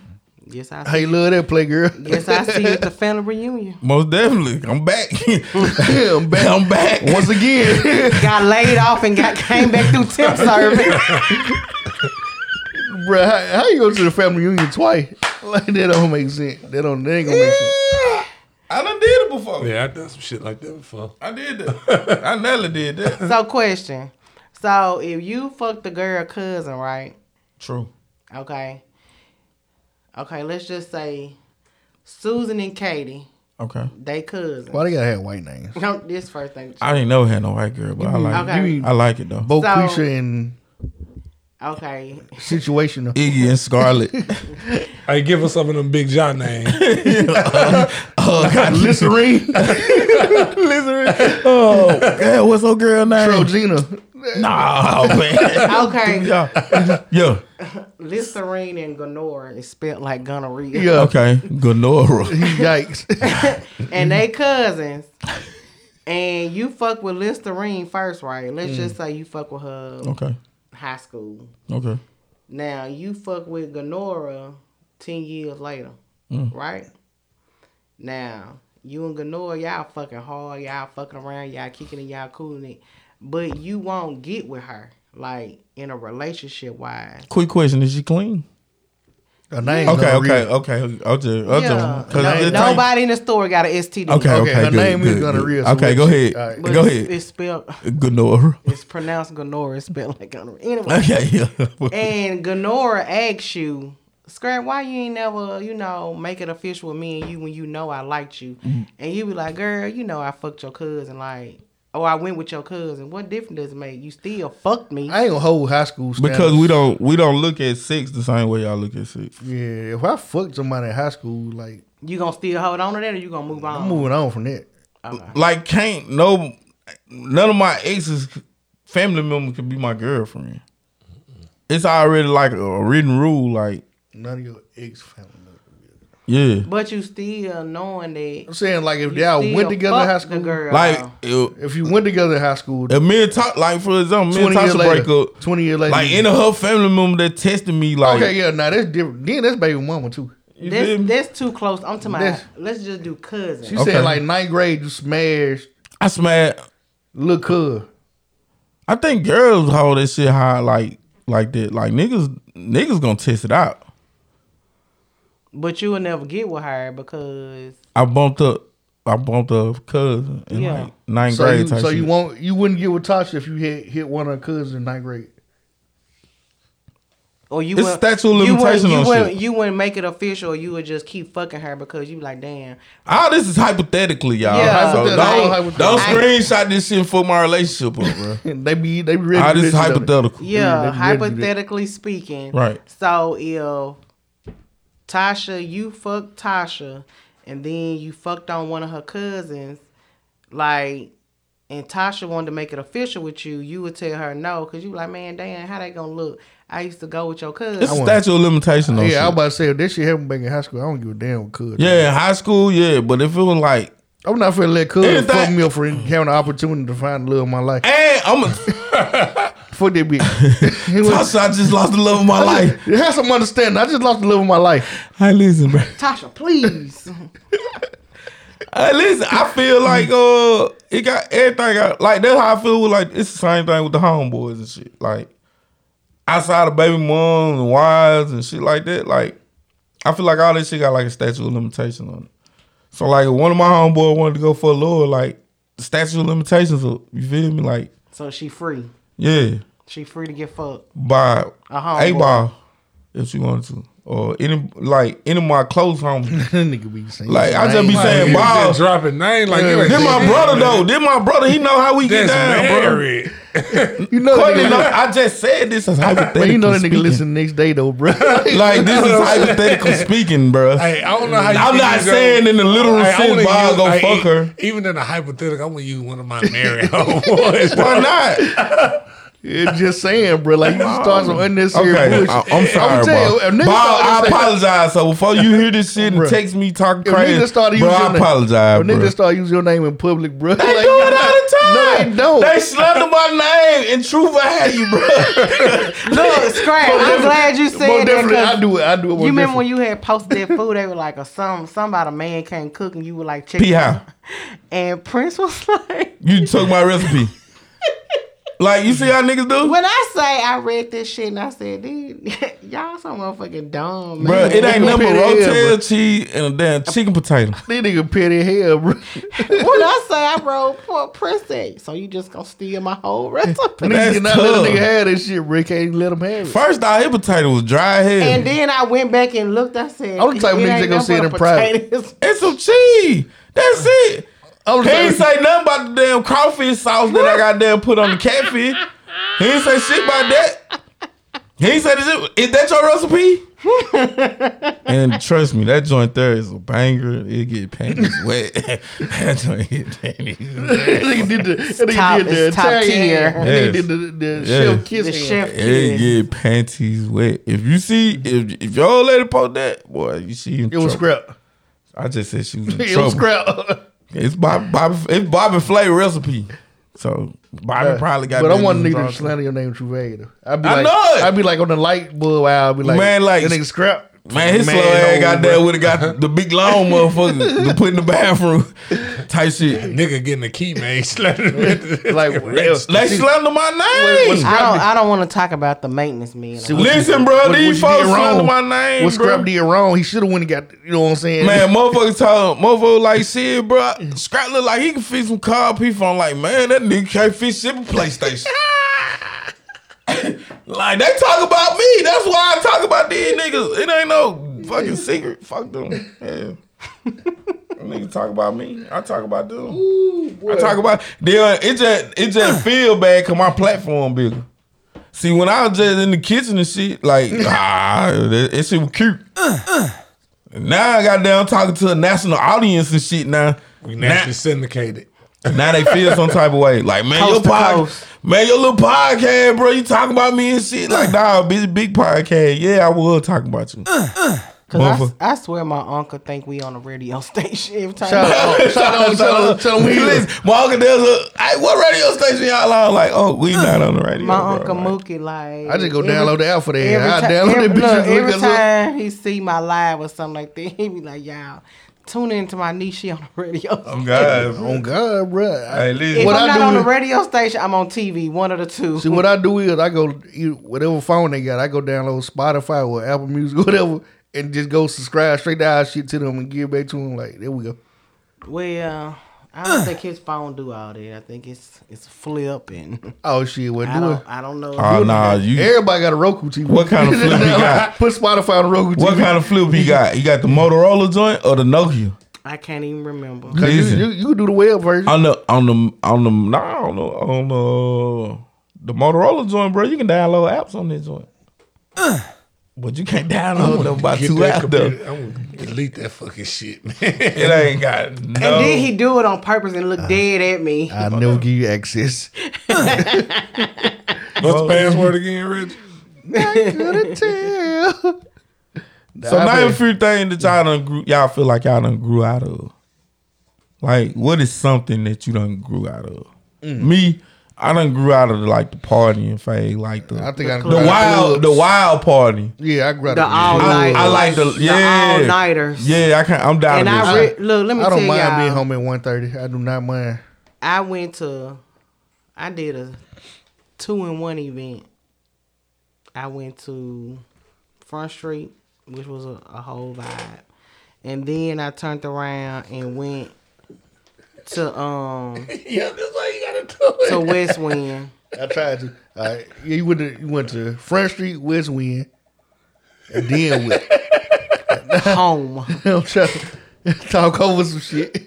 S7: Yes, I
S2: Hey, love that play girl.
S7: Yes, I see you at the family reunion.
S3: Most definitely, I'm back. I'm back. I'm back.
S2: Once again,
S7: Got laid off and got came back through temp service.
S2: bro, how, how you go to the family reunion twice? Like that don't make sense. That don't. That ain't gonna make sense.
S3: I done did it before.
S6: Yeah, I done some shit like that before.
S3: I did that. I never did that.
S7: So question. So if you fuck the girl cousin, right?
S3: True.
S7: Okay. Okay, let's just say Susan and Katie,
S3: Okay.
S7: they cousins.
S2: Why they gotta have white names?
S7: No, this first thing.
S3: I ain't never had no white girl, but I like
S7: Okay.
S3: it. I like it though.
S2: Bo
S7: So-
S2: Quisha and
S7: Okay.
S2: situational.
S3: Iggy and Scarlet.
S6: Hey, give us some of them Big John names.
S2: Listerine,
S3: oh, God, what's her girl name?
S2: Trojina.
S3: Nah, man.
S7: Okay.
S3: yeah. yeah.
S7: Listerine and Gonora is spelled like gonorrhea.
S2: Yeah.
S3: Okay. Gonora.
S2: Yikes.
S7: and they cousins. And you fuck with Listerine first, right? Let's just say you fuck with her
S3: Mm. Okay.
S7: high school.
S3: Okay.
S7: Now you fuck with Gonora ten years later,
S3: Mm.
S7: right? Now you and Gonora, y'all fucking hard, y'all fucking around, y'all kicking it, y'all cooling it, but you won't get with her like in a relationship wise.
S3: Quick question: Is she clean?
S2: Her name.
S3: Okay.
S2: Gonorrhea.
S3: Okay. Okay. Okay. okay.
S7: Yeah,
S3: Cause
S7: No-
S3: it take-
S7: nobody in the store got an STD.
S3: Okay.
S2: Okay,
S3: Okay.
S2: her
S3: good,
S2: name is
S3: good,
S2: Gonorrhea,
S3: good.
S2: so
S3: Okay.
S2: what
S3: Go
S2: she-
S3: ahead.
S2: all right.
S7: but
S3: Go
S7: it's,
S3: ahead.
S7: It's spelled.
S3: Gonora.
S7: It's pronounced Gonora. It's spelled like Gonora. Anyway,
S3: Okay. Yeah.
S7: and Gonora asks you, Scrap, why you ain't never, you know, make it official with me and you when you know I liked you?
S2: Mm-hmm.
S7: And you be like, girl, you know I fucked your cousin, like, oh, I went with your cousin. What difference does it make? You still fucked me.
S2: I ain't gonna hold high school standards.
S3: Because we don't we don't look at sex the same way y'all look at sex.
S2: Yeah, if I fucked somebody in high school, like
S7: you gonna still hold on to that or you gonna move
S2: I'm
S7: on?
S2: moving on from that.
S3: Like can't no none of my exes family members could be my girlfriend. It's already like a written rule. Like
S2: None of your ex family. members.
S3: yeah,
S7: But you still knowing that.
S2: I'm saying like if
S7: you
S2: they all
S7: still
S2: went together in high
S7: fucked the
S2: school,
S7: girl.
S3: like if,
S2: if you went together in high school,
S3: if me and talk like for example, me and
S2: twenty years
S3: Tasha
S2: later,
S3: break up.
S2: twenty years later,
S3: Like
S2: you-
S3: any of her family member that tested me, like
S2: okay, yeah, now that's different. Then that's baby mama too.
S3: you feel
S7: that's,
S3: me?
S7: that's too close. I'm to my.
S2: That's-
S7: Let's just do cousin.
S2: She
S3: Okay.
S2: said like ninth grade, you smashed
S3: I smacked.
S2: little cuz.
S3: I think girls hold that shit high, like like that. Like niggas, niggas gonna test it out.
S7: but you will never get with her because
S3: I bumped up. I bumped up cousin in
S7: Yeah.
S3: like ninth
S2: So
S3: grade.
S2: you,
S3: type
S2: so you
S3: shit.
S2: won't you wouldn't get with Tasha if you hit hit one of her cousins in ninth grade.
S7: Or you
S3: It's
S7: wouldn't-
S3: statute of
S7: you wouldn't-
S3: limitation
S7: you
S3: on
S7: wouldn't,
S3: shit.
S7: You wouldn't make it official. You would just keep fucking her because you be like, damn.
S3: All this is hypothetically, y'all.
S7: Yeah.
S3: so
S2: Hypothetical,
S3: don't,
S2: hypothetical.
S3: don't
S2: I-
S3: screenshot this shit and fuck my relationship up, bro.
S2: they be they be ready.
S3: All
S2: to
S3: this is
S2: do that shit, though.
S3: hypothetical.
S7: Yeah,
S2: that'd be good to do that.
S7: hypothetically speaking.
S3: Right.
S7: So if Tasha, you fuck Tasha, and then you fucked on one of her cousins, like, and Tasha wanted to make it official with you, you would tell her no because you like, man, damn, how they gonna look? I used to go with your
S3: It's a
S7: cousin.
S2: want-
S3: statute of limitation on
S2: Yeah, I was
S3: shit.
S2: about to say if that shit happened back in high school, I don't give a damn what cuz.
S3: yeah, high school, yeah. But if it was like,
S2: I'm not finna let cuz
S3: Anything-
S2: fuck me up for having the opportunity to find the love of my life.
S3: hey, I'm a
S2: Fuck that bitch. He was-
S3: Tasha, I just lost the love of my life.
S2: It has some understanding. I just lost the love of my life.
S3: Hey, listen, bro.
S7: Tasha, please.
S3: Hey, listen, I feel like uh, it got everything. Got, like that's how I feel. With, like it's the same thing with the homeboys and shit. Like outside of baby moms and wives and shit like that. Like I feel like all this shit got like a statute of limitation on it. So like if one of my homeboy wanted to go for a lure, like the statute of limitations up. You feel me? Like,
S7: So she free.
S3: yeah.
S7: She free to get fucked.
S3: By
S7: A
S3: a
S7: homeboy.
S3: ball if she wanted to. Or any like any of my close homies.
S2: nigga be saying.
S3: Like I just be
S2: Like,
S3: saying
S6: You
S3: ball.
S6: just dropping name like you ain't
S3: Then my
S6: saying
S3: brother though. Then my brother, he know how we get
S6: That's
S3: down, bro.
S6: married.
S2: You know, that
S3: Courtney know-
S2: nigga,
S3: I just said this is hypothetical.
S2: but you know that nigga
S3: speaking.
S2: listen the next day though, bro.
S3: Like this is hypothetical speaking, bro.
S6: Hey, I don't know how you
S3: I'm
S6: can
S3: not
S6: use that-
S3: saying in the literal
S6: Hey, I
S3: sense
S6: wanna
S3: Bob
S6: use-
S3: gonna
S6: hey,
S3: fuck
S6: e-
S3: her.
S6: Even in a hypothetical, I'm gonna use one of my married homeboys.
S3: Why not?
S2: It's just saying, bro. Like you just start some unnecessary
S3: Oh. Okay,
S2: bullshit.
S3: I, am sorry,
S2: I'm
S3: bro.
S2: telling you, if niggas
S3: Bob, I
S2: start to say-
S3: apologize. So before you hear this shit and
S2: Bruh.
S3: text me talking
S2: If
S3: crazy,
S2: niggas start
S3: bro,
S2: using your
S3: I
S2: name,
S3: apologize,
S2: if
S3: bro.
S2: niggas start using your name in public, bro.
S3: They
S2: like,
S3: do it all the time.
S2: No, they don't.
S3: They slander my name and true value, bro.
S7: Look, Scrap, I'm glad you
S2: Most
S7: said that.
S2: definitely,
S7: 'cause
S2: I do it. I do it.
S7: You remember when you had posted that food? They were like, a some somebody man came cook and you were like, check.
S3: P how
S7: And Prince was like,
S3: you took my recipe. Like you see how niggas do,
S7: when I say I read this shit and I said, dude, y'all so motherfucking dumb,
S3: bro.
S7: man.
S3: It ain't
S2: Nigga
S3: nothing but
S2: petty as hell,
S3: rotel
S2: bro.
S3: cheese and a damn chicken potato.
S2: This nigga petty hell, bro.
S7: when I say I rolled for Prince, egg, so you just gonna steal my whole recipe.
S2: Niggas
S3: That's
S2: cannot
S3: tough.
S2: let a nigga have this shit, bro. Can't even let him have it.
S3: First off, his potato was dry as hell.
S7: and then I went back and looked. I said,
S2: I'm the type of
S7: "It
S2: nigga
S7: ain't
S2: that gonna
S7: nothing
S2: sit
S7: but
S2: in private."
S7: potatoes."
S3: It's some cheese. That's it.
S2: I'm
S3: He ain't
S2: just like,
S3: say nothing about the damn crawfish sauce that I got damn put on the catfish. He ain't say shit about that. He ain't say this. Is that your recipe? and trust me, that joint there is a banger. It get panties wet. that joint get panties wet.
S2: that nigga did the, that
S7: top-
S2: nigga did the
S7: it's top
S2: Italian
S7: tier.
S2: hand. That
S3: Yes.
S2: nigga did the, the
S3: Yes.
S2: chef kiss
S7: The
S2: hand.
S7: chef
S3: It
S7: kiss.
S3: get panties wet. If you see, if if your old lady post that, boy, you see you in
S2: It was
S3: trouble.
S2: scrap.
S3: I just said she was in
S2: It
S3: trouble.
S2: was scrap.
S3: It's Bob, Bob it's Bobby Flay recipe. So Bobby probably got.
S2: But I
S3: business
S2: want
S3: with
S2: nigga to
S3: Bobby.
S2: slander your name True Vader. I'd be
S3: I
S2: like,
S3: know it.
S2: I'd be like on the light bulb. I'd be like,
S3: Man, like-
S2: that nigga scrap.
S3: Man, his slow ass
S2: no,
S3: got
S2: bro.
S3: there would have got the big long motherfucker to put in the bathroom type shit.
S6: Nigga getting a key man. slapping him with the-
S2: Like, what-
S3: They slander my
S2: what's-
S3: name.
S7: I don't. I don't want to talk about the maintenance man.
S2: See,
S3: Listen, bro,
S2: what
S3: these
S2: you did
S3: folks slander
S2: wrong.
S3: my name,
S2: what
S3: bro.
S2: scrap did wrong? He should have went and got. You know what I'm saying?
S3: Man, motherfucker talking, motherfucker like shit, bro. Scrap look like he can fix some car people. I'm like, man, that nigga can't fix shit with PlayStation. like they talk about me. That's why I talk about these niggas. It ain't no fucking secret. Fuck them. Yeah. Niggas talk about me. I talk about them. I talk about then it just it just feel bad cause my platform bigger. See, when I was just in the kitchen and shit, like ah, that, that shit was cute. Now I got down talking to a national audience and shit. Now,
S6: We
S3: now,
S6: naturally syndicated.
S3: now they feel some type of way. Like man,
S7: Coast
S3: your
S7: to
S3: podcast,
S7: coast.
S3: man, your little podcast, bro. You talking about me and shit. Like nah, big big podcast. Yeah, I will talk about you.
S2: Uh,
S7: Cause
S3: Motherfucker.
S7: I, I swear my uncle think we on a radio station every time.
S2: Shout out, shout out, tell him, tell him we
S3: Listen, my uncle does a. Hey, what radio station y'all on? Like, oh, we
S2: Uh,
S3: not on the radio.
S7: my
S3: bro.
S7: uncle
S3: Like,
S7: Mookie like
S2: I just go
S7: every-
S2: download the app for that. I
S7: ti-
S2: download that
S7: every-
S2: bitch.
S7: look,
S2: and look
S7: every
S2: us up.
S7: time he see my live or something like that, he be like, "Y'all, tune into my niece. She on the radio."
S3: Oh God. bro.
S2: Oh God, bruh. I-
S3: Hey,
S7: if
S3: listen.
S2: What
S7: I'm
S2: I
S7: not
S2: do
S7: on the
S2: is-
S7: radio station, I'm on TV. One of the two.
S2: See, what I do is I go you- whatever phone they got, I go download Spotify or Apple Music, whatever, and just go subscribe straight down shit to them and give back to them. Like, there we go.
S7: well, I don't think his phone do all that. I think it's it's flip and
S2: Oh shit, what Uh,
S7: I
S2: do it?
S7: don't I don't know.
S3: Oh nah, you.
S2: Everybody got a Roku TV.
S3: What kind of flip he got?
S2: Put Spotify on the Roku TV.
S3: What kind of flip he got? He got the Motorola joint or the Nokia?
S7: I can't even remember.
S2: Like, you,
S3: Listen.
S2: you, you can do the web version.
S3: on the on the on the no on the on the the Motorola joint, bro. You can download apps on this joint, but you can't download them by
S6: Uh. Get
S3: two
S6: that
S3: apps though.
S6: computer. I'm gonna delete that fucking shit, man.
S3: It ain't got
S7: And
S3: no.
S7: then he do it on purpose and
S2: Uh,
S7: look dead at me.
S2: I never give you access.
S6: What's the password again, Rich?
S2: so
S3: so name a few things that y'all done grew, y'all feel like y'all done grew out of. Like, what is something that you done grew out of? Me, I done grew out of like the partying phase, like the
S2: I think I
S3: the wild the wild party.
S2: Yeah, I grabbed
S7: The all
S3: I,
S7: night.
S3: I like the yeah
S7: all nighters.
S3: Yeah, I can't. I'm down.
S7: And
S3: to
S7: I
S3: this.
S7: re- look. Let me
S2: I
S7: tell
S2: don't mind
S7: y'all.
S2: being home at 1.30. I do not mind.
S7: I went to, I did a two in one event. I went to Front Street which was a, a whole vibe. And then I turned around and went to um
S2: yeah, that's how you gotta do it.
S7: to West Wind.
S2: I tried to. Uh, yeah, you went to you went to Front Street, West Wind, and then with
S7: home.
S2: I'm trying to talk over some shit.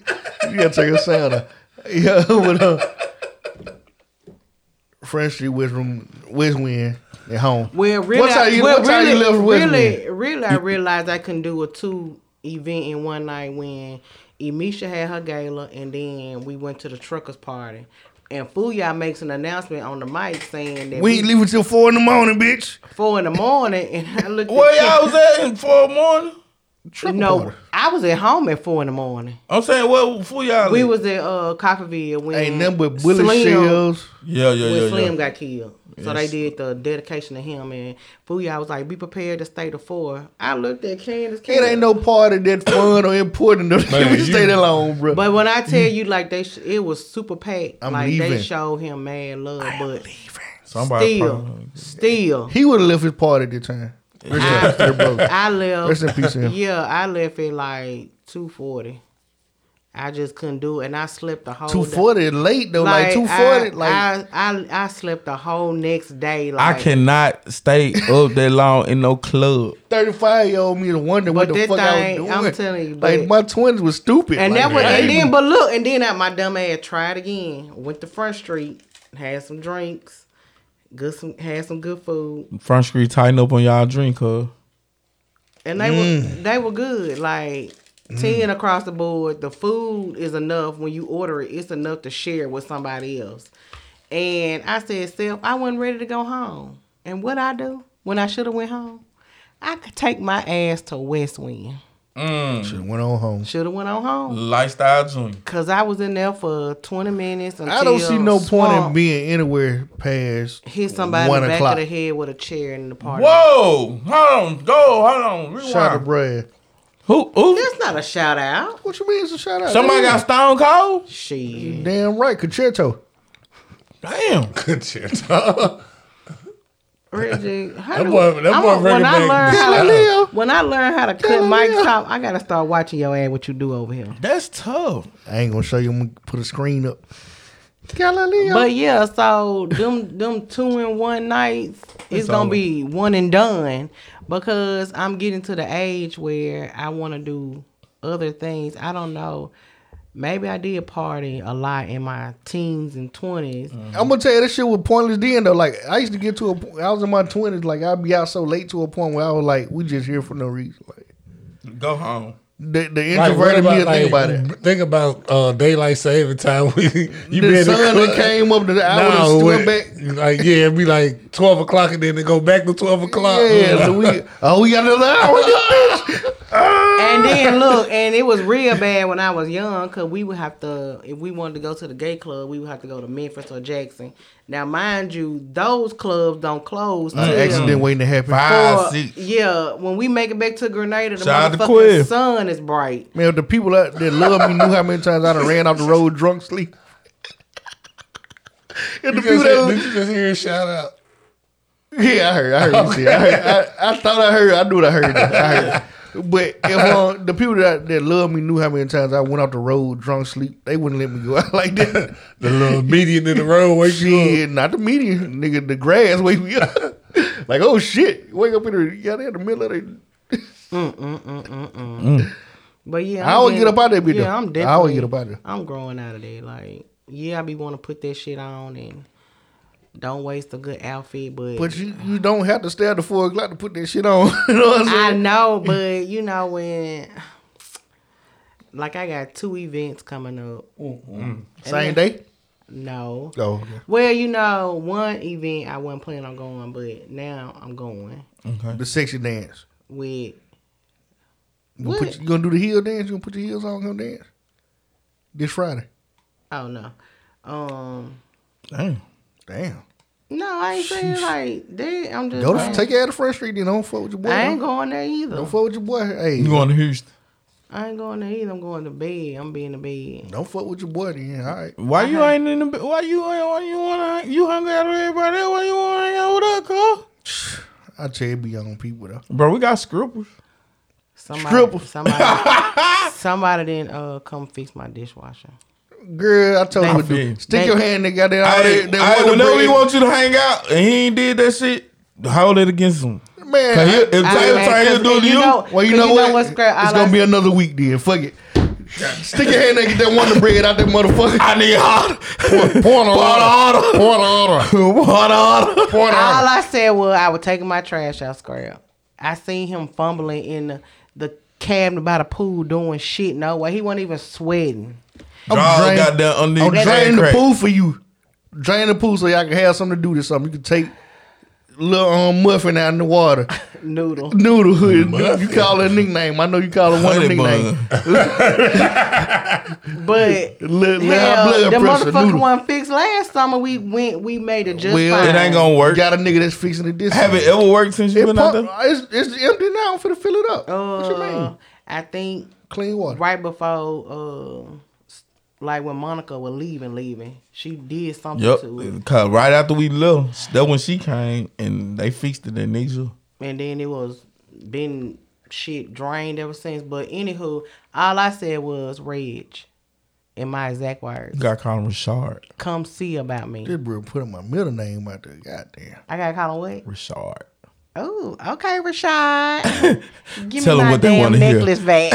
S2: You gotta take a sound out. Yeah, but uh, Front Street, West Room, West Wind, and home.
S7: Well, really,
S2: what time you,
S7: well,
S2: what time
S7: really,
S2: you left West Wind?
S7: really, really, I realized I couldn't do a two event in one night when Emisha had her gala, and then we went to the truckers party. And Fuya makes an announcement on the mic saying that
S2: We
S7: we,
S2: ain't leaving till four in the morning, bitch.
S7: four in the morning, and I looked.
S3: Where
S7: at
S3: y'all was at in four morning?
S7: you, No, I was at home at four in the morning.
S3: I'm saying what for y'all?
S7: We
S3: at?
S7: was at uh, Copperville when
S2: Ain't nothing but bullet
S7: Slim-
S2: shells.
S3: Yeah, yeah,
S7: when
S3: yeah,
S7: Slim
S3: yeah.
S7: got killed. So they did the dedication to him, and Fuya was like, "Be prepared to stay to four. I looked at Candace.
S2: It ain't no party that fun or important enough
S6: Man,
S2: to
S6: you-
S2: stay that long, bro.
S7: But when I tell you, like they, sh- it was super packed.
S2: Mm. I'm
S7: like
S2: leaving.
S7: they showed him mad love, but
S3: Somebody
S7: still,
S3: probably-
S7: still,
S2: he would have left his party at that time. Rest in peace, bro.
S7: I
S2: Rest
S7: left.
S2: in peace, him.
S7: Yeah, I left at like two forty. I just couldn't do it, and I slept the whole day.
S2: Two forty late though, like, two
S7: I-
S2: forty, like
S7: I, I, I slept the whole next day.
S3: I
S7: Like
S3: cannot stay up that long in no club.
S2: thirty five year old me to wonder what
S7: But
S2: the
S7: that
S2: fuck I was
S7: thing,
S2: doing.
S7: I'm telling you,
S2: like
S7: but-
S2: my twins was stupid,
S7: And
S2: like,
S7: that was, and
S2: baby.
S7: then, but look, and then I, my dumb ass tried again. Went to Front Street, had some drinks, good some, had some good food,
S3: Front Street tighten up on y'all drink, huh?
S7: and they
S2: Mm.
S7: were they were good. Like ten across the board. The food is enough when you order it. It's enough to share with somebody else. And I said, self, I wasn't ready to go home. And what I do when I should have went home, I could take my ass to West Wind.
S2: Should've went on home.
S7: Should have went on home.
S3: Lifestyle Junior.
S7: Cause I was in there for twenty minutes. Until
S2: I don't see no point
S7: swamp.
S2: in being anywhere past
S7: hit somebody
S2: one
S7: in the back
S2: o'clock.
S7: of the head with a chair in the party.
S3: Whoa! Hold on, go, hold on, rewind.
S2: Shout out to Brad.
S3: Who? Who?
S7: That's not a shout out.
S2: What you mean? It's a shout out.
S3: Somebody got Stone Cold?
S7: Shit.
S2: damn right, concerto.
S3: Damn.
S6: Concerto.
S7: Reggie, how
S6: That
S7: do-
S6: boy- that
S7: I'm
S6: boy
S7: a- when
S6: Reggie Mac-
S7: I learn how
S2: Galileo.
S7: to, when I learn how to cut mic top, I gotta start watching your ad. What you do over here?
S3: That's tough.
S2: I ain't gonna show you. I'm gonna put a screen up. Galileo.
S7: But yeah, so them them two in one nights, it's gonna
S2: over.
S7: be one and done because I'm getting to the age where I want to do other things. I don't know. Maybe I did party a lot in my teens and 20s
S2: I'm gonna tell you this shit was pointless then though. Like I used to get to a point. I was in my twenties. Like I'd be out so late to a point where I was like, we just here for no reason. Like
S3: Go home.
S2: the, the
S6: Like, what
S2: introverted me will think about it.
S6: Think about uh, daylight saving time. We, you
S2: The
S6: been
S2: sun that came up, the hour that stood back.
S6: Like yeah, it'd be like twelve o'clock, and then they go back to twelve o'clock.
S2: Yeah, so we oh we got another hour.
S7: And then look, and it was real bad when I was young because we would have to, if we wanted to go to the gay club, we would have to go to Memphis or Jackson. Now, mind you, those clubs don't close.
S2: An
S7: till-
S2: accident waiting to happen.
S3: Five,
S7: or-
S3: six.
S7: yeah, when we make it back to Grenada, the
S3: Shout out to
S7: motherfucking
S3: Quill.
S7: sun is bright.
S2: Man, if the people that, that love me knew how many times I done ran off the road drunk sleep. If the
S6: You just
S2: people
S6: hear- Did
S2: that,
S6: you just hear a shout out?
S2: yeah, I heard, I heard, you see, I, heard I, I thought I heard, I knew what I heard, that. I heard. it. But if uh, the people that, that love me knew how many times I went off the road drunk sleep, they wouldn't let me go out like that.
S6: The little median in the road wake you up.
S2: Shit, not the media, nigga. The grass wake me up. like, oh shit, wake up in the, you got in the middle of the
S7: Mm, But yeah,
S2: Mm. I always
S7: I'm
S2: get up out there, bitch.
S7: Yeah, I'm definitely.
S2: I always get up out there.
S7: I'm growing out of there. Like, yeah, I be want to put that shit on and don't waste a good outfit,
S2: But you, you don't have to stay at the four o'clock to put that shit on. you know what I'm
S7: I
S2: saying?
S7: know, but you know when, like, I got two events coming up.
S2: Same day.
S7: No,
S2: Oh, okay.
S7: well, you know, one event I wasn't planning on going, but now I'm going
S2: the sexy dance.
S7: with.
S2: You gonna, put,
S7: What?
S2: you gonna do the heel dance? You gonna put your heels on? Come dance this Friday.
S7: Oh no, um,
S3: Damn.
S2: Damn.
S7: no, I ain't saying like that. I'm just
S2: Go to,
S7: saying,
S2: take your ass to Front Street. Then don't fuck with your boy.
S7: I ain't
S2: don't
S7: going there either.
S2: don't fuck with your boy. Hey,
S3: You going to Houston?
S7: I ain't going there either. I'm going to bed. I'm being in bed.
S2: don't fuck with your boy. Then all right.
S3: Why you ain't in the? bi- Why you? ain't- Why you want to? You hung out with everybody? else? Why you want to hang out with us, huh?
S2: I tell you, it be young people though.
S3: Bro, we got scribbles.
S7: Somebody,
S2: Stripper.
S7: Somebody, somebody didn't uh, come fix my dishwasher.
S2: Girl, I told
S7: They-
S2: you, dude, stick your hand in goddamn all
S3: I,
S2: that, that
S3: I,
S2: Wonder
S3: whenever
S2: Bread.
S3: he wants you to hang out and he ain't did that shit, hold it against him.
S2: man.
S3: Cause he,
S2: I-
S3: if Taylor
S7: man,
S3: trying to
S7: cause-
S3: do it
S7: and
S3: to
S7: you
S3: you,
S7: know-
S2: well, you know
S7: Cause you know
S2: what?
S7: what's great? I
S2: It's gonna
S7: like-
S2: be another week then. Fuck it. Stick your hand in get that Wonder Bread out that motherfucker.
S3: I need harder.
S6: Point of order. Point of order.
S3: Harder, harder.
S6: Point of
S7: All
S6: order.
S7: I said was I was taking my trash out scrap. I seen him fumbling in the, the cabinet by the pool doing shit. No way. He wasn't even sweating.
S2: I'm
S3: Draw
S2: drained.
S3: got that under
S2: I'm
S3: your
S2: draining the
S3: crack.
S2: pool for you. Drain the pool so y'all can have something to do this something. You can take little um, muffin out in the water.
S7: Noodle.
S2: Noodle hood. You call it a nickname. I know you call it one
S3: Honey
S2: nickname.
S3: bun.
S7: But
S2: Little
S7: hell,
S2: blood
S7: the
S2: pressure.
S7: motherfucker
S2: Noodle.
S7: wasn't fixed last summer. We went, we made it just
S2: Well,
S7: fine.
S3: It ain't gonna work.
S2: Got a nigga that's fixing to this.
S3: Have it ever worked since you
S2: It
S3: been out there?
S2: pump, it's, it's empty now. I'm finna fill it up. what you
S7: Uh,
S2: mean?
S7: I think
S2: Clean water.
S7: right before, uh, s- like when Monica was leaving, leaving, she did something to it,
S3: Yep. Cause right after we left, that when she came and they fixed it in Nisha.
S7: and then it was been shit drained ever since. But anywho, all I said was Reg, in my exact words,
S3: You gotta call him Richard.
S7: come see about me.
S2: This bro put my middle name out there. Goddamn.
S7: I gotta call him what?
S3: Richard.
S7: Oh, okay, Rashad. Give
S3: Tell
S7: me
S3: 'em
S7: my
S3: what they
S7: damn
S3: wanna hear.
S7: necklace back.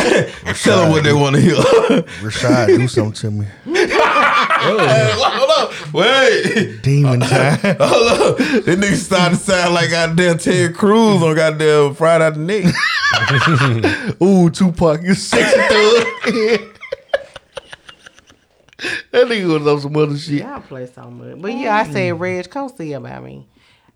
S3: Tell them what they want to hear.
S2: Rashad, do something to me.
S3: Hold up. Wait.
S2: Demon time.
S3: Hold up. This nigga started to sound like goddamn Ted Cruz on goddamn Friday Out the Nick.
S2: Ooh, Tupac, you sexy thug. that nigga was on some other shit.
S7: Y'all play so much. But yeah, I
S3: Mm.
S7: said, Reg, come see about me.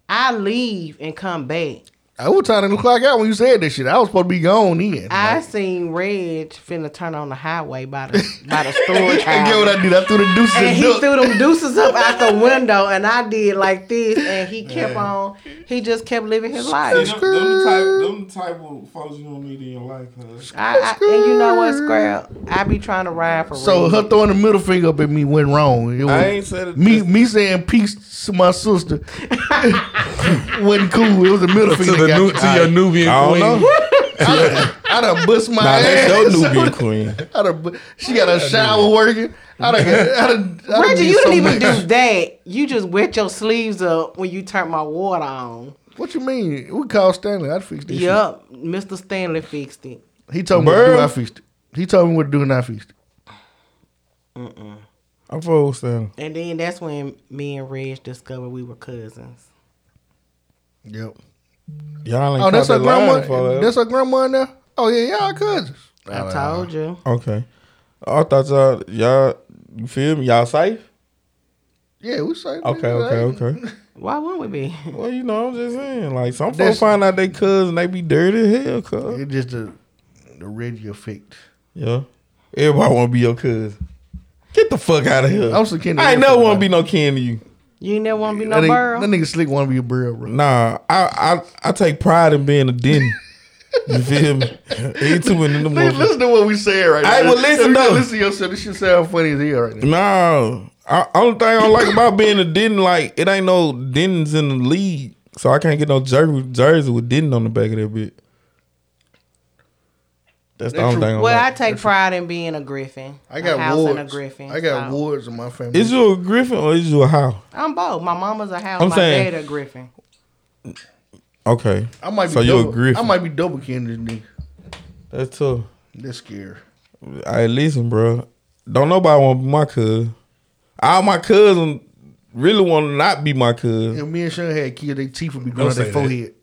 S7: I leave and come back.
S2: I was trying to clock out when you said that shit. I was supposed to be gone then.
S7: I seen Reg finna turn on the highway by the by the storage
S2: And get what
S7: house.
S2: I did? I threw the deuces
S7: And
S2: and
S7: he
S2: duck.
S7: threw them deuces up out the window, and I did like this, and he kept on. He just kept living his life.
S3: them type of folks you don't need in your life, cuz.
S7: I, I, and you know what, Scrap? I be trying to ride for
S2: so
S7: Reg.
S2: her throwing the middle finger up at me went wrong. It was,
S3: I ain't said it.
S2: me me saying peace to my sister wasn't cool. It was the middle finger.
S6: To, the
S2: got
S6: new,
S2: you.
S6: to your
S3: I
S6: Nubian
S3: don't
S6: queen.
S3: know.
S2: I done bust my
S3: Nah,
S2: ass.
S3: that's your Nubian queen.
S2: I done, bu- she got a shower working. I done, I done, I done
S7: Reggie,
S2: did
S7: you
S2: so
S7: didn't even
S2: much.
S7: do that. You just wet your sleeves up when you turned my water on.
S2: What you mean? We called Stanley. I fixed this. Yep.
S7: Yup, Mr. Stanley fixed it.
S2: He told me what to do.
S3: Bird.
S2: I fixed it. He told me what to do, and I fixed it.
S3: I'm full Sam.
S7: And then that's when me and Reg discovered we were cousins.
S2: Yep.
S3: Y'all ain't
S2: Oh, that's her
S3: caught that line for
S2: grandma.
S3: us.
S2: That's her grandma in there. Oh yeah, y'all cousins.
S7: I told you.
S3: Okay. I thought y'all, y'all, you feel me? Y'all safe?
S2: Yeah, we say.
S3: Okay, okay, okay.
S7: Why wouldn't we be?
S3: Well, you know, I'm just saying, like some folks
S2: That's-
S3: find out they cousin, they be dirty as hell, cuz.
S2: It's just the the Reggie effect.
S3: Yeah. Everybody wanna be your cousin. Get the fuck out of here.
S2: I'm so kin to
S3: I ain't never
S2: everybody.
S3: wanna be no kin to you.
S7: You ain't never want to be no
S2: That nigga,
S7: girl.
S2: that nigga slick want to be a bro, bro.
S3: Nah, I I, I take pride in being a den. you feel me? Ain't too many of them
S2: Nigga,
S3: motherfuckers.
S2: listen to what we said right
S3: Hey,
S2: now.
S3: well, listen,
S2: Nigga,
S3: though.
S2: Listen to yourself. This shit sound funny as hell right now.
S3: Nah. I, only thing I don't like about being a den, like, it ain't no dens in the league. So I can't get no jer- jersey with den on the back of that bit. That's the
S2: That's
S3: only
S2: true.
S3: thing I
S7: well,
S3: like.
S7: I take pride in being a griffin.
S2: I
S7: a
S2: got
S7: house
S2: wards.
S7: and a griffin.
S2: I got
S7: so.
S2: wards in my family.
S3: Is you a griffin or is you a house?
S7: I'm both. My mama's a house.
S3: I'm
S7: my
S3: saying-
S7: dad a griffin.
S3: Okay.
S2: I might be
S3: so
S2: double,
S3: you a griffin.
S2: I might be double kin this nigga.
S3: That's tough.
S2: That's scary.
S3: Hey, listen, bro. Don't nobody want to be my cuz. All my cousins really want to not be my cuz.
S2: If me and Sean had kids, their teeth would be growing out
S6: say
S2: their
S6: that.
S2: forehead.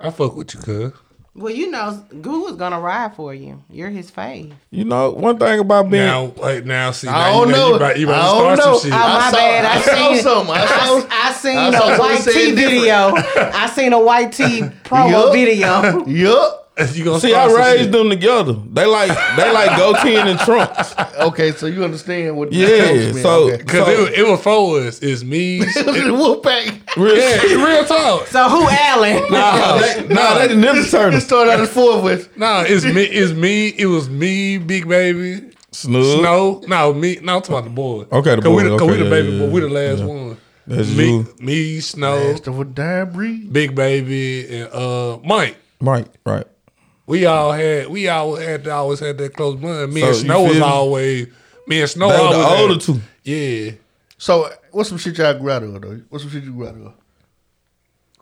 S6: I fuck with you, cuz.
S7: Well, you know, Google's gonna ride for you. You're his fave.
S3: You know, one thing about being.
S6: Now, like, now, see,
S2: I
S6: now
S2: don't
S6: you, know,
S2: know.
S6: you about, you about
S2: I
S6: to
S2: don't know.
S6: start some shit.
S7: Oh, my
S2: saw-
S7: bad. I
S2: I saw
S7: seen-
S2: something. I saw.
S7: I seen
S2: I
S7: a
S2: saw
S7: white
S2: something
S7: tea
S2: said different.
S7: video. I seen a white tea promo
S2: Yup.
S7: video.
S2: Yup.
S6: You gonna
S3: See, I
S6: start some
S3: raised
S6: shit.
S3: them together. They like they like goatee and trunks.
S2: Okay, so you understand what?
S3: Yeah,
S2: that means.
S3: so-
S2: Okay.
S6: Cause
S3: So-
S6: it, was- it was for us. It's me.
S2: The wolf pack.
S3: Real
S6: yeah,
S3: shit.
S6: real talk.
S7: So who Allen?
S3: Nah, they, nah, they the Ninja
S2: It
S3: Turtles.
S2: started out as four with
S6: Nah, it's me. It's me. It was me, Big Baby,
S3: Snoop.
S6: Snow. No, me. No, I'm talking about the boy.
S3: Okay, the
S6: Cause
S3: boy,
S6: We the, cause we
S3: okay,
S6: the
S3: yeah,
S6: baby,
S3: yeah,
S6: but we the last one.
S3: That's
S6: me,
S3: you.
S6: me,
S3: Oh.
S6: Snow,
S2: Master with Dime Breed.
S6: Big Baby, and uh, Mike.
S3: Mike, right.
S6: we all had we all had to always had that close bond. Me
S3: So,
S6: and
S3: you
S6: Snow was
S3: feel me?
S6: always me and Snow
S3: They were
S6: always
S3: the
S6: had-
S3: older two.
S6: Yeah.
S2: So what's some shit y'all grew out of though? What's some shit you grew out of?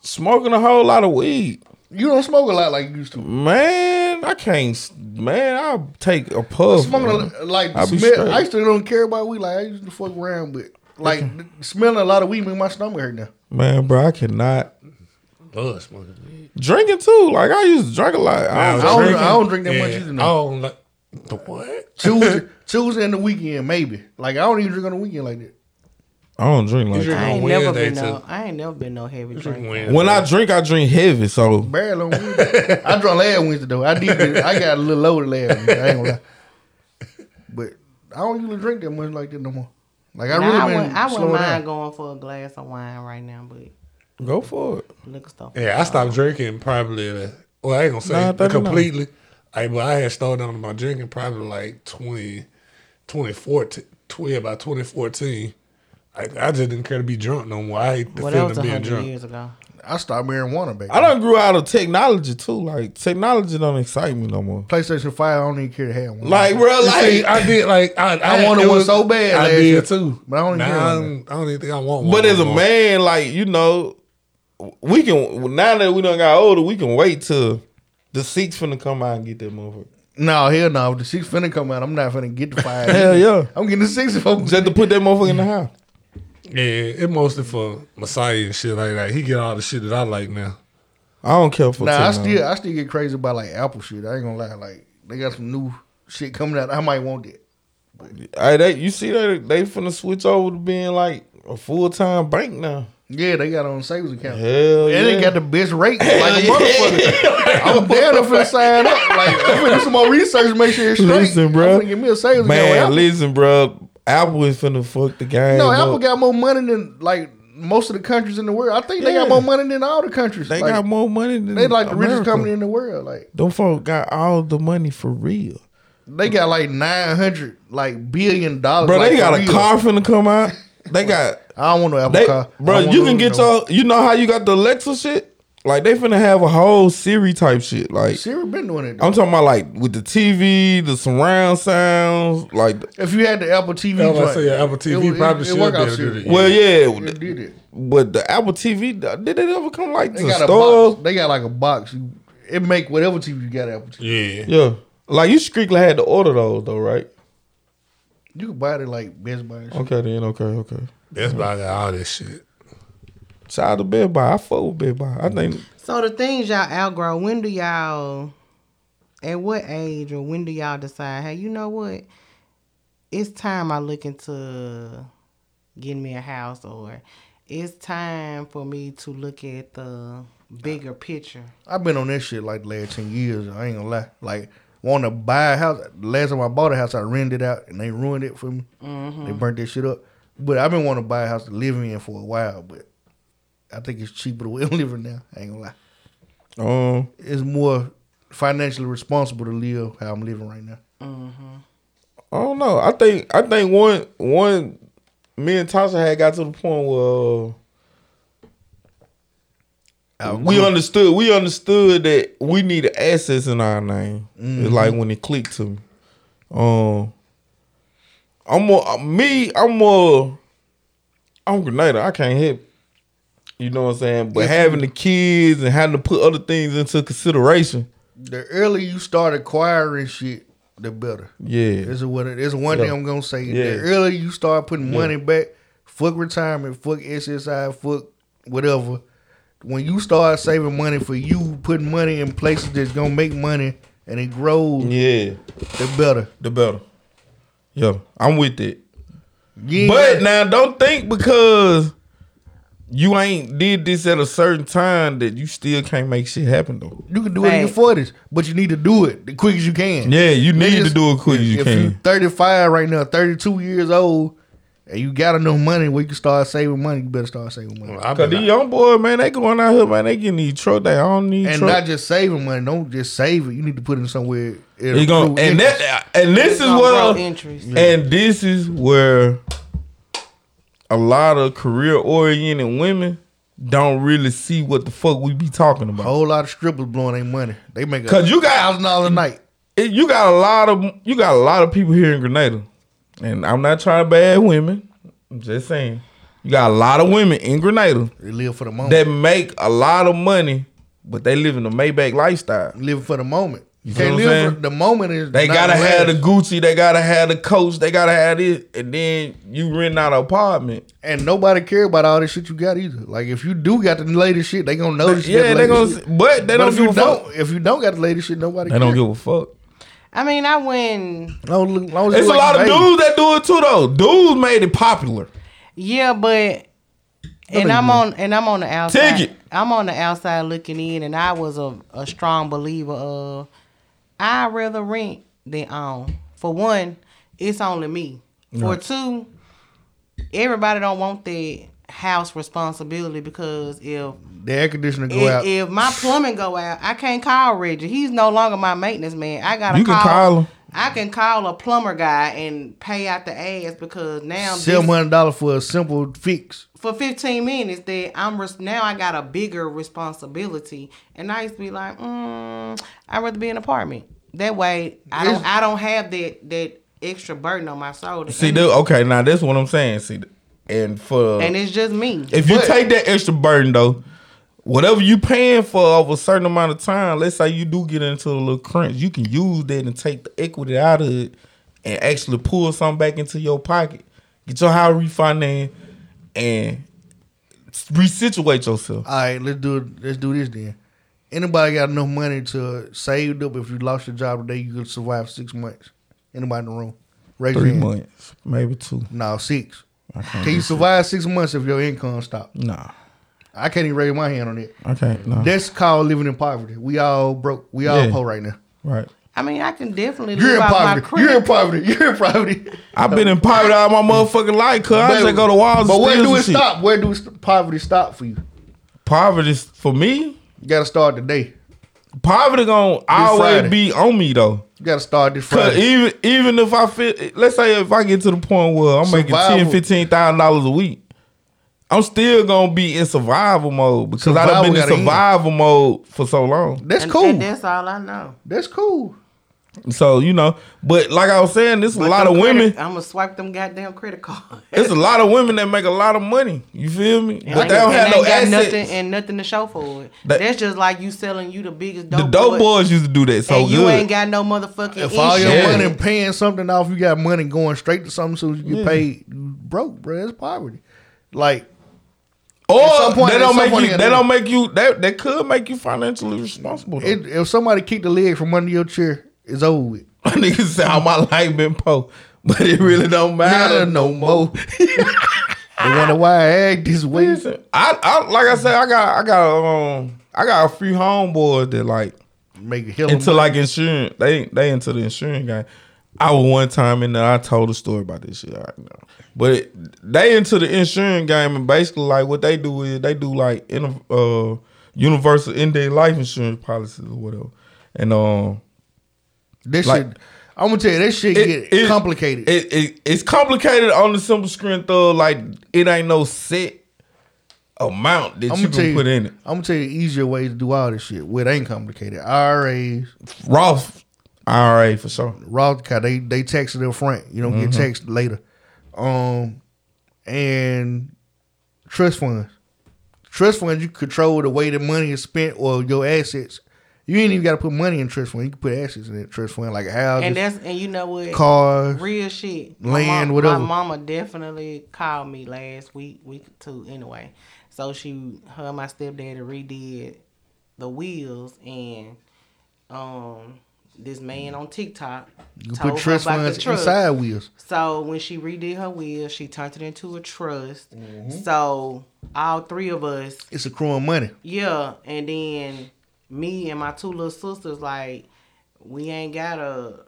S3: Smoking a whole lot of weed.
S2: You don't smoke a lot like you used
S3: Mm-hmm.
S2: to.
S3: Man, I can't. s- Man, I'll take a puff.
S2: Smoking
S3: man.
S2: a, like
S3: I be
S2: smell,
S3: straight.
S2: I used to don't care about weed. Like I used to fuck around with. Like smelling a lot of weed make my stomach hurt now.
S3: Man, bro, I cannot.
S6: Love smoking.
S3: Drinking too. Like I used to drink a lot. I
S2: I
S3: was
S2: don't,
S3: drinking.
S2: I don't drink that
S6: Yeah.
S2: much either.
S6: I
S2: Now.
S6: don't like the what?
S2: Tuesday, Tuesday and the weekend maybe. Like I don't even drink on the weekend like that.
S3: I don't drink like
S6: drink
S3: that.
S7: I ain't
S6: on
S7: never
S6: Wednesday,
S7: been no.
S6: too.
S7: I ain't never been no heavy drinker.
S3: When I drink, I drink heavy. So
S2: Barely on Wednesday. I drunk last Wednesday though. I did. Get, I got a little loaded last Wednesday. I ain't gonna lie. But I don't usually drink that much like that no more. Like I
S7: Now,
S2: really
S7: I,
S2: been
S7: wouldn't, I wouldn't
S2: slowing
S7: mind
S2: down.
S7: going for a glass of wine right now, but
S3: go for it.
S7: liquor stuff.
S6: Yeah, I stopped drinking probably. The, well, I ain't gonna say
S3: Nah, 39.
S6: completely. I but I had started on my drinking probably like 20, 2014, 20, about twenty fourteen. I, I just didn't care to be drunk no more. I hate the
S7: Well, that
S6: feeling
S7: was
S6: of
S7: a
S6: being
S7: hundred
S6: drunk.
S7: years ago.
S2: I stopped marijuana back.
S3: I done grew out of technology too. Like technology don't excite me no more.
S2: PlayStation Five. I don't even care to have one.
S3: Like bro,
S6: You see,
S3: like
S6: I did like I, I,
S2: I wanted
S6: it
S2: one so bad
S6: I
S2: last
S6: did
S2: year,
S6: too,
S2: but I don't even care
S6: now, I,
S2: about
S6: don't, I don't even think I want one.
S3: But as
S6: no
S3: a
S6: more.
S3: man, like you know, we can now that we done got older, we can wait till the six finna come out and get that motherfucker.
S2: no, hell no. If the six finna come out, I'm not finna get the five.
S3: Hell yeah.
S2: I'm getting the six if I'm
S3: Just to put that motherfucker in the house.
S6: yeah, it mostly for Messiah and shit like that. He get all the shit that I like now.
S3: I don't care for.
S2: Nah, I
S3: technology.
S2: still I still get crazy about like Apple shit. I ain't gonna lie. Like they got some new shit coming out. I might want that.
S3: Hey, they, you see that they finna switch over to being like a full time bank now.
S2: Yeah, they got on savings account.
S3: Hell
S2: And
S3: yeah.
S2: they got the best rate like a motherfucker. I'm down. I'm finna sign up. Like I'm finna do some more research, make sure it's straight.
S3: Listen, bruh.
S2: I'm finna give me a savings account. with
S3: Man,
S2: Apple.
S3: listen, bro. Apple is finna fuck the game.
S2: no,
S3: up.
S2: Apple got more money than like most of the countries in the world. I think they
S3: Yeah.
S2: got more money than all the countries.
S3: They
S2: Like,
S3: got more money than
S2: they like the
S3: America.
S2: richest company in the world. Like
S3: Them folk got all the money for real.
S2: they got like nine hundred like billion dollars.
S3: Bro,
S2: like,
S3: they got a
S2: for real.
S3: car finna come out. They got
S2: I don't want no Apple
S3: They,
S2: car. I
S3: bro,
S2: don't want
S3: you
S2: no-
S3: can get
S2: no-
S3: your. You know how you got the Alexa shit? Like they finna have a whole Siri type shit. Like
S2: Siri been doing it. though.
S3: I'm talking about, like with the TV, the surround sounds. Like,
S2: If you had the Apple TV,
S6: I was about
S2: joint,
S6: to say, yeah, Apple TV
S2: would-
S6: probably should
S2: work
S6: be
S2: out
S6: able to do
S2: serious.
S6: that.
S3: well, yeah.
S2: They did it.
S3: But the Apple TV, did it ever come like
S2: They
S3: to
S2: got a
S3: stores?
S2: box. They got like a box. You- It make whatever TV you got Apple TV.
S6: Yeah,
S3: Yeah, like you strictly had to order those though, right?
S2: You can buy it at like Best Buy. and shit.
S3: Okay, then okay, okay.
S6: that's about all this shit.
S3: Shout out to Bed Buy. I fuck with Bed Buy. I think
S7: So the things y'all outgrow, when do y'all, at what age or when do y'all decide, hey, you know what? It's time I look into getting me a house or it's time for me to look at the bigger picture.
S2: I've been on this shit like the last ten years. I ain't gonna lie. Like want to buy a house. The Last time I bought a house, I rented it out and they ruined it for me. They burnt that shit up. But I've been wanting to buy a house to live in for a while. But I think it's cheaper the way I'm living now. I ain't gonna lie.
S3: um
S2: It's more financially responsible to live how I'm living right now.
S3: I don't know. I think I think one one me and Tasha had got to the point where uh, we
S2: Mm-hmm.
S3: understood we understood that we needed assets in our name. It's like when it clicked to me. Um, I'm more uh, me. I'm more. I'm Grenada. I can't help. it. You know what I'm saying? But having the kids and having to put other things into consideration.
S2: the earlier you start acquiring shit, the better.
S3: Yeah.
S2: This is what it is. One
S3: Yeah.
S2: thing I'm gonna say:
S3: Yeah.
S2: the earlier you start putting money back, fuck retirement, fuck SSI, fuck whatever. When you start saving money for you, putting money in places that's gonna make money and it grows,
S3: Yeah.
S2: the better.
S3: The better. Yeah. I'm with it.
S2: Yeah,
S3: But now don't think because you ain't did this at a certain time that you still can't make shit happen though.
S2: you can do it in your
S7: Right.
S2: forties, but you need to do it the quick as you can.
S3: Yeah, you need to
S2: Niggas,
S3: do it quick as you
S2: if you
S3: can.
S2: 35 right now, 32 years old, and you got enough money where you can start saving money, you better start saving money.
S6: I've
S3: Cause
S6: been
S3: these young boys, man, they going out here, man, they getting these truck. They don't need
S2: And
S3: truck.
S2: not just saving money. Don't just save it. You need to put it somewhere. it'll
S3: It gon-
S2: accrue
S3: and
S2: interest.
S3: that and this
S7: It's
S3: is
S7: gonna grow
S3: where
S7: interest.
S3: and this is where a lot of career oriented women don't really see what the fuck we be talking
S2: A
S3: about.
S2: whole lot of strippers blowing their money. They make a
S3: Cause you got
S2: thousand dollars a night.
S3: it- you got a lot of you got a lot of people here in Grenada, and I'm not trying to bad women. I'm just saying you got a lot of women in Grenada
S2: They live for the moment.
S3: that make a lot of money, but they live in a Maybach lifestyle.
S2: live for the moment. You
S3: see
S2: can't
S3: what I'm
S2: live for
S3: saying?
S2: the moment is
S3: They
S2: not
S3: gotta
S2: the
S3: have the
S2: last.
S3: Gucci, they gotta have the coats, they gotta have this, and then you rent out an apartment.
S2: and nobody care about all this shit you got either. Like if you do got the latest shit, they gonna notice.
S3: Yeah, they gonna,
S2: Shit.
S3: but they
S2: But
S3: don't
S2: if you
S3: give a
S2: don't,
S3: fuck.
S2: if you don't got the latest shit, nobody.
S3: They
S2: care.
S3: don't give a fuck.
S7: I mean, I wouldn't.
S2: Long as- long as
S3: It's a
S2: you like
S3: lot of
S2: the baby.
S3: dudes that do it too, though. Dudes made it popular.
S7: Yeah, but and I'm on and I'm on the outside.
S3: Take it.
S7: I'm on the outside looking in, and I was a, a strong believer of I rather rent than own. For one, it's only me. For two, everybody don't want that house responsibility because if
S2: The air conditioner go
S7: if,
S2: out.
S7: if my plumbing go out, I can't call Reggie. He's no longer my maintenance man. I gotta
S3: You can call him.
S7: I can call a plumber guy and pay out the ass because now this-
S2: Seven hundred dollars for a simple fix.
S7: for 15 minutes that I'm res- now I got a bigger responsibility, and I used to be like, mm, I'd rather be in an apartment. That way, I don't I don't have that that extra burden on my shoulder.
S3: See,
S7: and,
S3: dude, okay, now that's what I'm saying. See, and for
S7: and it's just me.
S3: if you take that extra burden though, whatever you paying for over a certain amount of time, let's say you do get into a little crunch, you can use that and take the equity out of it and actually pull something back into your pocket. Get your house refinanced and resituate yourself.
S2: All right, let's do it. Let's do this then. Anybody got enough money to saved up? If you lost your job today, you could survive six months. Anybody in the room? Raise your
S3: Three
S2: hand.
S3: months, maybe two.
S2: No, six. Can you survive six months if your income stopped?
S3: Nah,
S2: I can't even raise my hand on it.
S3: I can't. Nah,
S2: That's called living in poverty. We all broke. We all
S3: Yeah.
S2: poor right now.
S3: right.
S7: I mean, I can definitely
S2: You're
S7: live
S2: in
S7: out my
S2: poverty. You're in
S7: credit.
S2: poverty. You're in poverty.
S3: I've been in poverty all my motherfucking life, cause I just go to walls.
S2: But
S3: and
S2: where
S3: steals
S2: do
S3: and
S2: it
S3: shit.
S2: stop? Where do st- poverty stop for you?
S3: Poverty for me.
S2: You got to start today.
S3: Poverty gonna always
S2: Friday.
S3: be on me though.
S2: You got to start this
S3: Cause
S2: Friday.
S3: even even if I feel, let's say if I get to the point where I'm making ten,
S2: Survival.
S3: fifteen thousand dollars a week, I'm still gonna be in survival mode because I've
S2: Survival
S3: been in
S2: gotta end.
S3: survival mode for so long.
S2: That's
S7: And-
S2: cool.
S7: and that's all I know.
S2: that's cool.
S3: So you know, but like I was saying, there's a lot of women.
S7: I'm gonna swipe them goddamn credit cards.
S3: There's a lot of women that make a lot of money. You feel me?
S7: And
S3: but they don't
S7: and
S3: have no
S7: ain't got
S3: assets.
S7: nothing and nothing to show for it.
S3: That-
S7: That's just like you selling you the biggest dope
S3: the dope
S7: boy,
S3: boys used to do that so
S7: and you
S3: good.
S7: ain't got no motherfucking.
S2: If all your
S3: Yeah.
S7: insurance.
S2: money paying something off, you got money going straight to something so you get paid. You broke, bro. That's poverty. Like
S3: or
S2: at some point-
S3: they
S2: at
S3: don't
S2: some
S3: make
S2: point
S3: you.
S2: in
S3: They
S2: there-
S3: don't make you. That that could make you financially responsible. though.
S2: it, if somebody kicked the leg from under your chair, it's over with.
S3: My niggas say all my life been poor, but it really don't matter
S2: Matter
S3: no more.
S2: They wonder why I act this way.
S3: Listen, I, I like I said, I got I got um I got a few homeboys that like
S2: Make a hell of
S3: into
S2: a
S3: like insurance. They they into the insurance guy. I was one time in there. I told a story about this shit. I know, but it, they into the insurance game and basically like what they do is they do like in uh universal index life insurance policies or whatever. And um,
S2: this
S3: like-
S2: shit. I'm gonna tell you, this shit
S3: it-
S2: get
S3: it-
S2: complicated.
S3: It, it it's complicated on the simple strength of like it ain't no set amount that
S2: I'm
S3: you
S2: gonna tell
S3: can
S2: you,
S3: put in it.
S2: I'm gonna tell you easier ways to do all this shit. Where it ain't complicated. IRAs,
S3: Roth IRA for sure.
S2: Roth, 'cause they they tax it up front. You don't get taxed later. Um, and trust funds. Trust funds, you control the way the money is spent or your assets. You ain't even got to put money in trust fund. You can put assets in that trust fund, like houses,
S7: And that's and you know what?
S2: cars.
S7: Real shit.
S2: Land,
S7: my mom,
S2: whatever.
S7: My mama definitely called me last week, week two anyway. So she, her and my stepdaddy redid the wheels, and um, this man on TikTok
S2: You can
S7: told
S2: put
S7: her
S2: trust
S7: about the
S2: funds
S7: truck.
S2: inside wheels.
S7: So when she redid her will, she turned it into a trust.
S2: Mm-hmm.
S7: So all three of us
S2: It's accruing money.
S7: yeah, and then me and my two little sisters, like, we ain't gotta.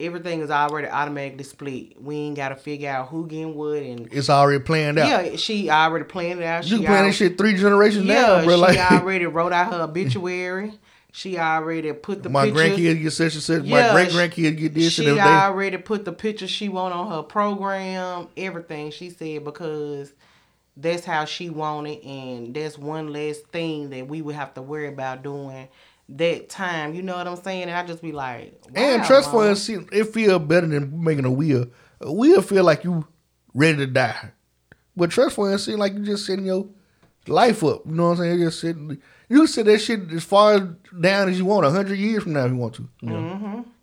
S7: Everything is already automatically split. We ain't gotta figure out who getting what and
S2: It's already planned out.
S7: yeah, she already planned it out.
S2: You
S7: she
S2: can plan
S7: already,
S2: this shit three generations
S7: Yeah,
S2: now, bro.
S7: she
S2: Like
S7: already wrote out her obituary. She already put the
S2: my
S7: picture.
S2: grandkids get such and such. my
S7: Yeah,
S2: great grandkids get this.
S7: she
S2: and everything.
S7: already put the picture she want on her program. Everything she said because that's how she wanted and that's one less thing that we would have to worry about doing that time. You know what I'm saying? And I just be like,
S2: And
S7: wow,
S2: trust
S7: Mom.
S2: funds, see, it feel better than making a will. A will feel like you ready to die, but trust funds seem like you just setting your life up. You know what I'm saying? You just sitting, you can sit that shit as far down as you want. A hundred years from now, if you want to.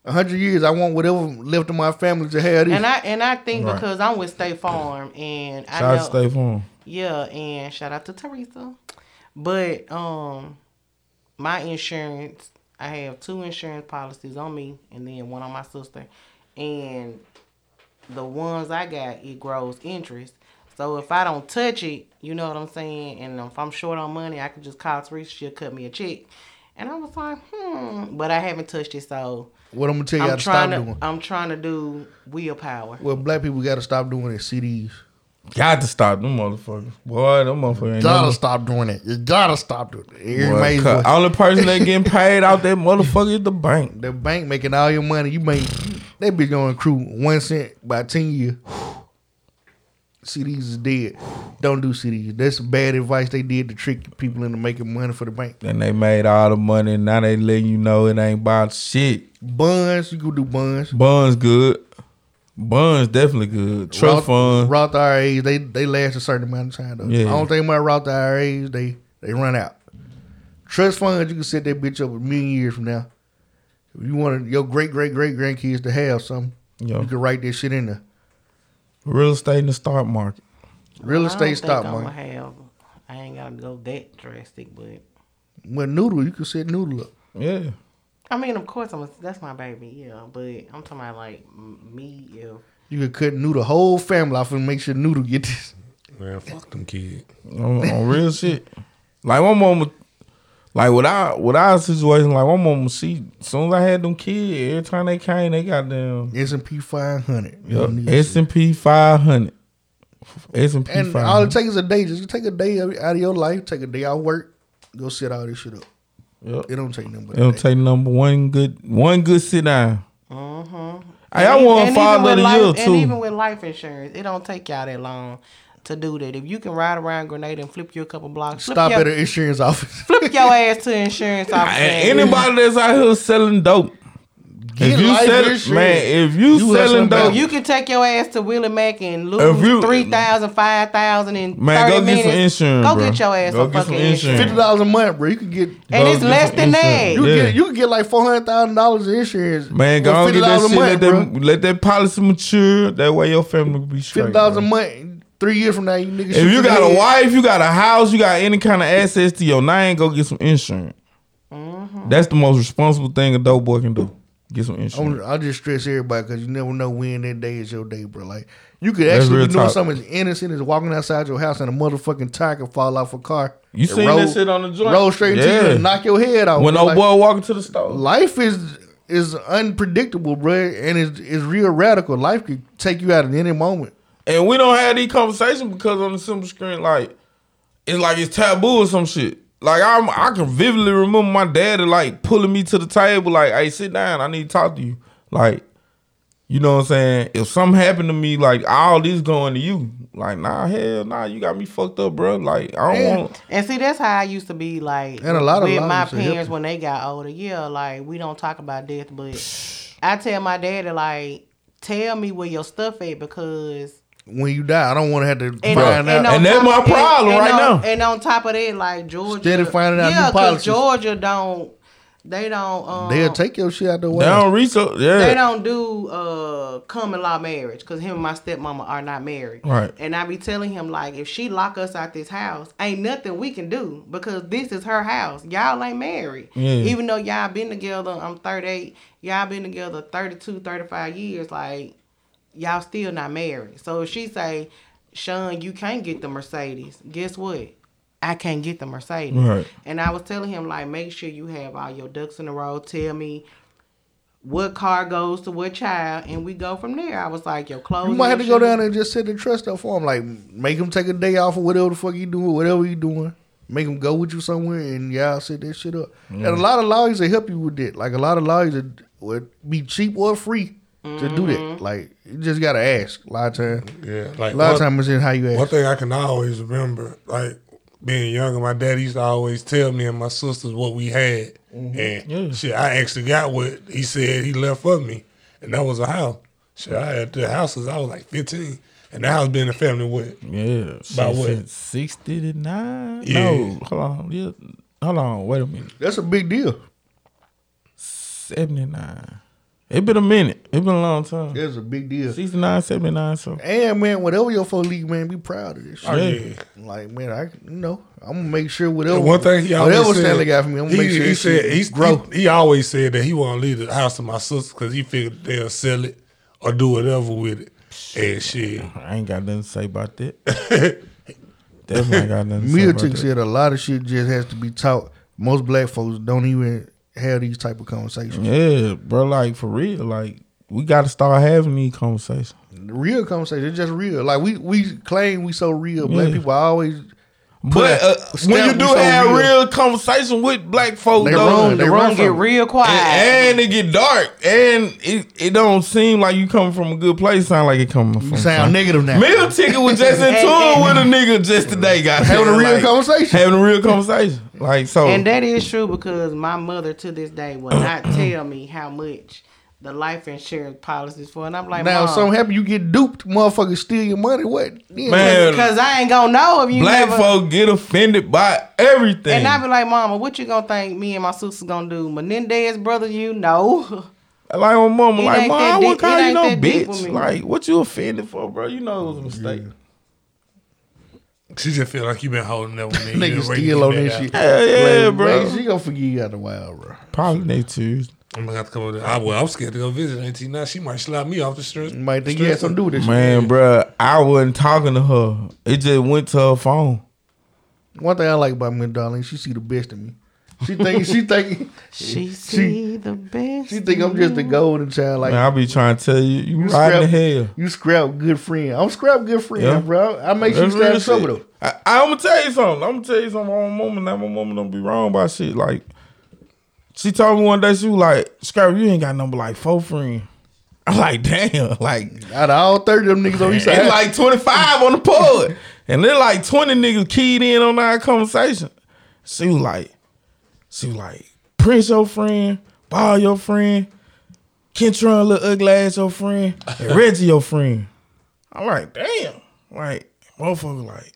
S2: A hundred years, I want whatever left in my family to have this.
S7: And I and I think
S3: Right.
S7: because I'm with State Farm and I
S3: Shout out
S7: know
S3: to State Farm.
S7: Yeah, and shout out to Teresa. But um my insurance, I have two insurance policies on me and then one on my sister. And the ones I got, it grows interest. So if I don't touch it, you know what I'm saying? And if I'm short on money, I can just call Teresa, she'll cut me a check. And I was like, hmm, but I haven't touched it, so
S2: what I'm gonna tell you, how
S7: I'm
S2: to stop
S7: trying to
S2: doing.
S7: I'm trying to do willpower.
S2: what black people got to stop doing is CDs.
S3: Got to stop them motherfuckers. Boy, them motherfuckers ain't
S2: Gotta
S3: never-
S2: stop doing it. You gotta stop doing it. It
S3: Boy,
S2: amazes
S3: cut.
S2: me.
S3: Only person that getting paid out that motherfucker is the bank.
S2: The bank making all your money. You make that bitch gonna accrue one cent by ten years. CDs is dead. Don't do CDs. That's bad advice they did to trick people into making money for the bank.
S3: And they made all the money. Now they letting you know it ain't about shit.
S2: Buns, you can do buns.
S3: Buns good. Buns definitely good. Trust
S2: Roth,
S3: fund.
S2: Roth IRAs, they they last a certain amount of time though.
S3: Yeah.
S2: I don't think my Roth IRAs they they run out. Trust funds, you can set that bitch up a million years from now. If you want your great great great grandkids to have something,
S3: Yeah.
S2: you can write that shit in there.
S3: Real estate and the stock market.
S2: Real
S7: I
S2: estate
S7: don't
S2: stock
S7: think
S2: market.
S7: I'ma have, I ain't gotta go that drastic, but
S2: With noodle, you can set noodle up.
S3: Yeah.
S7: I mean, of course, I'm. A, that's my baby, yeah. But I'm talking about like m- me, if
S2: You could cut noodle whole family off and make sure noodle get this.
S6: Man, fuck them kids.
S3: On, on real shit. Like my mama like with our with our situation, like my mama she soon as I had them kids, every time they came, they got them
S2: S and P five hundred.
S3: S and P five hundred. S and P
S2: And
S3: five
S2: all it
S3: hundred.
S2: takes is a day. Just take a day of- out of your life. Take a day out of work. Go set all this shit up.
S3: Yep.
S2: It don't take nothing but a
S3: It'll
S2: day.
S3: take number one good one good sit down. Mm-hmm. Hey, I
S7: And
S3: won
S7: even
S3: five
S7: with
S3: letter
S7: life-
S3: year
S7: And even
S3: too.
S7: with life insurance, it don't take y'all that long to do that. If you can ride around Grenada and flip you a couple blocks, flip
S2: Stop
S7: your,
S2: at an insurance office.
S7: flip your ass to insurance office.
S3: And Anybody that's out here selling dope,
S2: Get
S3: if you
S2: life
S3: sell,
S2: insurance.
S3: man, if you,
S2: You
S3: selling
S2: hustling
S3: dope,
S2: back.
S7: you can take your ass to Willie Mack and
S3: If
S7: lose
S3: you-
S7: three thousand, five thousand, and
S3: Man,
S7: thirty
S3: go get
S7: minutes.
S3: some insurance,
S7: Go
S3: bro.
S7: get your ass
S3: Go
S7: some
S3: get some
S7: fucking
S3: insurance.
S7: insurance.
S2: Fifty dollars a month, bro. You could get.
S7: And
S3: Go
S7: it's
S3: get
S7: less
S3: some
S7: than that.
S3: insurance.
S2: You could
S3: Yeah.
S2: get you could get like four hundred thousand dollars in insurance.
S3: Man, go
S2: with
S3: on get that shit. let,
S2: bro.
S3: that, let that policy mature. That way your family will be straight.
S2: Fifty dollars a
S3: bro.
S2: month. Three years from now, you niggas.
S3: If you got a wife, you got a house, you got any kind of assets to your name, go get some insurance. That's the most responsible thing a dope boy can do. Get some insurance.
S2: I'm, I just stress everybody because you never know when that day is your day, bro. Like you could
S3: That's
S2: actually
S3: real
S2: be doing
S3: talk.
S2: something as innocent as walking outside your house and a motherfucking tire could fall off a car.
S3: You
S2: It
S3: seen that shit on the joint?
S2: Roll straight into you
S3: Yeah.
S2: and knock your head off.
S3: when
S2: bro.
S3: old
S2: Oh, Like,
S3: boy walking to the store,
S2: life is is unpredictable, bro, and it's it's real radical. Life could take you out at any moment.
S3: and we don't have these conversations because on the simple screen, like it's like it's taboo or some shit. Like I'm, I can vividly remember my daddy like pulling me to the table, like, "Hey, sit down. I need to talk to you." Like, you know what I'm saying? If something happened to me, like all this going to you, like, nah, hell, nah, you got me fucked up, bro. Like, I don't
S2: Yeah.
S3: want.
S7: And see, that's how I used to be like
S2: And a lot of
S7: with my
S2: lives are
S7: parents
S2: helping.
S7: when they got older. Yeah, like we don't talk about death, but I tell my daddy like, tell me where your stuff at because
S2: When you die, I don't want to have to
S7: and,
S2: find out.
S3: on- And that's
S7: top-
S3: my problem right
S7: on,
S3: now.
S7: And on top of that, like Georgia,
S2: Instead of finding out new
S7: yeah,
S2: policies.
S7: 'cause Georgia don't, they don't, um,
S2: They'll take your shit out the
S3: They
S2: way.
S3: don't reach up. Yeah,
S7: they don't do uh common law marriage because him and my stepmama are not married.
S3: Right.
S7: And I be telling him like, if she lock us out this house, ain't nothing we can do because this is her house. Y'all ain't married.
S3: Yeah.
S7: Even though y'all been together, I'm 38. Y'all been together 32, 35 years. Like y'all still not married. So if she say, Sean, you can't get the Mercedes. Guess what? I can't get the Mercedes.
S3: Right.
S7: And I was telling him like, make sure you have all your ducks in a row. Tell me what car goes to what child, and we go from there. I was like, your clothes.
S2: You might have to go
S7: issues.
S2: down there and just sit and trust up for him. Like, make him take a day off or whatever the fuck you doing, whatever you doing. Make him go with you somewhere and y'all set that
S6: Mm.
S2: shit up. And a lot of lawyers that help you with that. Like, a lot of lawyers that would be cheap or free to do that. Like you just gotta ask. A lot of times,
S6: Yeah, like
S2: a lot
S6: one-
S2: of times it's in how you
S6: One
S2: ask.
S6: thing I can always remember, like being younger, my dad used to always tell me and my sisters what we had,
S2: Mm-hmm.
S6: and shit, I actually got what he said he left for me, and that was a house. Shit, I had the house since I was like fifteen, and the house been in the family with.
S3: Yeah. shit,
S6: By what?
S3: since 69?
S6: Yeah.
S3: No, hold on. Yeah. Hold on. Wait a minute.
S2: That's a big deal.
S3: 79. It been a minute. It been a long time.
S2: That's a big deal.
S3: 69, 79, so.
S2: And man, whatever your for league, man, be proud of this. Shit.
S3: Yeah.
S2: Like man, I you know I'm gonna make sure whatever
S6: One thing he always
S2: whatever
S6: said,
S2: Stanley got for me, I'm gonna
S6: he,
S2: make sure
S6: he
S2: that
S6: said
S2: shit
S6: he's,
S2: grow.
S6: He, he always said that he won't leave the house to my sisters because he figured they'll sell it or do whatever with it, and shit.
S3: I ain't got nothing to say about that. Definitely ain't got nothing to say about
S2: Milton
S3: that.
S2: said a lot of shit just has to be taught. Most black folks don't even have these type of conversations.
S3: Yeah, bro. Like, for real. Like, we got to start having these conversations.
S2: Real conversations, it's just real. Like we we claim we so real. Black
S3: Yeah.
S2: people always
S3: But uh,
S2: Stamp
S3: when you
S2: was
S3: do
S2: so
S3: have real.
S2: real.
S3: conversation with black folks,
S2: They
S3: though,
S2: wrong, they
S3: the
S2: wrong
S7: Get
S2: from-
S7: real quiet.
S3: And, and it get dark, and it, it don't seem like you coming from a good place. Sound like it coming from
S2: sound negative now.
S3: Meal ticket was just in tune with a nigga just today, guys.
S2: Having a real conversation.
S3: Having a real conversation, like so.
S2: Oh.
S7: And that is true because my mother to this day will not tell me how much the life insurance policies for, and I'm like,
S2: Now,
S7: now
S2: if something happen, you get duped, motherfuckers steal your money. What? Then
S3: Man,
S7: because I ain't gonna know if you
S3: black
S7: never-
S3: folk get offended by everything.
S7: And I be like, Mama, what you gonna think me and my sister gonna do? Menendez brother, you know.
S3: like my mama,
S7: It
S3: like
S7: ain't
S3: mom,
S7: that
S3: I
S7: deep-
S3: would
S7: it
S3: call you
S7: ain't
S3: no
S7: that deep with
S3: bitch.
S7: me.
S3: Like what you offended for, bro? You know it was a mistake.
S6: She just feel like you been holding that with me. You been
S2: niggas
S6: waiting
S2: steal
S6: to
S2: on
S6: get
S2: this
S6: that out.
S2: shit.
S3: Hell yeah, bro.
S2: Man, she gonna forgive you after a while, bro.
S3: Probably next Tuesday.
S6: I'm gonna have to Oh come over there. I, well, I'm scared to go visit Auntie now. She might slap me off the street.
S2: You might think you had something to do with this. shit.
S3: Man, bruh, I wasn't talking to her. It just went to her phone.
S2: One thing I like about me, darling, she see the best in me. She think she think
S7: She see the best.
S2: she think I'm just a golden child. Like
S3: Man, I be trying to tell you, you,
S2: you
S3: right in
S2: scrap,
S3: hell.
S2: you scrap good friend. I'm scrap good friend,
S3: Yeah.
S2: bro. I make sure you
S3: That's
S2: stay
S3: real
S2: in trouble though.
S3: shit. I, I'm gonna tell you something. I'm gonna tell you something. My mama, now my mama don't be wrong about shit. Like she told me one day, she was like, "Scrap, you ain't got number like four friend." I'm like, "Damn!" Like
S2: Out of all thirty of them niggas on each side,
S3: it's like 25 on the pod, and then like 20 niggas keyed in on our conversation. She was like, she was like, Prince your friend, Ball your friend, Kentra and Lil Ugly Ass your friend, and Reggie your friend. I'm like, damn, like motherfucker, like.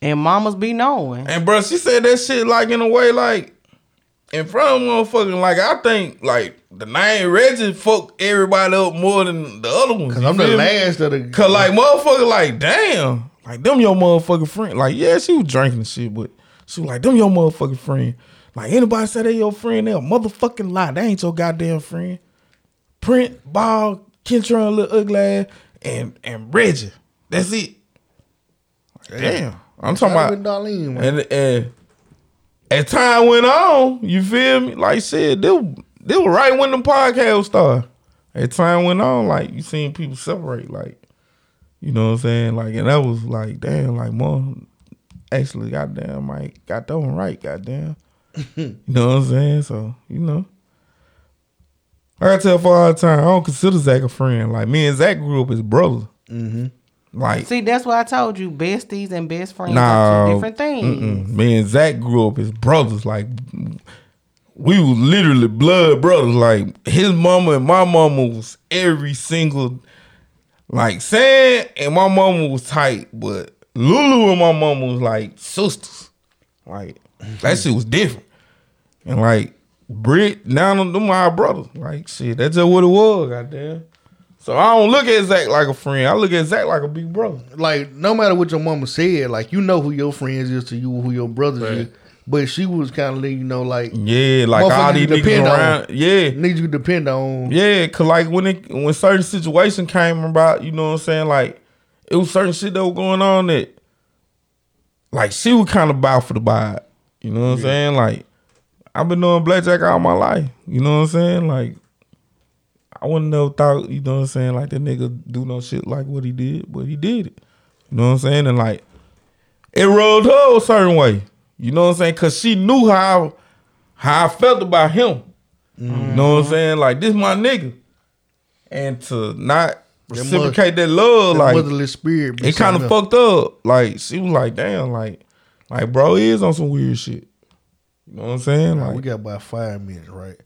S7: and mamas be knowing.
S3: And bro, she said that shit like in a way like in front of motherfucking like I think like the name Reggie fucked everybody up more than the other ones.
S2: Cause I'm
S3: you
S2: the
S3: feel me?
S2: last of the.
S3: Cause like motherfucker, like damn, like them your motherfucking friend. Like yeah, she was drinking and shit, but she was like them your motherfucking friend. Like anybody say they your friend, they a motherfucking lie. They ain't your goddamn friend. Print, Ball, Kentra, and Lil Ugly, Ass, and and Reggie. That's it. Like, damn, I'm talking
S2: I've
S3: about
S2: been Darlene, man.
S3: and and as time went on, you feel me? Like shit, they were- they were right when the podcast started. As time went on, like you seen people separate, like you know what I'm saying? Like and that was like damn, like more actually goddamn like got that one right, goddamn. you know what I'm saying? So, you know. Like I tell for all the time, I don't consider Zach a friend. Like me and Zach grew up as brothers. Mm-hmm. Like
S7: See, that's why I told you besties and best friends are
S3: Nah,
S7: two different things.
S3: Mm-mm. Me and Zach grew up as brothers. Like we was literally blood brothers. Like his mama and my mama was every single like Sam and my mama was tight, but Lulu and my mama was like sisters. Like that shit was different. And like Britt, now them, them my brothers. Like shit, that's just what it was, goddamn. So I don't look at Zach like a friend. I look at Zach like a big brother.
S2: like no matter what your mama said, like you know who your friends is to you, who your brothers is. But she was kind of letting you know, like
S3: Yeah, like all
S2: Motherfuckers
S3: these
S2: you
S3: niggas
S2: depend on.
S3: around. Yeah,
S2: needs you to depend on.
S3: yeah, cause like when it when certain situation came about, you know what I'm saying? Like it was certain shit that was going on that, like she was kind of bow for the vibe. You know what I'm saying? Like I've been doing blackjack all my life. You know what I'm saying? Like I wouldn't have thought, you know what I'm saying? Like that nigga do no shit like what he did, but he did it. You know what I'm saying? And like it rolled her a certain way. You know what I'm saying? Cause she knew how how I felt about him. You know
S2: Mm-hmm.
S3: what I'm saying? Like this my nigga, and to not
S2: mother-
S3: reciprocate that love,
S2: That
S3: like
S2: motherly spirit. be
S3: it kind of
S2: something else.
S3: fucked up. Like she was like, damn, like, like bro is on some weird shit. You know what I'm saying?
S2: We
S3: Like,
S2: got about five minutes, right?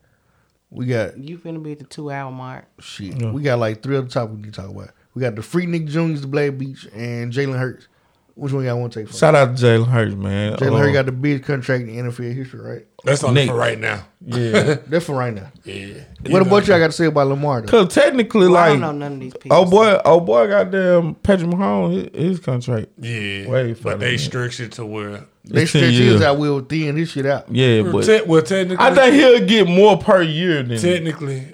S2: We got
S7: You finna be at the two hour mark.
S2: shit. We got like three other topics we need to talk about. We got the Free Nick Juniors, the Black Beach, and Jalen Hurts. Which one y'all want to take? First?
S3: shout out to Jalen Hurts, man.
S2: Jalen
S3: Uh,
S2: Hurts got the biggest contract in NFL history, right?
S6: That's on
S3: Nick.
S6: for right now.
S3: yeah.
S2: That's for right now.
S6: Yeah.
S2: What about y'all got to say about Lamar? Though?
S3: Cause technically,
S7: Well, I
S3: like,
S7: don't know none of these people.
S3: oh boy, oh boy, goddamn Patrick Mahomes, his, his contract.
S6: Yeah.
S3: Way further
S6: but they
S3: than-
S6: structured to where
S2: They
S3: It's 10
S2: stretch
S3: years.
S2: his out. We'll thin his shit out.
S3: Yeah, but
S6: Te- well technically
S3: I think he'll get more per year than
S6: technically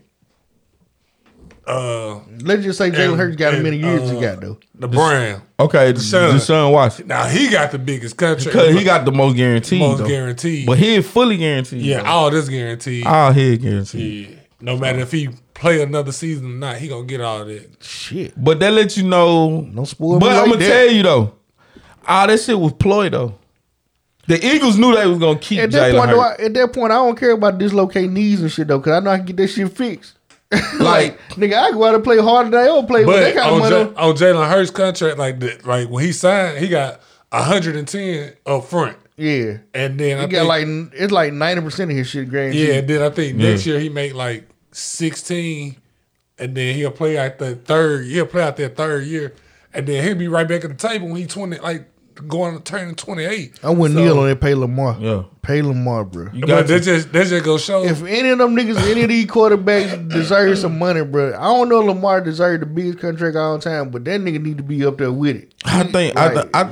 S6: uh
S2: Let's just say Jalen
S6: And-
S2: Hurts got how many
S6: and,
S2: years he
S6: uh,
S2: got though.
S6: the Brown.
S3: okay.
S6: Deshaun.
S3: Deshaun Watson,
S6: Now he got the biggest contract.
S3: cause he got the most guaranteed,
S6: most
S3: though.
S6: guaranteed.
S3: but he is fully guaranteed.
S6: yeah,
S3: though.
S6: all this guaranteed.
S3: all he is guaranteed.
S6: yeah. No matter if he play another season or not, he gonna get all that.
S2: Shit,
S3: But that lets you know
S2: don't spoil
S3: But
S2: me like
S3: I'm gonna
S2: that.
S3: tell you though, all that shit was ploy though. The Eagles knew they was gonna keep
S2: At that
S3: Jalen
S2: point, though,
S3: Hurts.
S2: I, at that point, I don't care about dislocated knees and shit though, cause I know I can get that shit fixed.
S3: Like,
S2: nigga, I go out and play harder than I ever played with
S6: But
S2: that kind of
S6: on,
S2: money.
S6: Ja- on Jalen Hurts contract, like the, like when he signed, he got hundred and ten up front,
S2: yeah,
S6: and then I
S2: he
S6: think,
S2: got like it's like ninety percent of his shit guaranteed.
S6: yeah, and then I think next year he made like sixteen, and then he'll play out the third. He'll play out that third year, and then he'll be right back at the table when he twenty, like going turning twenty eight.
S2: I wouldn't kneel on that. Pay Lamar.
S3: Yeah.
S2: pay Lamar, bro.
S3: you
S6: But
S3: got
S6: that
S3: to,
S6: just that just goes show.
S2: If any of them niggas, any of these quarterbacks deserve some money, bro. I don't know Lamar deserved the biggest contract of all time, but that nigga need to be up there with it.
S3: I think I, th- I,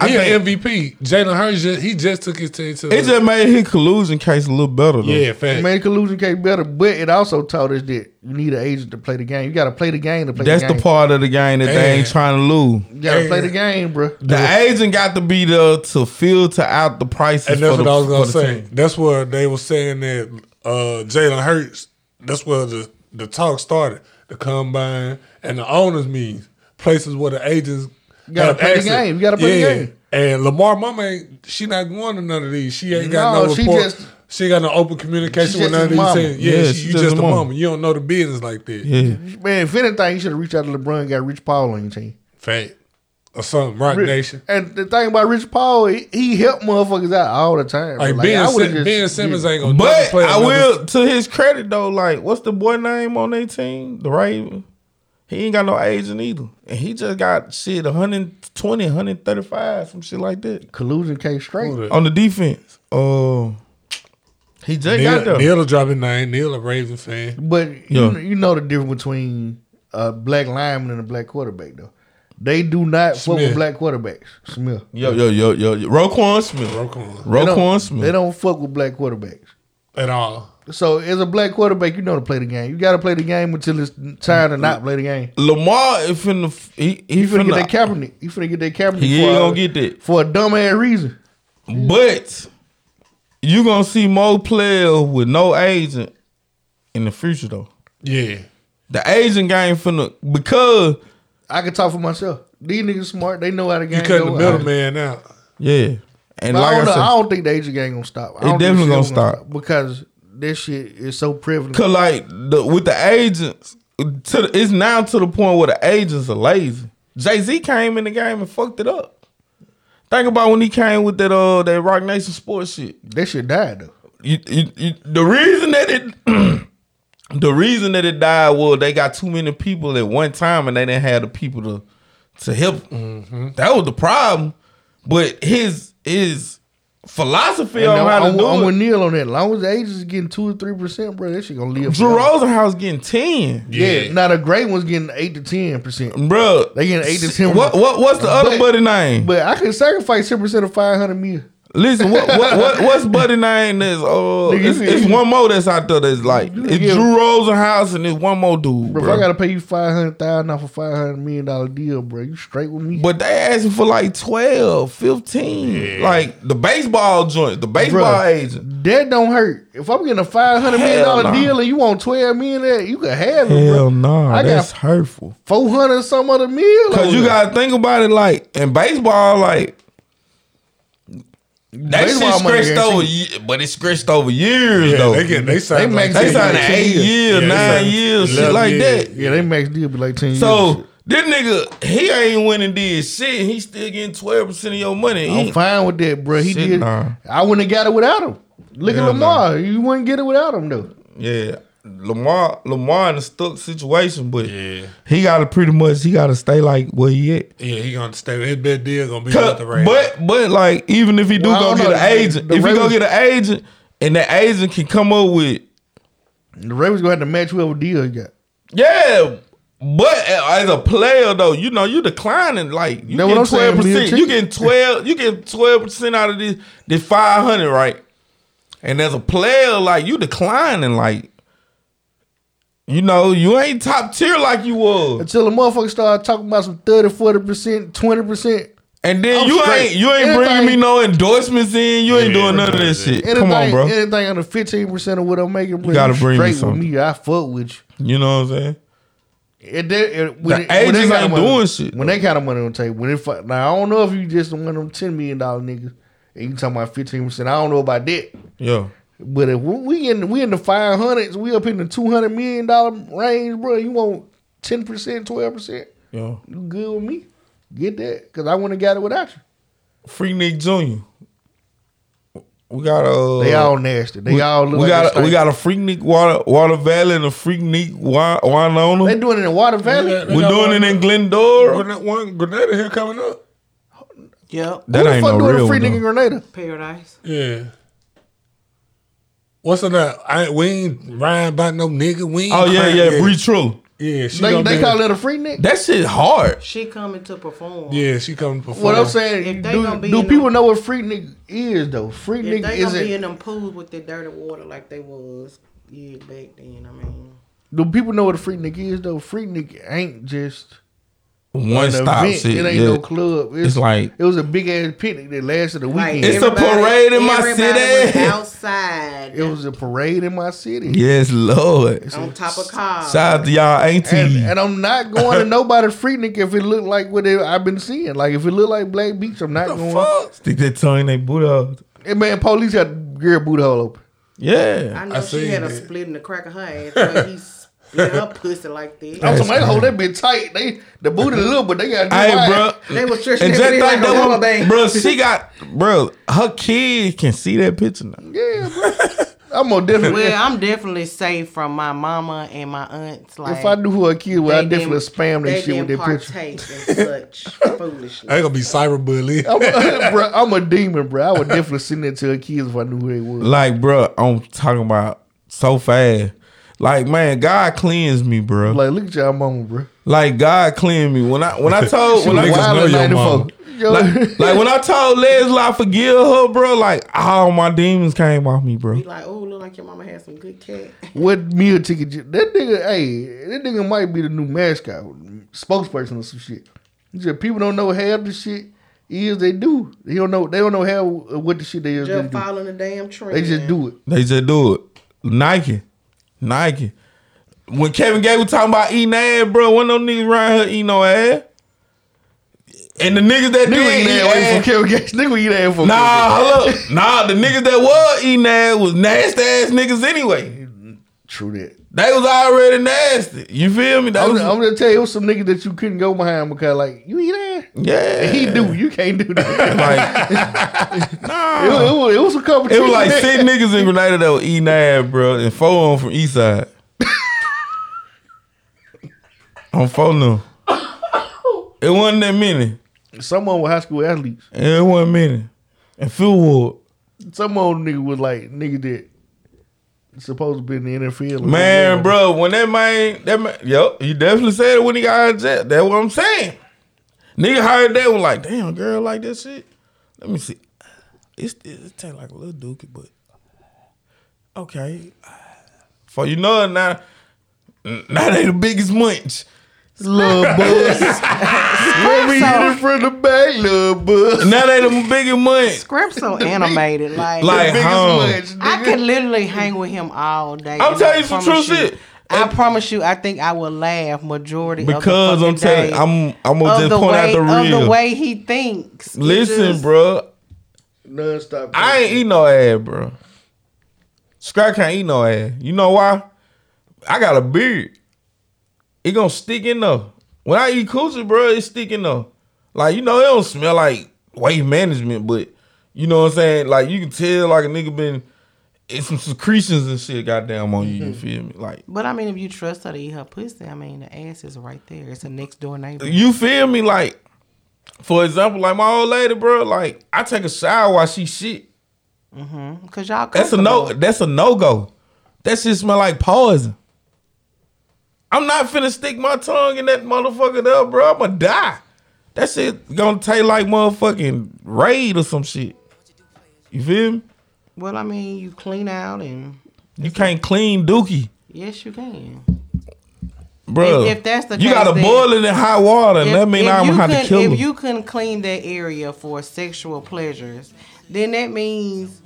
S3: I
S6: he
S3: think
S6: an MVP. Jalen Hurts just, he just took his team to
S3: it just made his collusion case a little better though.
S6: yeah, fact.
S2: It made collusion case better, but it also taught us that you need an agent to play the game. You got to play the game to play
S3: That's
S2: the
S3: the
S2: game.
S3: part of the game that they ain't
S6: Yeah.
S3: trying to lose.
S2: You got to play
S6: Yeah.
S2: the game, bro.
S3: The agent got to be there to filter out the prices.
S6: And that's
S3: for
S6: what
S3: the,
S6: I was
S3: for
S6: gonna
S3: the
S6: say.
S3: team.
S6: That's where they were saying that uh, Jalen Hurts. That's where the the talk started. The combine and the owners meetings, places where the agents
S2: gotta
S6: have
S2: play the
S6: access.
S2: game. You gotta play the game.
S6: And Lamar Mama ain't she not going to none of these. She ain't got
S2: No,
S6: no
S2: she
S6: report. She,
S2: just-
S6: got no open communication
S2: She just
S6: with none
S2: his
S6: of these.
S2: mama.
S6: teams. Yeah,
S3: Yeah,
S6: she,
S3: she just
S6: you just,
S3: his
S6: a
S3: mama.
S6: mama. You don't know the business like that.
S3: Yeah,
S2: Man, if anything, you should have reached out to LeBron and got Rich Paul on your team.
S6: Fact or something. Rock Nation.
S2: And the thing about Rich Paul, he, he helped motherfuckers out all the time.
S6: Like,
S2: Like,
S6: ben,
S2: I would've
S6: Sim-
S2: just-
S6: ben Simmons ain't gonna never
S3: but
S6: play
S3: I
S6: another-
S3: will to his credit though. Like, what's the boy name on their team? The Raven. He ain't got no agent either, and he just got shit 120, 135, some shit like that.
S2: collusion case straight.
S6: Who the-
S3: on the defense. Uh, he just got
S6: Neil,
S3: there.
S6: Neil will drop his name. Neil a Raven fan.
S2: But
S3: Yeah.
S2: you, you know the difference between a black lineman and a black quarterback, though. They do not fuck with
S6: Smith.
S2: black quarterbacks. Smith.
S3: Yo, yo, yo, yo, yo. Roquan Smith.
S6: Roquan
S2: They
S3: Roquan
S2: don't, they
S3: Smith.
S2: don't fuck with black quarterbacks.
S6: at all.
S2: So as a black quarterback, you know to play the game. You got to play the game until it's time to not play the game.
S3: Lamar is finna. He, he
S2: You finna
S3: finna.
S2: get that Kaepernick. You finna get that Kaepernick.
S3: he
S2: for
S3: ain't
S2: a-
S3: gonna get that.
S2: for a dumbass reason.
S3: But you gonna see more players with no agent in the future though.
S6: Yeah.
S3: The agent game finna because
S2: I can talk for myself. These niggas smart. They know how the game.
S6: You cutting the
S2: go.
S6: middleman out.
S3: yeah, and
S2: But I,
S3: like I,
S2: don't know, I
S3: said,
S2: don't think the agent game gonna stop. I
S3: It
S2: don't think
S3: definitely
S2: shit
S3: gonna stop.
S2: because this shit is so prevalent.
S3: cause like the, with the agents, to the, it's now to the point where the agents are lazy. Jay Z came in the game and fucked it up. Think about when he came with that uh that Rock Nation sports shit.
S2: That shit died though.
S3: you, you, you, the reason that it the reason that it died was they got too many people at one time and they didn't have the people to to help. them.
S2: Mm-hmm.
S3: That was the problem. But his his philosophy
S2: And
S3: on
S2: I'm,
S3: how to
S2: I'm-
S3: do
S2: I'm
S3: it.
S2: with Neil on that. As long as the agents is getting two or three percent, bro, that shit gonna live.
S3: Drew
S2: forever.
S3: Rosenhaus getting ten,
S2: yeah. Now the great one's getting eight to ten percent.
S3: bro.
S2: They getting eight to 10.
S3: What what what's the other
S2: But-
S3: buddy name?
S2: But I could sacrifice ten percent of five hundred mil.
S3: Listen, what what, what what's buddy name? That's uh,
S2: Nigga, you
S3: it's,
S2: can-
S3: it's one more that's out there that's like it's
S2: give-
S3: Drew Rosenhaus and it's one more dude,
S2: Bro,
S3: bro.
S2: if I gotta pay you five hundred thousand off a five hundred million dollar deal, bro, you straight with me?
S3: But they asking for like 12, 15. Like the baseball joint, the baseball
S2: Bruh.
S3: agent.
S2: That don't hurt. If I'm getting a five hundred million dollar
S3: Hell nah.
S2: deal and you want twelve million, of that you can have it, bro.
S3: no,
S2: I got-
S3: hurtful.
S2: Four hundred some other meal.
S3: Cause you gotta think about it like in baseball, like
S2: They
S3: That shit
S2: wild money
S3: stretched
S2: guarantee.
S3: over, ye- but it stretched over years
S6: Yeah,
S3: though.
S6: they get they signed.
S2: make
S3: They
S2: Yeah,
S3: signed
S2: like
S3: an
S2: 10
S3: eight
S2: years.
S3: year,
S6: Yeah,
S3: nine
S6: they-
S3: years, shit
S6: eleven
S3: like
S6: years.
S3: that.
S2: Yeah, they max deal be like ten years.
S3: So this nigga, he ain't winning did shit. He still getting twelve percent of your money. He
S2: I'm
S3: ain't-
S2: fine with that, bro. He
S3: Shit,
S2: did.
S3: nah.
S2: I wouldn't have got it without him. Look
S3: Yeah,
S2: at Lamar. You wouldn't get it without him though.
S3: yeah, Lamar, Lamar in a stuck situation, but he got to pretty much he got to stay like where he at.
S6: Yeah, he gonna stay. His best deal gonna be with the Rams.
S3: But but like even if he do
S2: Well, I don't
S3: go get
S2: know.
S3: an agent,
S2: The
S3: if he go
S2: Ravens-
S3: get an agent, and the agent can come up with
S2: The Ravens gonna have to match whoever deal he got.
S3: yeah. But as a player though, you know you declining like you
S2: That's what
S3: getting
S2: I'm saying,
S3: twelve percent.
S2: Bill.
S3: You getting twelve. You getting twelve percent out of this this five hundred right. And as a player, like you declining like. You know, you ain't top tier like you was,
S2: Until the motherfucker started talking about some 30, 40 percent, twenty percent.
S3: and then
S2: I'm
S3: you
S2: straight.
S3: ain't you ain't bringing me
S2: Anything-
S3: no endorsements in. You ain't doing none of that shit.
S2: Anything,
S3: Come on, bro.
S2: anything under fifteen percent of what I'm making, bro, you
S3: gotta bring me
S2: straight with
S3: something.
S2: me. I fuck with you.
S3: You know what I'm saying?
S2: And then, and when
S3: The
S2: it- when they
S3: agents
S2: got
S3: ain't
S2: money-
S3: doing shit,
S2: When they kind of money on the table, when it fu- now I don't know if you just one of them ten million dollar niggas, and you talking about fifteen percent. I don't know about that,
S3: Yeah.
S2: but if we- we in we in the five hundreds, we up in the two hundred million dollar range, bro. You want ten percent, twelve percent?
S3: Yeah.
S2: You good with me? Get that? Cause I wouldn't have got it without you.
S3: Free Nick Jr. We got a
S2: They all nasty. They
S3: Uh, we,
S2: all look.
S3: we
S2: like
S3: got
S2: they
S3: a, we
S2: stink.
S3: got a Freak Nick Water Water Valley and a Freak Nick Wi-
S2: They
S3: Winona.
S2: doing it in Water Valley.
S6: Yeah, they
S3: We're
S6: got
S3: doing
S6: one-
S3: it in Glendora.
S6: Grenada, one Grenada here coming up.
S7: Yep.
S3: That
S2: Who the
S3: ain't
S2: fuck
S3: no
S2: doing
S3: real
S2: a free
S3: one.
S2: nigga
S3: though.
S2: Grenada?
S7: Paradise.
S6: Yeah. What's her name? I ain't, we ain't riding about no nigga. We ain't
S3: Oh yeah,
S6: crying.
S3: yeah, Bree True.
S6: Yeah, she
S2: They,
S6: gonna
S2: they
S6: be-
S2: call it a free nigga.
S3: That shit hard.
S7: She coming to perform.
S6: Yeah, she coming to perform.
S2: What I'm saying,
S7: If they
S2: do,
S7: gonna be
S2: do
S7: in
S2: people
S7: them-
S2: know what free nigga is though? Free
S7: If
S2: nigga
S7: they gonna be in
S2: isn't.
S7: them pools with the dirty water like they was yeah back then, I mean.
S2: Do people know what a free nigga is though? Free nigga ain't just
S3: One
S2: an
S3: stop
S2: event.
S3: shit.
S2: It ain't
S3: yeah.
S2: no club. It's,
S3: It's like-
S2: it was a big ass picnic that lasted a
S7: Like
S2: weekend.
S3: It's a
S7: everybody-
S3: parade in my
S7: everybody
S3: city.
S7: was outside
S2: it was a parade in my city.
S3: yes, Lord.
S7: on top of cars.
S3: Shout out to y'all
S2: And,
S3: auntie.
S2: and I'm not going to nobody free nigga if it looked like what it, I've been seeing. Like if it looked like Black Beach, I'm not going.
S3: Stick that tongue in their boot out.
S2: And man, police got girl boot hole open.
S7: I
S3: Yeah.
S7: know
S6: I
S7: she
S6: seen
S7: had a
S6: that.
S7: split in the crack of her ass, but he split her pussy like
S2: I'm
S7: that.
S3: That's
S2: somebody
S3: crazy.
S2: hold that bitch tight. They the booty little, but they got.
S3: Hey, bro.
S7: They was stretching
S3: And
S7: that
S3: just
S7: bitch
S3: think
S7: like "Oh, a
S3: that
S7: rubber
S3: one,
S7: band.
S3: bro, she got, bro, her kids can see that picture now.
S2: Yeah, bro. I'm gonna definitely.
S7: Well, I'm definitely safe from my mama and my aunts. Like
S2: if I knew who a kid was, I
S7: they
S2: definitely
S7: didn't-
S2: spam that
S7: they
S2: shit with
S7: didn't
S2: that picture.
S7: partake in such foolishness.
S6: They gonna be cyberbully.
S2: I'm, bruh, I'm a demon, bro. I would definitely send that to a kid if I knew who they was.
S3: Like, bro, I'm talking about so fast. Like, man, God cleansed me, bro.
S2: Like, look at y'all mama, bro.
S3: Like, God cleansed me. When I when I told when I
S6: Niggas
S2: Wild
S6: know
S2: in
S6: your
S2: 94.
S6: mama.
S2: Yo,
S3: like, like, when I told Leslie I forgive her, bro, like all my demons came off me, bro.
S7: Be like, oh, look like your mama had some good cat.
S2: what meal ticket? you- That nigga, hey, that nigga might be the new mascot, spokesperson or some shit. He said people don't know half the shit is they do. They don't know. They don't know how what the shit they is they
S7: Just
S2: do.
S7: following the damn trend.
S2: They just do it.
S3: They just do it. Nike. Nike. When Kevin Gabe was talking about eating ass, bro, one of them niggas around here eating no ass. And the niggas that
S2: Nigga
S3: did
S2: eat
S3: eat
S2: that way from
S3: ass,
S2: Kevin Gates. Nigga eat that from
S3: Nah, hold up. Nah, the niggas that was eating ass was nasty ass niggas anyway.
S2: True that.
S3: They was already nasty. You feel me? That
S2: I'm,
S3: was,
S2: I'm gonna tell you, it was some niggas that you couldn't go behind because like you eat ass.
S3: yeah.
S2: He do. You can't do that.
S3: Like,
S2: it,
S3: nah.
S2: was, it, was, it was a
S3: It
S2: competition.
S3: was like six niggas in Grenada that was eating ass, bro, and four of them from East Side. I'm four of them. It wasn't that many.
S2: Someone with high school athletes.
S3: It wasn't many. And Phil Wood.
S2: Some old nigga was like nigga that supposed to be in the NFL.
S3: Man,
S2: Like,
S3: bro, when that man, that man, yo, he definitely said it when he got out of jail. That's what I'm saying. Nigga heard that was like, damn, girl, like that shit. Let me see. It's it taste like a little dookie, but okay. For you know it now, now they the biggest munch.
S2: little buzz. Let me get it from the back, little buzz.
S3: Now they the biggest munch.
S7: Script's so animated. Like,
S3: Like,
S2: Biggest
S3: home.
S2: munch,
S7: I
S2: nigga.
S7: could literally hang with him all day.
S3: I'm
S7: and
S3: telling
S7: I
S3: you some
S7: promise
S3: true
S7: you-
S3: shit.
S7: I promise you, I think I will laugh majority
S3: Because I'm
S7: of the
S3: telling
S7: fucking day
S3: I'm I'm gonna
S7: of
S3: just
S7: the
S3: point
S7: way
S3: out the
S7: of
S3: real.
S7: the way he thinks. It
S3: Listen,
S7: just-
S3: bro.
S2: nonstop.
S3: I ain't eat no ass, bro. Scott can't eat no ass. You know why? I got a beard. It gonna stick in there. When I eat coochie, bro, it's sticking there. Like you know, it don't smell like waste management, but you know what I'm saying. Like you can tell, like a nigga been it's some secretions and shit. Goddamn on you, you feel me? Like
S7: But I mean, if you trust her to eat her pussy, I mean, the ass is right there. It's a next door neighbor.
S3: You feel me? Like, for example, like my old lady, bro. Like, I take a shower while she shit.
S7: Cause y'all.
S3: That's a no.
S7: comfortable.
S3: That's a no go. That shit smell like poison. I'm not finna stick my tongue in that motherfucker there, bro. I'ma die. That shit gonna taste like motherfucking raid or some shit. You feel me?
S7: Well, I mean, you clean out and
S3: You can't clean Dookie,
S7: yes, you can.
S3: bro.
S7: If- if that's the
S3: you
S7: case,
S3: gotta
S7: then-
S3: boil it in hot water, and
S7: If-
S3: that mean
S7: if
S3: I'm
S7: you
S3: gonna have to
S7: couldn't-
S3: kill her.
S7: If you couldn't clean that area for sexual pleasures, then that means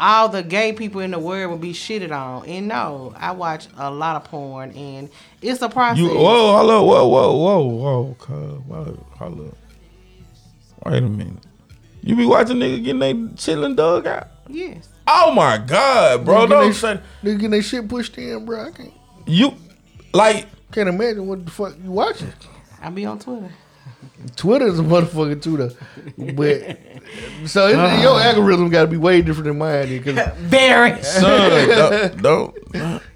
S7: all the gay people in the world would be shitted on. And no, I watch a lot of porn, and it's a process.
S3: You whoa, hello, whoa, whoa, whoa, whoa, cuz, whoa, hello. Wait a minute. You be watching nigga getting they chillin' dug out?
S7: Yes.
S3: Oh my god, bro.
S2: Bro,
S3: Don't
S2: they,
S3: say
S2: they getting their shit pushed in, bro. I can't
S3: you like
S2: can't imagine what the fuck you watching.
S7: I be on Twitter.
S2: Twitter's a motherfucker too, though. But so it,
S3: Ah.
S2: your algorithm got to be way different than mine, because
S7: Very.
S3: son, don't, don't-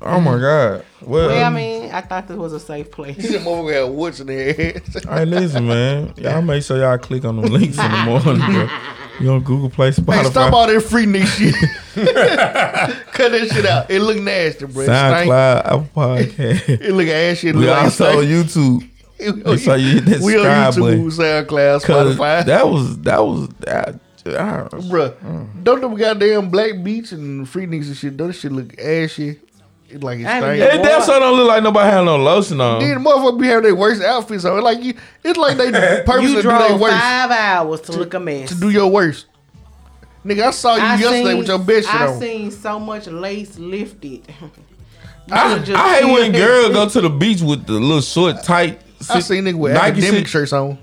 S3: Oh
S2: Mm.
S3: my god. Well,
S7: Well, I
S3: I
S7: mean, I thought this was a safe place.
S2: this motherfucker had what's in their ass.
S3: listen, man. Y'all make sure y'all click on them links in the morning, bro. You on Google Play, Spotify,
S2: Hey, stop all that free nigga shit. Cut that shit out. It look nasty, bro. It stank.
S3: SoundCloud, Apple Podcast.
S2: It look ashy. It
S3: we
S2: look like
S3: also on
S2: stank.
S3: YouTube.
S2: We
S3: Make sure you hit that
S2: We on
S3: subscribe button.
S2: YouTube, SoundCloud,
S3: Cause
S2: Spotify.
S3: that was that was that. I,
S2: Bruh, don't them goddamn black beach and free niggas and shit, don't that shit look ashy? It like it's
S7: I haven't
S2: stank.
S7: been-
S3: It damn sure don't look like nobody had no lotion on.
S2: Then motherfuckers be having their worst outfits on. It Like you, it's like they purposely
S7: You
S2: do their
S7: drove
S2: worst
S7: five hours to look a mess.
S2: to do your worst. Nigga, I saw you yesterday with your best shit
S7: I
S2: on.
S7: seen so much lace lifted. You
S3: I,
S7: could've just
S3: I hate when
S7: chilled.
S3: girls go to the beach with the little short tight.
S2: I
S3: shit-
S2: seen nigga with
S3: Nike
S2: academic
S3: shit.
S2: shirts on.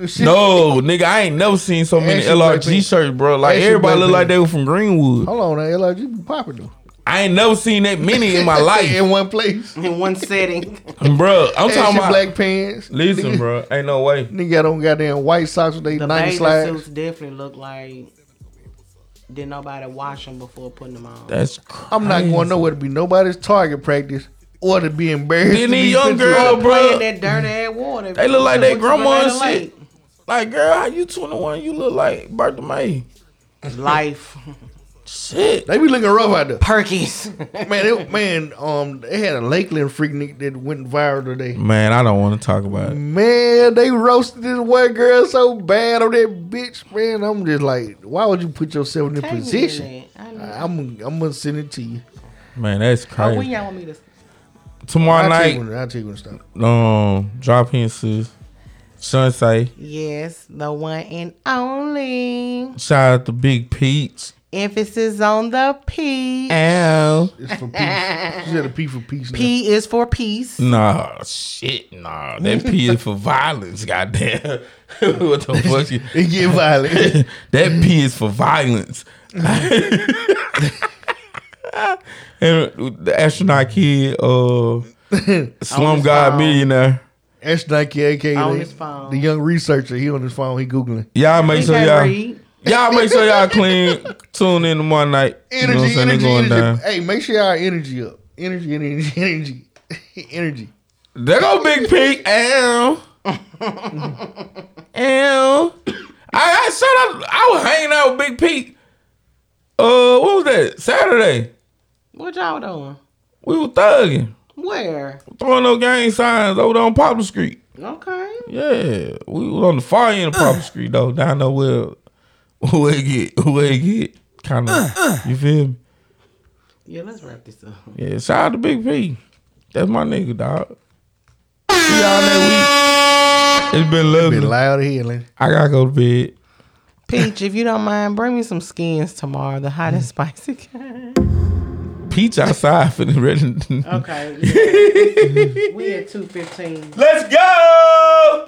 S2: Shit.
S3: No, nigga, I ain't never seen so many
S2: Ashy black
S3: LRG
S2: people.
S3: shirts, bro. Like
S2: Ashy
S3: everybody
S2: black
S3: look like
S2: people.
S3: they were from Greenwood.
S2: Hold on, now, LRG be popping though.
S3: I ain't never seen that many in my life,
S2: in one place.
S7: in one setting.
S3: bro. I'm
S2: Ashy
S3: talking about.
S2: black pants.
S3: listen,
S2: nigga,
S3: bro, ain't no way.
S2: Nigga got on goddamn white socks with they
S7: The
S2: ninety
S7: bathing
S2: slides.
S7: suits definitely look like did nobody wash them before putting them on.
S3: That's crazy.
S2: I'm not going nowhere to be nobody's target practice or to be embarrassed.
S3: Then
S2: to
S3: these
S2: be
S3: young
S2: pictured.
S3: girl,
S7: Playing
S3: bro,
S7: that dirty ass water.
S3: they look like
S7: What
S3: they
S7: you
S3: grandma and
S7: look like?
S3: shit. Like, girl, how you 21? You look like Bertha May.
S7: Life
S3: Shit.
S2: They be looking rough out there.
S7: Perkins.
S2: Man, it, man, um, they had a Lakeland freak nigga that went viral today.
S3: Man, I don't want to talk about it.
S2: Man, they roasted this one girl so bad on that bitch, man. I'm just like, why would you put yourself in that position?
S7: I know.
S2: I'm I'm gonna send it to you.
S3: Man, that's
S7: Oh, when
S3: crazy.
S7: y'all want me to?
S3: Tomorrow
S2: I'll tell you
S3: night,
S2: when, I'll tell you when to stop.
S3: um, drop in sis. Son say,
S7: Yes, the one and only.
S3: shout out to Big Peach.
S7: Emphasis on the P.
S3: Ow.
S2: It's for peace. she said a P for peace. now.
S7: P is for peace.
S3: Nah, shit, nah. That P is for violence, goddamn. what the fuck? You,
S2: It get violent.
S3: that P is for violence. and the astronaut kid, uh, slum god
S7: phone.
S3: millionaire.
S2: That's Nike, aka
S7: On
S2: the,
S7: his phone.
S2: the young researcher. He on his phone. He googling.
S3: Y'all make
S7: He
S3: sure
S7: can't
S3: y'all.
S7: read.
S3: Y'all make sure y'all clean. Tune in tomorrow night. you know what I'm
S2: Energy,
S3: saying? They
S2: energy,
S3: going
S2: energy.
S3: down.
S2: Hey, make sure y'all energy up. Energy, energy, energy, energy.
S3: There go Big Pete. Ow. Ow. I, I shout out. I was hanging out with Big Pete. Uh, what was that? Saturday.
S7: What y'all doing?
S3: We were thugging,
S7: Where?
S3: throwing no gang signs over there on Poplar Street.
S7: Okay.
S3: Yeah, we was on the far end of Poplar Street though. Down there where where it get where it get kind of. You feel me?
S7: Yeah, let's wrap this up.
S3: Yeah, shout out to Big P. That's my nigga, dog. See y'all next week. It's been
S2: Been
S3: lovely.
S2: loud here, Lynn.
S3: I gotta go to bed.
S7: Peach, if you don't mind, bring me some skins tomorrow. The hot and spicy kind.
S3: Peach outside for the red.
S7: Okay. yeah. we at two fifteen.
S3: Let's go!